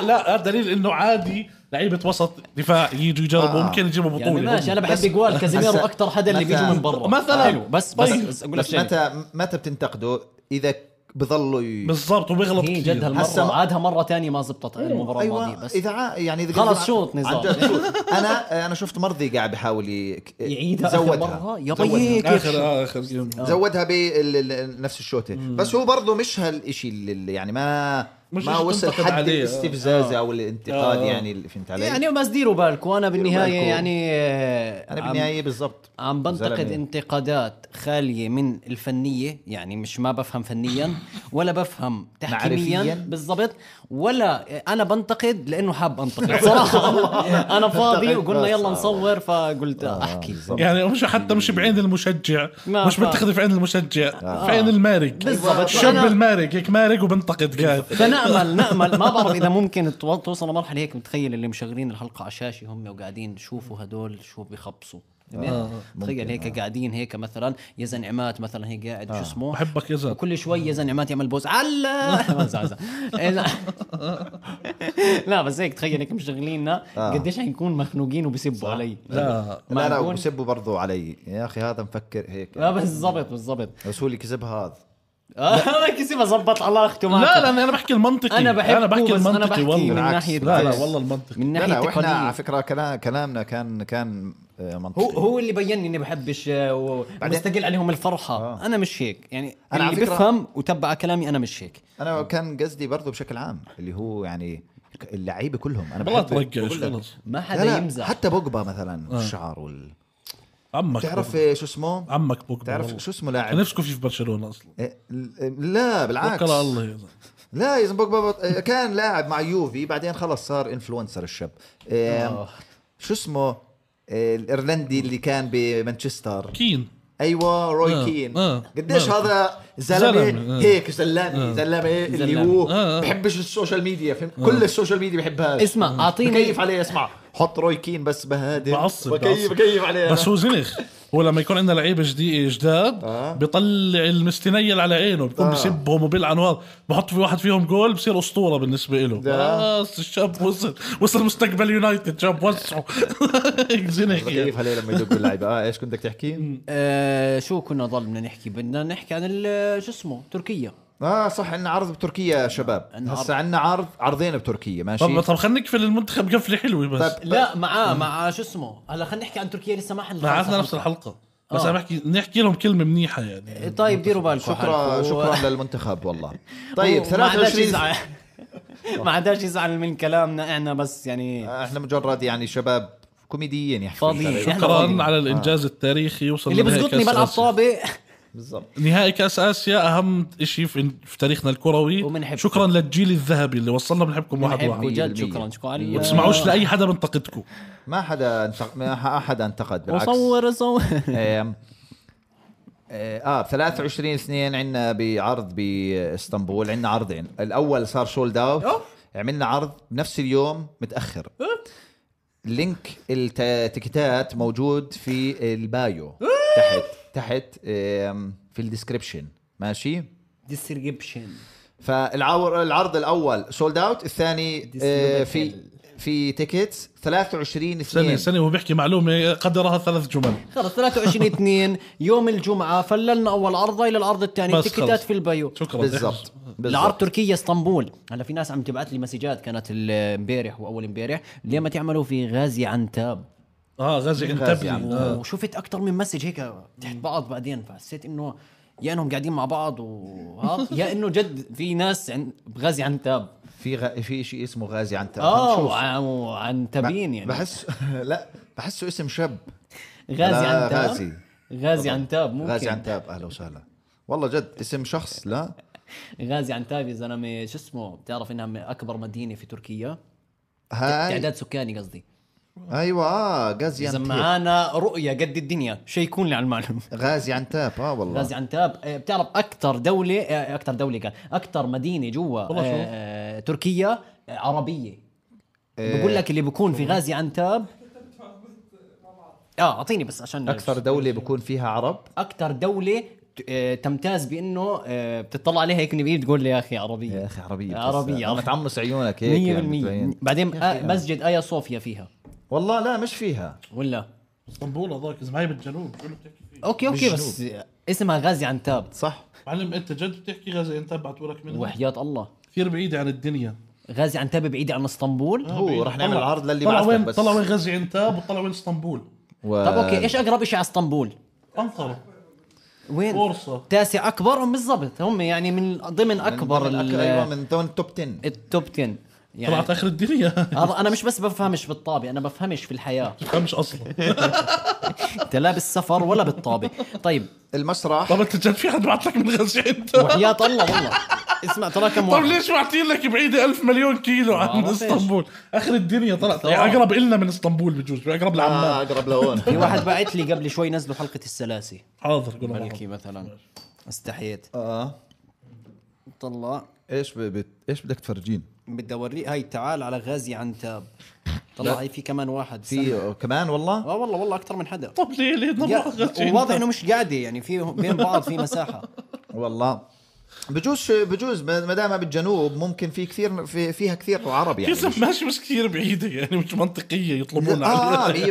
Speaker 4: *laughs* لا هذا دليل انه عادي لعيبه وسط دفاع يجوا يجربوا
Speaker 3: آه.
Speaker 4: ممكن يجيبوا
Speaker 2: يعني
Speaker 4: بطوله
Speaker 2: ماشي انا بحب جوال كازيميرو
Speaker 3: هسا-
Speaker 2: اكثر حدا اللي
Speaker 3: مثلا-
Speaker 2: بيجوا من برا
Speaker 4: مثلا.
Speaker 2: حلو بس بس,
Speaker 4: طيب.
Speaker 2: بس اقول لك
Speaker 3: بس
Speaker 2: شيء
Speaker 3: متى متى بتنتقده اذا بضلوا ي-
Speaker 4: بالضبط وبيغلط
Speaker 2: هي
Speaker 4: كثير.
Speaker 2: جد هالمره
Speaker 3: هسا-
Speaker 2: عادها مره تانية ما زبطت المباراه الماضيه
Speaker 3: ايوه
Speaker 2: بس
Speaker 3: اذا ع- يعني اذا
Speaker 2: خلص
Speaker 3: قصدك-
Speaker 2: شوط نزار.
Speaker 3: عن جد شوط. انا انا شفت مرضي قاعد بحاول ي-
Speaker 2: يعيدها اخر مره يا
Speaker 3: زودها.
Speaker 2: بيك
Speaker 4: اخر اخر جيم
Speaker 3: زودها بنفس الشوطه بس هو برضه مش هالشيء اللي يعني ما
Speaker 4: مش
Speaker 3: ما
Speaker 4: إشي
Speaker 3: وصل
Speaker 4: تنتقد
Speaker 3: حد
Speaker 4: عليه. آه.
Speaker 3: الاستفزاز او الانتقاد
Speaker 4: آه.
Speaker 3: يعني اللي فهمت علي يعني
Speaker 2: يعني بس ديروا بالكم وانا بالنهايه
Speaker 3: بالكم.
Speaker 2: يعني آه،
Speaker 3: انا
Speaker 2: عم-
Speaker 3: بالنهايه بالضبط
Speaker 2: عم بنتقد
Speaker 3: زلمة.
Speaker 2: انتقادات خاليه من الفنيه يعني مش ما بفهم فنيا ولا بفهم تحكيميا
Speaker 3: معرفياً.
Speaker 2: بالضبط ولا انا بنتقد لانه حاب انتقد
Speaker 3: *laughs*
Speaker 2: صراحه انا
Speaker 3: طيب،
Speaker 2: فاضي وقلنا يلا نصور فقلت
Speaker 3: آه،
Speaker 2: احكي
Speaker 4: يعني مش حتى مش بعين المشجع
Speaker 2: ما
Speaker 4: مش
Speaker 2: فاهم. آه.
Speaker 4: بتخذ في عين المشجع في عين المارق
Speaker 2: بالضبط.
Speaker 4: الشاب
Speaker 2: أنا-
Speaker 4: المارق هيك مارق وبنتقد قاعد *laughs*
Speaker 2: فنامل نامل ما بعرف اذا ممكن تو- توصل لمرحله هيك متخيل اللي مشغلين الحلقه عشاشي هم وقاعدين شوفوا هدول شو بخبصوا
Speaker 4: آه،
Speaker 2: تخيل هيك قاعدين هيك مثلا يزن عماد مثلا هيك
Speaker 4: آه.
Speaker 2: قاعد شو اسمه
Speaker 4: بحبك يا زلمه
Speaker 2: كل شوي يزن عماد يعمل بوس علا *laughs* ما زعزع. إيه، لا. لا بس هيك تخيل هيك مشغليننا قديش حنكون مخنوقين وبيسبوا علي
Speaker 4: آه. لا
Speaker 3: لا لا
Speaker 2: معقول؟
Speaker 3: وبسبوا برضه علي يا اخي هذا مفكر هيك
Speaker 2: لا آه، بالضبط *laughs* بالضبط
Speaker 3: بس هو اللي كسب هذا
Speaker 2: هذا كسي بظبط علاقته معك
Speaker 4: لا لا انا بحكي المنطقي
Speaker 2: انا بحبه
Speaker 4: انا بحكي
Speaker 2: بس أنا
Speaker 4: المنطقي
Speaker 2: بحكي من
Speaker 4: والله
Speaker 2: ناحية
Speaker 4: لا لا
Speaker 2: بس.
Speaker 4: والله المنطقي
Speaker 2: من
Speaker 3: لا
Speaker 2: ناحيه
Speaker 3: لا واحنا
Speaker 2: تقنيه
Speaker 3: على فكره كلام كلامنا كان كان آه، منطقي
Speaker 2: هو هو اللي بين اني بحبش آه، و- ومستقل عليهم الفرحه آه. انا مش هيك يعني
Speaker 3: أنا
Speaker 2: انا
Speaker 3: على
Speaker 2: اللي
Speaker 3: فكرة-
Speaker 2: بفهم وتبع كلامي انا مش هيك
Speaker 4: نعم.
Speaker 3: انا كان قصدي برضه بشكل عام اللي هو يعني اللعيبه كلهم انا
Speaker 4: والله
Speaker 3: بحب
Speaker 4: ترجع
Speaker 3: بقول لك.
Speaker 4: خلص
Speaker 2: ما
Speaker 3: لا
Speaker 2: حدا
Speaker 3: لا
Speaker 2: يمزح
Speaker 3: حتى بوجبا مثلا الشعر وال
Speaker 4: عمك
Speaker 3: بتعرف
Speaker 4: آه. بوجبا.
Speaker 3: شو اسمه؟
Speaker 4: عمك بوجبا
Speaker 3: بتعرف
Speaker 4: والله.
Speaker 3: شو اسمه لاعب؟
Speaker 4: كان نفسكم فيه في برشلونه اصلا
Speaker 3: إيه، لا بالعكس
Speaker 4: توكل على الله يا زلمة.
Speaker 3: لا يا زلمة بوجبا بط- آه، كان لاعب مع يوفي بعدين خلص صار انفلونسر الشاب آم،
Speaker 2: آه.
Speaker 3: شو اسمه آه، الايرلندي اللي كان بمانشستر
Speaker 4: كين
Speaker 3: ايوه
Speaker 4: آه،
Speaker 3: روي كين
Speaker 4: آه،
Speaker 3: قديش
Speaker 4: آه.
Speaker 3: هذا
Speaker 4: زلمة،
Speaker 3: زلمه
Speaker 4: آه.
Speaker 3: هيك زلامي زلمه اللي
Speaker 2: زلامي.
Speaker 3: هو
Speaker 4: آه، آه.
Speaker 3: بحبش السوشيال ميديا فهمت كل السوشيال ميديا بحبها
Speaker 2: اسمع اعطيني
Speaker 3: بكيف عليه اسمع حط روي كين بس بهادم
Speaker 4: بعصب،
Speaker 3: بكيف
Speaker 4: بعصب.
Speaker 3: بكيف عليه
Speaker 4: بس
Speaker 3: بس
Speaker 4: هو زنخ هو لما يكون عندنا لعيبه جديد جداد
Speaker 3: آه.
Speaker 4: بيطلع المستنيل على عينه بيكون
Speaker 3: آه.
Speaker 4: بسبهم وبيلعن وهذا بحط في واحد فيهم جول بصير اسطوره بالنسبه له
Speaker 3: آه.
Speaker 4: خلاص الشاب وصل وصل مستقبل يونايتد شاب وسعه *laughs* زنخ يعني.
Speaker 3: بكيف عليه لما يدق اللعيبه اه ايش كنت بدك تحكي؟
Speaker 2: آه شو كنا ضلنا نحكي بدنا نحكي عن ال- شو اسمه تركيا
Speaker 3: اه صح عندنا عرض بتركيا يا شباب
Speaker 2: عنا
Speaker 3: هسا عندنا عرض عرضين بتركيا ماشي طيب،
Speaker 4: طب طب خلينا نقفل المنتخب قفله حلوه بس
Speaker 3: طب-
Speaker 2: لا معاه مع شو اسمه هلا خلينا نحكي عن تركيا لسه ما حنخلص
Speaker 4: ما عرفنا نفس
Speaker 2: الحلقة.
Speaker 4: الحلقه بس
Speaker 2: آه.
Speaker 4: انا بحكي نحكي لهم كلمه منيحه يعني
Speaker 2: طيب ديروا بالكم
Speaker 3: شكرا
Speaker 2: حالكم. *laughs*
Speaker 3: شكرا للمنتخب *laughs* والله طيب
Speaker 2: وما عداش
Speaker 3: 23
Speaker 2: يزعل *laughs* ما عداش يزعل من كلامنا احنا بس يعني
Speaker 3: آه، احنا مجرد يعني شباب كوميديين يعني
Speaker 2: فاضيين. إحنا فاضيين.
Speaker 4: شكرا على الانجاز التاريخي وصل
Speaker 2: اللي
Speaker 4: لنهائي
Speaker 2: بسقطني
Speaker 4: كأس
Speaker 2: بلعب
Speaker 4: آسيا.
Speaker 2: طابه
Speaker 3: بالضبط
Speaker 4: نهائي كاس اسيا اهم شيء في, في تاريخنا الكروي
Speaker 2: ومنحبكم.
Speaker 4: شكرا للجيل الذهبي اللي وصلنا بنحبكم واحد
Speaker 2: بنحبكم
Speaker 4: واحد
Speaker 2: جد
Speaker 3: 100%.
Speaker 2: شكرا شكرا على ال-
Speaker 4: وتسمعوش لاي حدا بنتقدكم
Speaker 3: ما حدا انتق... ما حدا انتقد بالعكس إيه،
Speaker 2: وصور صور
Speaker 3: آم، اه ب 23 2 عندنا بعرض باسطنبول عندنا عرضين الاول صار سولد اوت عملنا عرض بنفس اليوم متاخر لينك التيكتات موجود في البايو تحت تحت آم، في الديسكربشن ماشي
Speaker 2: ديسكربشن
Speaker 3: فالعور العرض الاول سولد اوت الثاني آه، في في تيكتس 23
Speaker 4: سنه
Speaker 3: 2
Speaker 4: سنه وهو بيحكي معلومه قدرها ثلاث جمل
Speaker 2: خلص 23 2 يوم الجمعه فللنا اول عرضه الى العرض الثاني
Speaker 4: بس
Speaker 2: تيكتات
Speaker 4: خلص.
Speaker 2: في البيو
Speaker 4: شكرا
Speaker 3: بالضبط
Speaker 2: العرض
Speaker 3: بالضبط
Speaker 2: تركيا اسطنبول هلا في ناس عم تبعت لي مسجات كانت ال- امبارح واول امبارح ليه ما تعملوا في غازي عنتاب
Speaker 4: اه غازي
Speaker 3: غازي
Speaker 4: انتبهي
Speaker 3: عم.
Speaker 4: آه.
Speaker 2: وشفت اكثر من مسج هيك تحت بعض بعدين فحسيت انه يا انهم قاعدين مع بعض
Speaker 4: *laughs*
Speaker 2: وهذا يا انه جد في ناس عن بغازي عنتاب
Speaker 3: في غ... في شيء اسمه غازي عن
Speaker 2: اه وع- وعنتابين يعني
Speaker 3: بحس *laughs* لا بحسه اسم شاب
Speaker 2: غازي
Speaker 3: لا،
Speaker 2: عنتاب
Speaker 3: غازي.
Speaker 2: غازي عنتاب ممكن
Speaker 3: غازي عن تاب اهلا وسهلا والله جد اسم شخص لا
Speaker 2: غازي عنتاب يا زلمه شو اسمه بتعرف انها من اكبر مدينه في تركيا
Speaker 3: هاي
Speaker 2: تعداد سكاني قصدي
Speaker 3: ايوه اه غازي
Speaker 2: اذا
Speaker 3: عن تاب
Speaker 2: معانا رؤيه قد الدنيا شيكون لي على المعلومه
Speaker 3: غازي عن تاب اه والله
Speaker 2: غازي عنتاب آه، بتعرف اكثر دوله آه، اكثر دوله كان اكثر مدينه جوا
Speaker 4: والله شو؟
Speaker 2: آه، آه، تركيا آه، عربيه بقول لك اللي بيكون في غازي عنتاب اه اعطيني بس عشان
Speaker 3: اكثر دوله بكون فيها عرب
Speaker 2: اكثر دوله ت- آه، تمتاز بانه آه، بتطلع عليها هيك نبيل تقول لي يا اخي عربيه
Speaker 3: يا اخي عربيه
Speaker 2: عربيه
Speaker 3: عم
Speaker 2: عربية.
Speaker 3: تعمص عيونك هيك يعني
Speaker 2: 100%
Speaker 3: بتبين.
Speaker 2: بعدين آه، مسجد ايا صوفيا فيها
Speaker 3: والله لا مش فيها
Speaker 2: ولا
Speaker 4: اسطنبول هذاك اذا معي بالجنوب شو اللي بتحكي فيه؟
Speaker 2: اوكي اوكي بس اسمها غازي عنتاب
Speaker 3: صح
Speaker 4: معلم انت جد بتحكي غازي انتبه بعتولك منها
Speaker 2: وحياة الله
Speaker 4: كثير بعيده عن الدنيا
Speaker 2: غازي عنتاب بعيدة عن اسطنبول
Speaker 3: هو رح نعمل
Speaker 4: طلع-
Speaker 3: عرض للي
Speaker 4: طلع
Speaker 3: بعثك
Speaker 4: وين
Speaker 3: بس.
Speaker 4: طلع وين غازي عنتاب وطلع وين اسطنبول
Speaker 3: و...
Speaker 2: طب إيه؟ اوكي ايش اقرب شيء على اسطنبول
Speaker 4: انقره
Speaker 2: وين
Speaker 4: بورصة.
Speaker 2: تاسع اكبر هم بالضبط هم يعني من ضمن اكبر
Speaker 3: من أك...
Speaker 2: ال-
Speaker 3: ايوه من ضمن التوب 10
Speaker 2: التوب 10 يعني
Speaker 4: طلعت اخر الدنيا
Speaker 3: آه.
Speaker 4: *laughs*
Speaker 2: هذا انا مش بس بفهمش بالطابه انا بفهمش في الحياه
Speaker 4: بفهمش اصلا
Speaker 2: انت لا بالسفر ولا بالطابه طيب
Speaker 3: المسرح
Speaker 4: طب انت جد في حد بعت لك من غازي
Speaker 2: *laughs*
Speaker 4: عنتاب
Speaker 2: وحياة الله والله اسمع ترى كم
Speaker 4: طب
Speaker 2: واحد
Speaker 4: ليش معطين لك بعيدة ألف مليون كيلو عن
Speaker 2: بعرفش.
Speaker 4: اسطنبول اخر الدنيا طلعت
Speaker 2: طبعا.
Speaker 4: يعني اقرب إلنا من اسطنبول بجوز اقرب
Speaker 3: آه،
Speaker 4: لعمان
Speaker 3: اقرب لهون
Speaker 2: *laughs* في واحد بعت لي قبل شوي نزلوا حلقه السلاسي
Speaker 4: حاضر قول مرحبا.
Speaker 2: ملكي مثلا استحيت
Speaker 3: اه
Speaker 2: طلع
Speaker 3: ايش ب... بت- ايش بدك تفرجين
Speaker 2: بدي اوريه هاي تعال على غازي عنتاب طلع هاي في كمان واحد استنى.
Speaker 3: في إيه، كمان والله
Speaker 2: اه والله والله اكثر من حدا
Speaker 4: طب ليه ليه
Speaker 2: يا-
Speaker 4: نروح غازي
Speaker 2: وواضح
Speaker 4: عنتاب؟ *laughs*
Speaker 2: انه مش قاعده يعني في بين بعض في مساحه
Speaker 3: والله بجوز بجوز ما دامها بالجنوب ممكن في كثير في فيها كثير عرب يعني
Speaker 4: كيف ماشي مش كثير بعيده يعني مش منطقيه يطلبون
Speaker 3: اه *laughs*
Speaker 4: عليها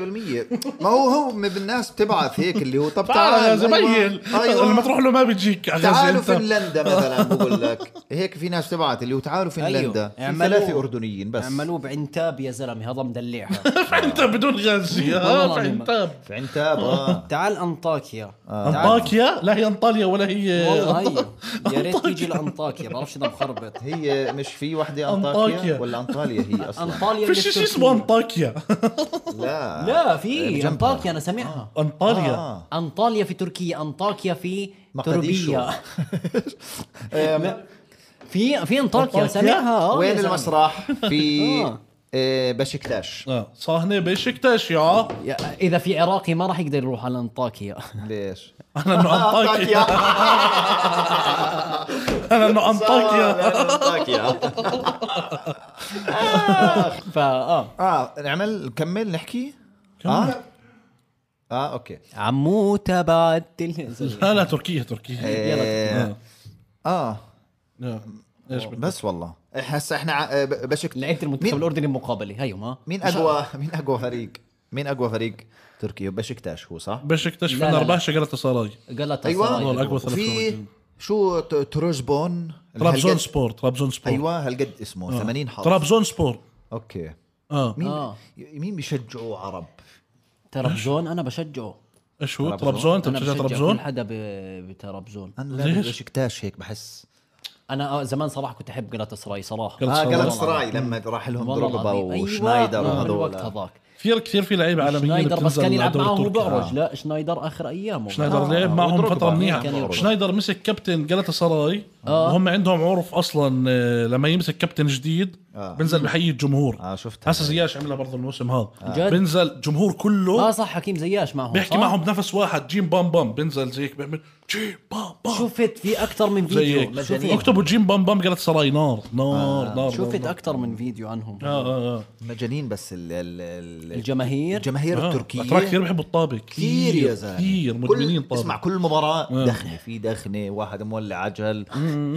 Speaker 3: 100% ما هو هو من الناس بتبعث هيك اللي هو طب
Speaker 4: تعال يا زميل
Speaker 3: أيوة. أيوة.
Speaker 4: لما تروح له ما بيجيك يا
Speaker 3: تعالوا
Speaker 4: *laughs* غزل أنت.
Speaker 3: فنلندا مثلا بقول لك هيك في ناس تبعت اللي هو تعالوا فنلندا أيوة. في
Speaker 2: اعملوه.
Speaker 3: ثلاثه اردنيين بس
Speaker 2: عملوه بعنتاب يا زلمه هذا مدلعها
Speaker 4: فانت بدون غازي اه
Speaker 2: والله
Speaker 4: فانت
Speaker 3: في عنتاب اه
Speaker 2: تعال انطاكيا تعال.
Speaker 4: انطاكيا لا هي انطاليا ولا هي
Speaker 2: والله هي. يا ريت تيجي لانطاكيا بعرفش اذا مخربط
Speaker 3: هي مش في وحده انطاكيا
Speaker 4: أنطاكيا.
Speaker 3: ولا انطاليا هي اصلا
Speaker 2: انطاليا
Speaker 4: فيش شيء
Speaker 2: اللي
Speaker 4: اسمه يعني
Speaker 2: بتركيا.
Speaker 4: *laughs* انطاكيا
Speaker 3: لا آه.
Speaker 2: لا في
Speaker 3: بجنبها.
Speaker 2: انطاكيا انا
Speaker 4: آه.
Speaker 2: سامعها
Speaker 4: انطاليا
Speaker 3: آه.
Speaker 2: انطاليا في تركيا انطاكيا في
Speaker 3: مقديشو. *laughs*
Speaker 2: تربيا
Speaker 3: آم،
Speaker 2: في في انطاكيا
Speaker 4: أنطاكيا؟
Speaker 2: سامعها آه، يا
Speaker 3: وين
Speaker 2: زلمة.
Speaker 3: المسرح في
Speaker 2: آه.
Speaker 3: آه، بشكتاش
Speaker 4: اه صهنه بشكتاش يا
Speaker 2: يا- اذا في عراقي ما راح يقدر يروح على
Speaker 3: *laughs*
Speaker 2: انطاكيا
Speaker 3: ليش؟
Speaker 4: انا
Speaker 3: *laughs*
Speaker 2: *laughs*
Speaker 4: انه انطاكيا انا انه انطاكيا
Speaker 3: انطاكيا
Speaker 2: فا اه
Speaker 3: اه نعمل نكمل نحكي؟ اه اه اوكي
Speaker 2: عمو تبعت
Speaker 4: لا لا تركيا تركيا
Speaker 3: آه، اه
Speaker 4: آه. ايش بدك؟
Speaker 3: بس والله هسه احنا ع- آه، ب- بشك
Speaker 2: لعيبه المنتخب
Speaker 3: مين,
Speaker 2: الاردني مقابله هيهم ها
Speaker 3: مين اقوى مين اقوى فريق؟ مين اقوى فريق تركيا بشكتاش هو صح؟
Speaker 4: بشكتاش
Speaker 2: لا، لا، لا.
Speaker 4: فنربحش قالت سراي
Speaker 2: قالت
Speaker 3: ايوه
Speaker 4: الأقوى ثلاث
Speaker 3: في
Speaker 4: فرق.
Speaker 3: شو ت- تروجبون
Speaker 4: ترابزون
Speaker 3: هالقد-
Speaker 4: سبور ترابزون سبور
Speaker 3: ايوه هالقد اسمه 80 حرف
Speaker 4: ترابزون سبور
Speaker 3: اوكي
Speaker 4: اه
Speaker 3: مين
Speaker 2: آه.
Speaker 3: مين بيشجعوا عرب؟
Speaker 2: ترابزون انا بشجعه
Speaker 4: ايش هو
Speaker 3: طرابزون.
Speaker 4: ترابزون انت
Speaker 2: انا
Speaker 4: بتشجع
Speaker 2: بشجع
Speaker 4: ترابزون
Speaker 2: كل حدا ب- بترابزون
Speaker 3: انا لا
Speaker 4: ليش؟
Speaker 3: بشكتاش هيك بحس
Speaker 2: انا آه، زمان صراحه كنت احب قلات سراي صراحه
Speaker 4: قلت-
Speaker 3: اه
Speaker 4: والله
Speaker 3: قلب سراي لما راح لهم
Speaker 2: والله
Speaker 3: ضربه
Speaker 2: العظيم. أيوة،
Speaker 3: وشنايدر
Speaker 2: من الوقت
Speaker 3: وهذول
Speaker 2: هذاك
Speaker 4: كثير كثير في لعيبه عالميه اللي
Speaker 2: شنايدر بس كان
Speaker 4: بتنزل مع
Speaker 2: يلعب
Speaker 4: الدوري
Speaker 2: معه
Speaker 4: التركي
Speaker 2: بعرج لا شنايدر آه. اخر ايامه
Speaker 4: شنايدر لعب معهم
Speaker 3: وضربة
Speaker 4: فتره
Speaker 3: بعض.
Speaker 2: كان آه.
Speaker 4: منيحه
Speaker 2: يضرب.
Speaker 4: شنايدر مسك كابتن جلطة سراي وهم عندهم عرف اصلا آه، لما يمسك كابتن جديد
Speaker 3: آه.
Speaker 4: بنزل بحيي الجمهور
Speaker 3: اه شفتها
Speaker 4: هسه زياش عملها برضه الموسم هذا
Speaker 2: جد؟
Speaker 4: بنزل جمهور كله
Speaker 2: اه صح حكيم زياش معهم
Speaker 4: بيحكي
Speaker 2: صح؟
Speaker 4: معهم بنفس واحد جيم بام بام بنزل زيك بيعمل جيم بام بام
Speaker 2: شفت في اكثر من
Speaker 4: زي
Speaker 2: فيديو
Speaker 4: هيك
Speaker 2: مجانين
Speaker 4: اكتبوا جيم بام بام قالت سراي نار نار
Speaker 3: آه،
Speaker 4: نار
Speaker 2: شفت
Speaker 4: نار.
Speaker 2: اكثر من فيديو عنهم
Speaker 4: اه اه اه
Speaker 3: مجانين بس ال ال ال
Speaker 2: الجماهير
Speaker 3: الجماهير
Speaker 4: آه.
Speaker 3: التركيه
Speaker 4: الأتراك كثير بيحبوا الطابه
Speaker 3: كثير يا زلمه
Speaker 4: كثير آه.
Speaker 3: كل-
Speaker 4: مدمنين طابه
Speaker 3: اسمع كل مباراه دخنه في دخنه واحد مولع عجل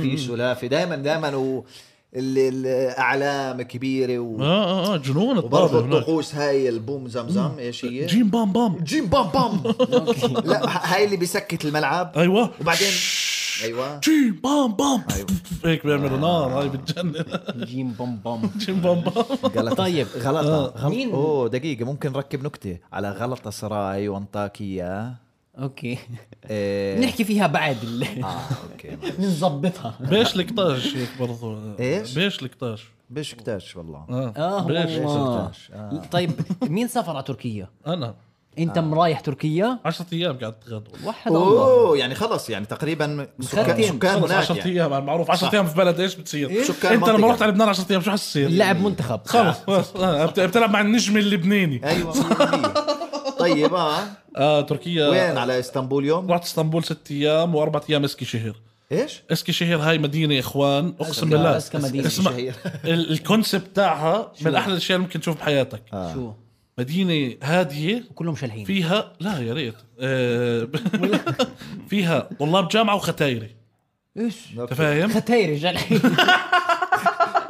Speaker 3: في سلافه دائما دائما و ال- الاعلام كبيره و...
Speaker 4: اه اه اه جنون
Speaker 3: وبرضه
Speaker 4: الطابه هناك
Speaker 3: الطقوس هاي البوم زمزم ايش هي؟
Speaker 4: جيم بام بام
Speaker 3: جيم بام
Speaker 4: *laughs*
Speaker 3: بام لا ه- هاي اللي بيسكت الملعب
Speaker 4: ايوه
Speaker 3: وبعدين أيوة. ايوه
Speaker 4: جيم بام بام *laughs* هيك
Speaker 3: آه.
Speaker 4: بيعملوا نار هاي بتجنن *laughs*
Speaker 2: جيم بوم بوم *laughs*
Speaker 4: جيم بام بام
Speaker 3: غلط
Speaker 2: طيب.
Speaker 3: غلطة آه، غلط
Speaker 2: مين؟
Speaker 3: اوه دقيقة ممكن نركب نكتة على غلطة سراي وانطاكيا
Speaker 2: اوكي
Speaker 3: إيه
Speaker 2: *laughs* نحكي فيها بعد ال-
Speaker 3: اه اوكي
Speaker 2: نظبطها
Speaker 4: بيش القطاش هيك برضه
Speaker 3: إيش؟ آه،
Speaker 4: بيش القطاش
Speaker 3: بشكتاش والله
Speaker 2: اه
Speaker 4: اه بيش
Speaker 2: والله
Speaker 3: بيش. آه.
Speaker 2: طيب مين سافر على تركيا؟
Speaker 4: انا
Speaker 2: انت مرايح تركيا؟
Speaker 4: 10 ايام قعدت غد
Speaker 2: وحد الله
Speaker 3: اوه يعني خلص يعني تقريبا سكان
Speaker 2: مختم.
Speaker 3: سكان
Speaker 4: خلص
Speaker 3: هناك
Speaker 4: 10
Speaker 3: يعني. إيه؟
Speaker 4: ايام معروف 10 ايام في بلد ايش بتصير؟
Speaker 3: سكان
Speaker 4: انت لما
Speaker 3: منطقة.
Speaker 4: رحت على لبنان 10 ايام شو حتصير؟
Speaker 2: لاعب منتخب
Speaker 4: خلص بس آه، بت- بتلعب مع النجم اللبناني
Speaker 3: ايوه 100%. طيب اه
Speaker 4: اه تركيا
Speaker 3: وين على اسطنبول يوم؟
Speaker 4: رحت اسطنبول ست ايام واربع ايام اسكي شهر
Speaker 3: ايش؟
Speaker 4: اسكي شهر هاي مدينه يا اخوان اقسم
Speaker 2: أذكى-
Speaker 4: بالله
Speaker 2: أذكى آه، مدينة.
Speaker 4: اسمع
Speaker 3: *laughs* شهير.
Speaker 4: ال- الكونسبت تاعها من احلى الاشياء اللي ممكن تشوف بحياتك
Speaker 3: آه.
Speaker 2: شو؟
Speaker 4: مدينه هاديه
Speaker 2: كلهم شلحين
Speaker 4: فيها لا يا ريت آه، *laughs* فيها طلاب جامعه وختايري
Speaker 2: ايش؟
Speaker 4: انت فاهم؟
Speaker 2: ختيري شلحين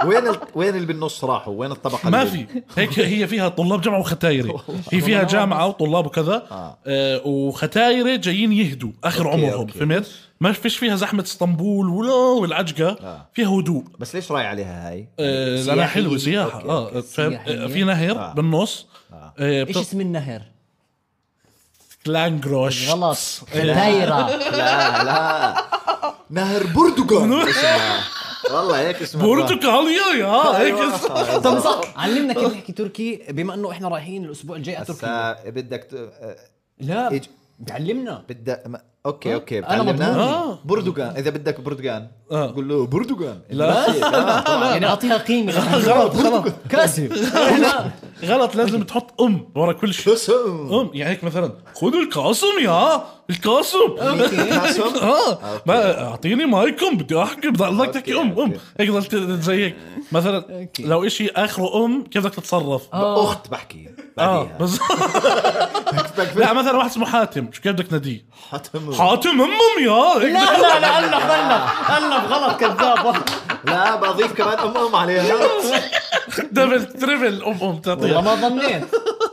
Speaker 3: وين ال... وين اللي بالنص راحوا؟ وين الطبقة
Speaker 4: ما
Speaker 3: اللي-
Speaker 4: في هيك هي فيها طلاب جامعه
Speaker 3: *laughs*
Speaker 4: وختايري هي فيها جامعه وطلاب وكذا
Speaker 3: آه.
Speaker 4: آه، وختايري جايين يهدوا اخر
Speaker 3: أوكي،
Speaker 4: عمرهم
Speaker 3: أوكي.
Speaker 4: فهمت ما فيش فيها زحمه اسطنبول ولا والعجقه
Speaker 3: آه.
Speaker 4: فيها هدوء
Speaker 3: بس ليش راي عليها هاي؟ يعني
Speaker 4: آه، لانها
Speaker 3: سياحية.
Speaker 4: حلوه سياحه
Speaker 3: أوكي،
Speaker 4: اه
Speaker 3: أوكي.
Speaker 4: فاهم
Speaker 2: سياحية.
Speaker 4: آه، في نهر
Speaker 3: آه.
Speaker 4: بالنص
Speaker 3: آه.
Speaker 4: آه،
Speaker 2: ايش
Speaker 4: بت-
Speaker 2: اسم النهر؟
Speaker 4: كلانجروش
Speaker 2: غلط ختيرة
Speaker 3: لا لا نهر بردقان اسمها. والله هيك اسمها *laughs*
Speaker 4: برتقاليا
Speaker 3: أيوة.
Speaker 4: يا هيك اسم-
Speaker 2: طب صح *laughs* علمنا كيف نحكي تركي بما انه احنا رايحين الاسبوع الجاي على تركيا
Speaker 3: هسا بدك ت... آه،
Speaker 4: إيه،
Speaker 2: لا
Speaker 3: إج-
Speaker 2: بيعلمنا
Speaker 3: بدك ما- اوكي اوكي
Speaker 2: أنا مضمون.
Speaker 3: بتعلمنا
Speaker 4: آه.
Speaker 3: بردقان اذا بدك بردقان
Speaker 4: آه.
Speaker 3: قول له بردقان
Speaker 4: لا.
Speaker 3: لا *laughs*
Speaker 2: يعني اعطيها قيمه
Speaker 4: غلط غلط
Speaker 2: *laughs* كاسف احنا
Speaker 4: غلط لازم تحط ام ورا كل شيء ام يعني هيك مثلا خذوا القاسم يا القاسم
Speaker 3: القاسم؟
Speaker 4: اه ما اعطيني مايكم بدي احكي بدي الله تحكي ام ام
Speaker 3: أوكي.
Speaker 4: هيك ضلت زي هيك مثلا
Speaker 2: أوكي.
Speaker 4: لو اشي اخره ام كيف بدك تتصرف
Speaker 3: اخت بحكي
Speaker 4: اه
Speaker 3: بعديها
Speaker 4: بس *laughs* لا مثلا واحد اسمه حاتم شو كيف بدك تناديه
Speaker 3: حاتم
Speaker 4: حاتم ام ام يا هيك *laughs*
Speaker 2: لا لا لا قلب قلب قلب غلط كذاب
Speaker 3: لا بضيف كمان ام ام عليها
Speaker 4: دبل تريبل ام ام
Speaker 2: والله
Speaker 4: تعطيه
Speaker 2: ما ظنيت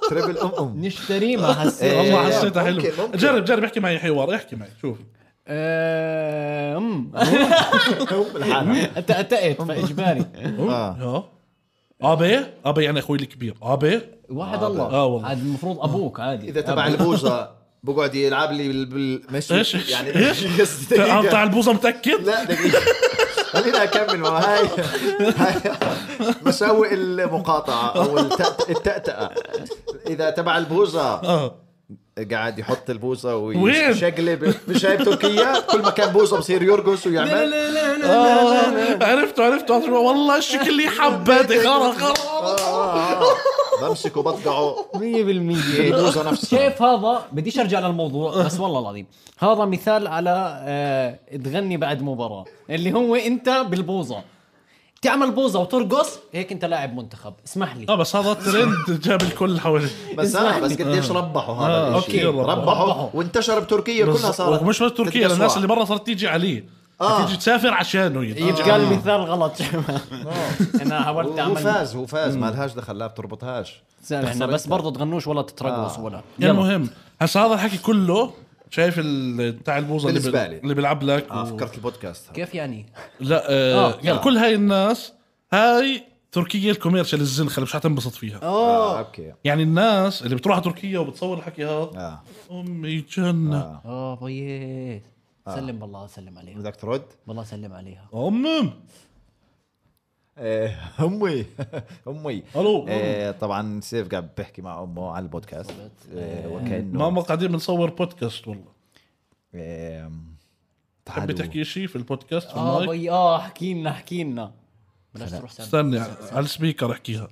Speaker 3: تربل ام ام
Speaker 2: نشتري ما حسيت
Speaker 3: إيه.
Speaker 4: والله
Speaker 2: والله حسيت
Speaker 4: حسيتها حلو
Speaker 3: ممكن- ممكن.
Speaker 4: جرب جرب احكي معي حوار احكي معي شوف
Speaker 2: آه، أم.
Speaker 3: هم الحالة.
Speaker 2: تأتأت فإجباري
Speaker 3: آه.
Speaker 4: اه ابي ابي يعني اخوي الكبير ابي
Speaker 3: *laughs*
Speaker 2: واحد الله
Speaker 4: آه، والله.
Speaker 2: عاد المفروض أبوك عادي آه.
Speaker 3: اذا تبع
Speaker 2: أبوك.
Speaker 3: البوزه بقعد يلعب لي بال- بال مش
Speaker 4: إيش؟
Speaker 3: يعني
Speaker 4: إيش؟
Speaker 3: *laughs* بس دقيقة.
Speaker 4: تاع البوزه متاكد
Speaker 3: لا دقيقه خليني اكمل ما هاي هاي مساوئ المقاطعه او التأت- التأتأة اذا تبع البوزه
Speaker 4: اه
Speaker 3: قاعد يحط البوزه
Speaker 4: وين؟
Speaker 3: ويشقلب مش هاي بتركيا كل ما كان بوزه بصير يرقص ويعمل
Speaker 4: آه، عرفته عرفته عرفته. والله الشكل اللي حباتي خرا خرا
Speaker 3: آه، آه، آه. بمسكه بطقعه
Speaker 2: مية
Speaker 3: هي
Speaker 2: بالمية
Speaker 3: البوزه نفسها
Speaker 2: شايف هذا بديش ارجع للموضوع بس والله العظيم هذا مثال على آه تغني بعد مباراه اللي هو انت بالبوزه تعمل بوزه وترقص هيك انت لاعب منتخب اسمح لي
Speaker 4: اه بس هذا ترند جاب الكل حواليه
Speaker 3: بس آه بس قديش ربحوا
Speaker 4: آه،
Speaker 3: هذا
Speaker 4: أوكي،
Speaker 3: الشيء
Speaker 4: ربحوا.
Speaker 3: ربحوا
Speaker 2: ربحوا.
Speaker 3: وانتشر بتركيا كلها صارت
Speaker 4: ومش بس تركيا
Speaker 3: بدها
Speaker 4: الناس
Speaker 3: سواق.
Speaker 4: اللي برا صارت تيجي عليه
Speaker 3: آه.
Speaker 4: تيجي تسافر عشانه يد-
Speaker 2: يتقال مثال غلط شباب. انا حاولت
Speaker 3: هو
Speaker 2: اعمل
Speaker 3: فاز هو فاز ما لهاش دخل لا بتربطهاش
Speaker 2: احنا بس برضه تغنوش ولا تترقص
Speaker 3: آه.
Speaker 2: ولا يلا.
Speaker 4: المهم هسا هذا الحكي كله شايف ال- بتاع البوزه اللي
Speaker 3: بالنسبة
Speaker 4: بال-
Speaker 3: لي.
Speaker 4: اللي بيلعب لك
Speaker 3: اه
Speaker 4: و...
Speaker 3: فكرت البودكاست
Speaker 2: كيف يعني؟
Speaker 4: لا آه
Speaker 2: آه،
Speaker 4: يعني
Speaker 2: يلا.
Speaker 4: كل هاي الناس هاي تركيا الكوميرشال الزنخه اللي مش حتنبسط فيها
Speaker 3: اه اوكي
Speaker 4: يعني الناس اللي بتروح على تركيا وبتصور الحكي هذا
Speaker 3: اه
Speaker 4: امي
Speaker 3: آه.
Speaker 4: جنه
Speaker 2: اه بيي سلم بالله سلم عليها
Speaker 3: بدك ترد؟
Speaker 2: بالله سلم عليها
Speaker 4: امم
Speaker 3: إيه، *laughs* امي امي
Speaker 4: ألو.
Speaker 3: إيه، طبعا سيف قاعد بيحكي مع امه على البودكاست إيه،
Speaker 2: أمم.
Speaker 3: وكانه
Speaker 4: ماما قاعدين بنصور بودكاست والله
Speaker 3: إيه،
Speaker 4: تحب
Speaker 3: تعالوا
Speaker 4: تحكي شيء في البودكاست
Speaker 3: آه،
Speaker 4: في
Speaker 2: اه
Speaker 4: المايك
Speaker 2: بي اه احكي لنا احكي لنا بلاش تروح سلم
Speaker 4: استني على السبيكر احكيها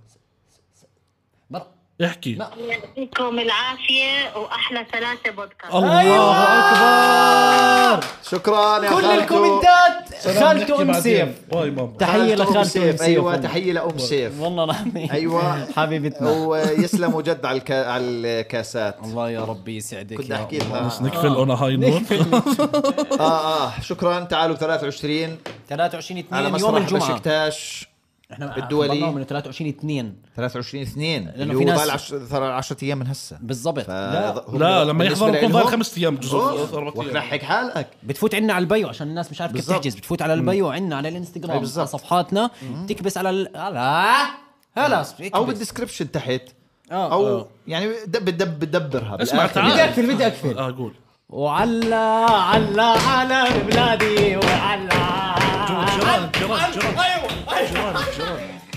Speaker 2: برا.
Speaker 4: احكي
Speaker 2: لا.
Speaker 5: يعطيكم العافية وأحلى ثلاثة بودكاست
Speaker 2: أيوة!
Speaker 4: الله
Speaker 2: اكبر
Speaker 3: شكرا يا
Speaker 2: كل
Speaker 3: خالته.
Speaker 2: الكومنتات خالته
Speaker 4: نحكي
Speaker 2: ام
Speaker 4: بعدين.
Speaker 2: سيف
Speaker 4: باي ماما
Speaker 2: تحيه
Speaker 3: خالته أم
Speaker 2: لخالته ام
Speaker 3: سيف
Speaker 2: سيف
Speaker 3: ايوه
Speaker 2: والله.
Speaker 3: تحيه لام سيف
Speaker 2: والله العظيم
Speaker 3: أيوة.
Speaker 2: *laughs* حبيبتنا
Speaker 3: ويسلموا جد على الكا- على الكاسات
Speaker 2: الله يا ربي يسعدك
Speaker 3: كنت
Speaker 2: يا
Speaker 3: احكي
Speaker 2: الله.
Speaker 3: لها
Speaker 4: نقفل اون هاي نوت *laughs*
Speaker 3: اه اه شكرا تعالوا 23
Speaker 2: 23 2
Speaker 3: على
Speaker 2: يوم
Speaker 3: مسرح
Speaker 2: الجمعه
Speaker 3: بشكتاش
Speaker 2: احنا
Speaker 3: بالدولي.
Speaker 2: حضرناه من 23 2
Speaker 3: 23 2 اللي
Speaker 2: في
Speaker 3: هو
Speaker 2: ناس-
Speaker 3: ضايل 10 ايام من هسه
Speaker 2: بالضبط
Speaker 3: ف-
Speaker 2: لا
Speaker 3: هم
Speaker 4: لا لما
Speaker 3: آه، بالنسبة
Speaker 4: يحضر بكون
Speaker 3: لإلهم-
Speaker 4: ضايل خمس ايام جزء
Speaker 3: أوه،
Speaker 4: اربع
Speaker 3: وقت
Speaker 4: ايام
Speaker 3: لحق حالك
Speaker 2: بتفوت عنا على البيو عشان الناس مش عارف كيف
Speaker 3: بالضبط.
Speaker 2: تحجز بتفوت على البيو عنا على الانستغرام
Speaker 3: بالضبط.
Speaker 2: على صفحاتنا تكبس على ال... على خلاص
Speaker 3: او
Speaker 2: اكبس.
Speaker 3: بالدسكربشن تحت
Speaker 2: آه،
Speaker 3: او
Speaker 2: آه.
Speaker 3: يعني دب دب بدبرها
Speaker 4: اسمع
Speaker 3: بالآخر.
Speaker 4: تعال
Speaker 2: بدي اقفل بدي اقفل
Speaker 4: اه قول
Speaker 2: وعلى على على بلادي وعلى
Speaker 4: جيران جيران جيران
Speaker 2: ايوه
Speaker 4: أيوة، جيران جيران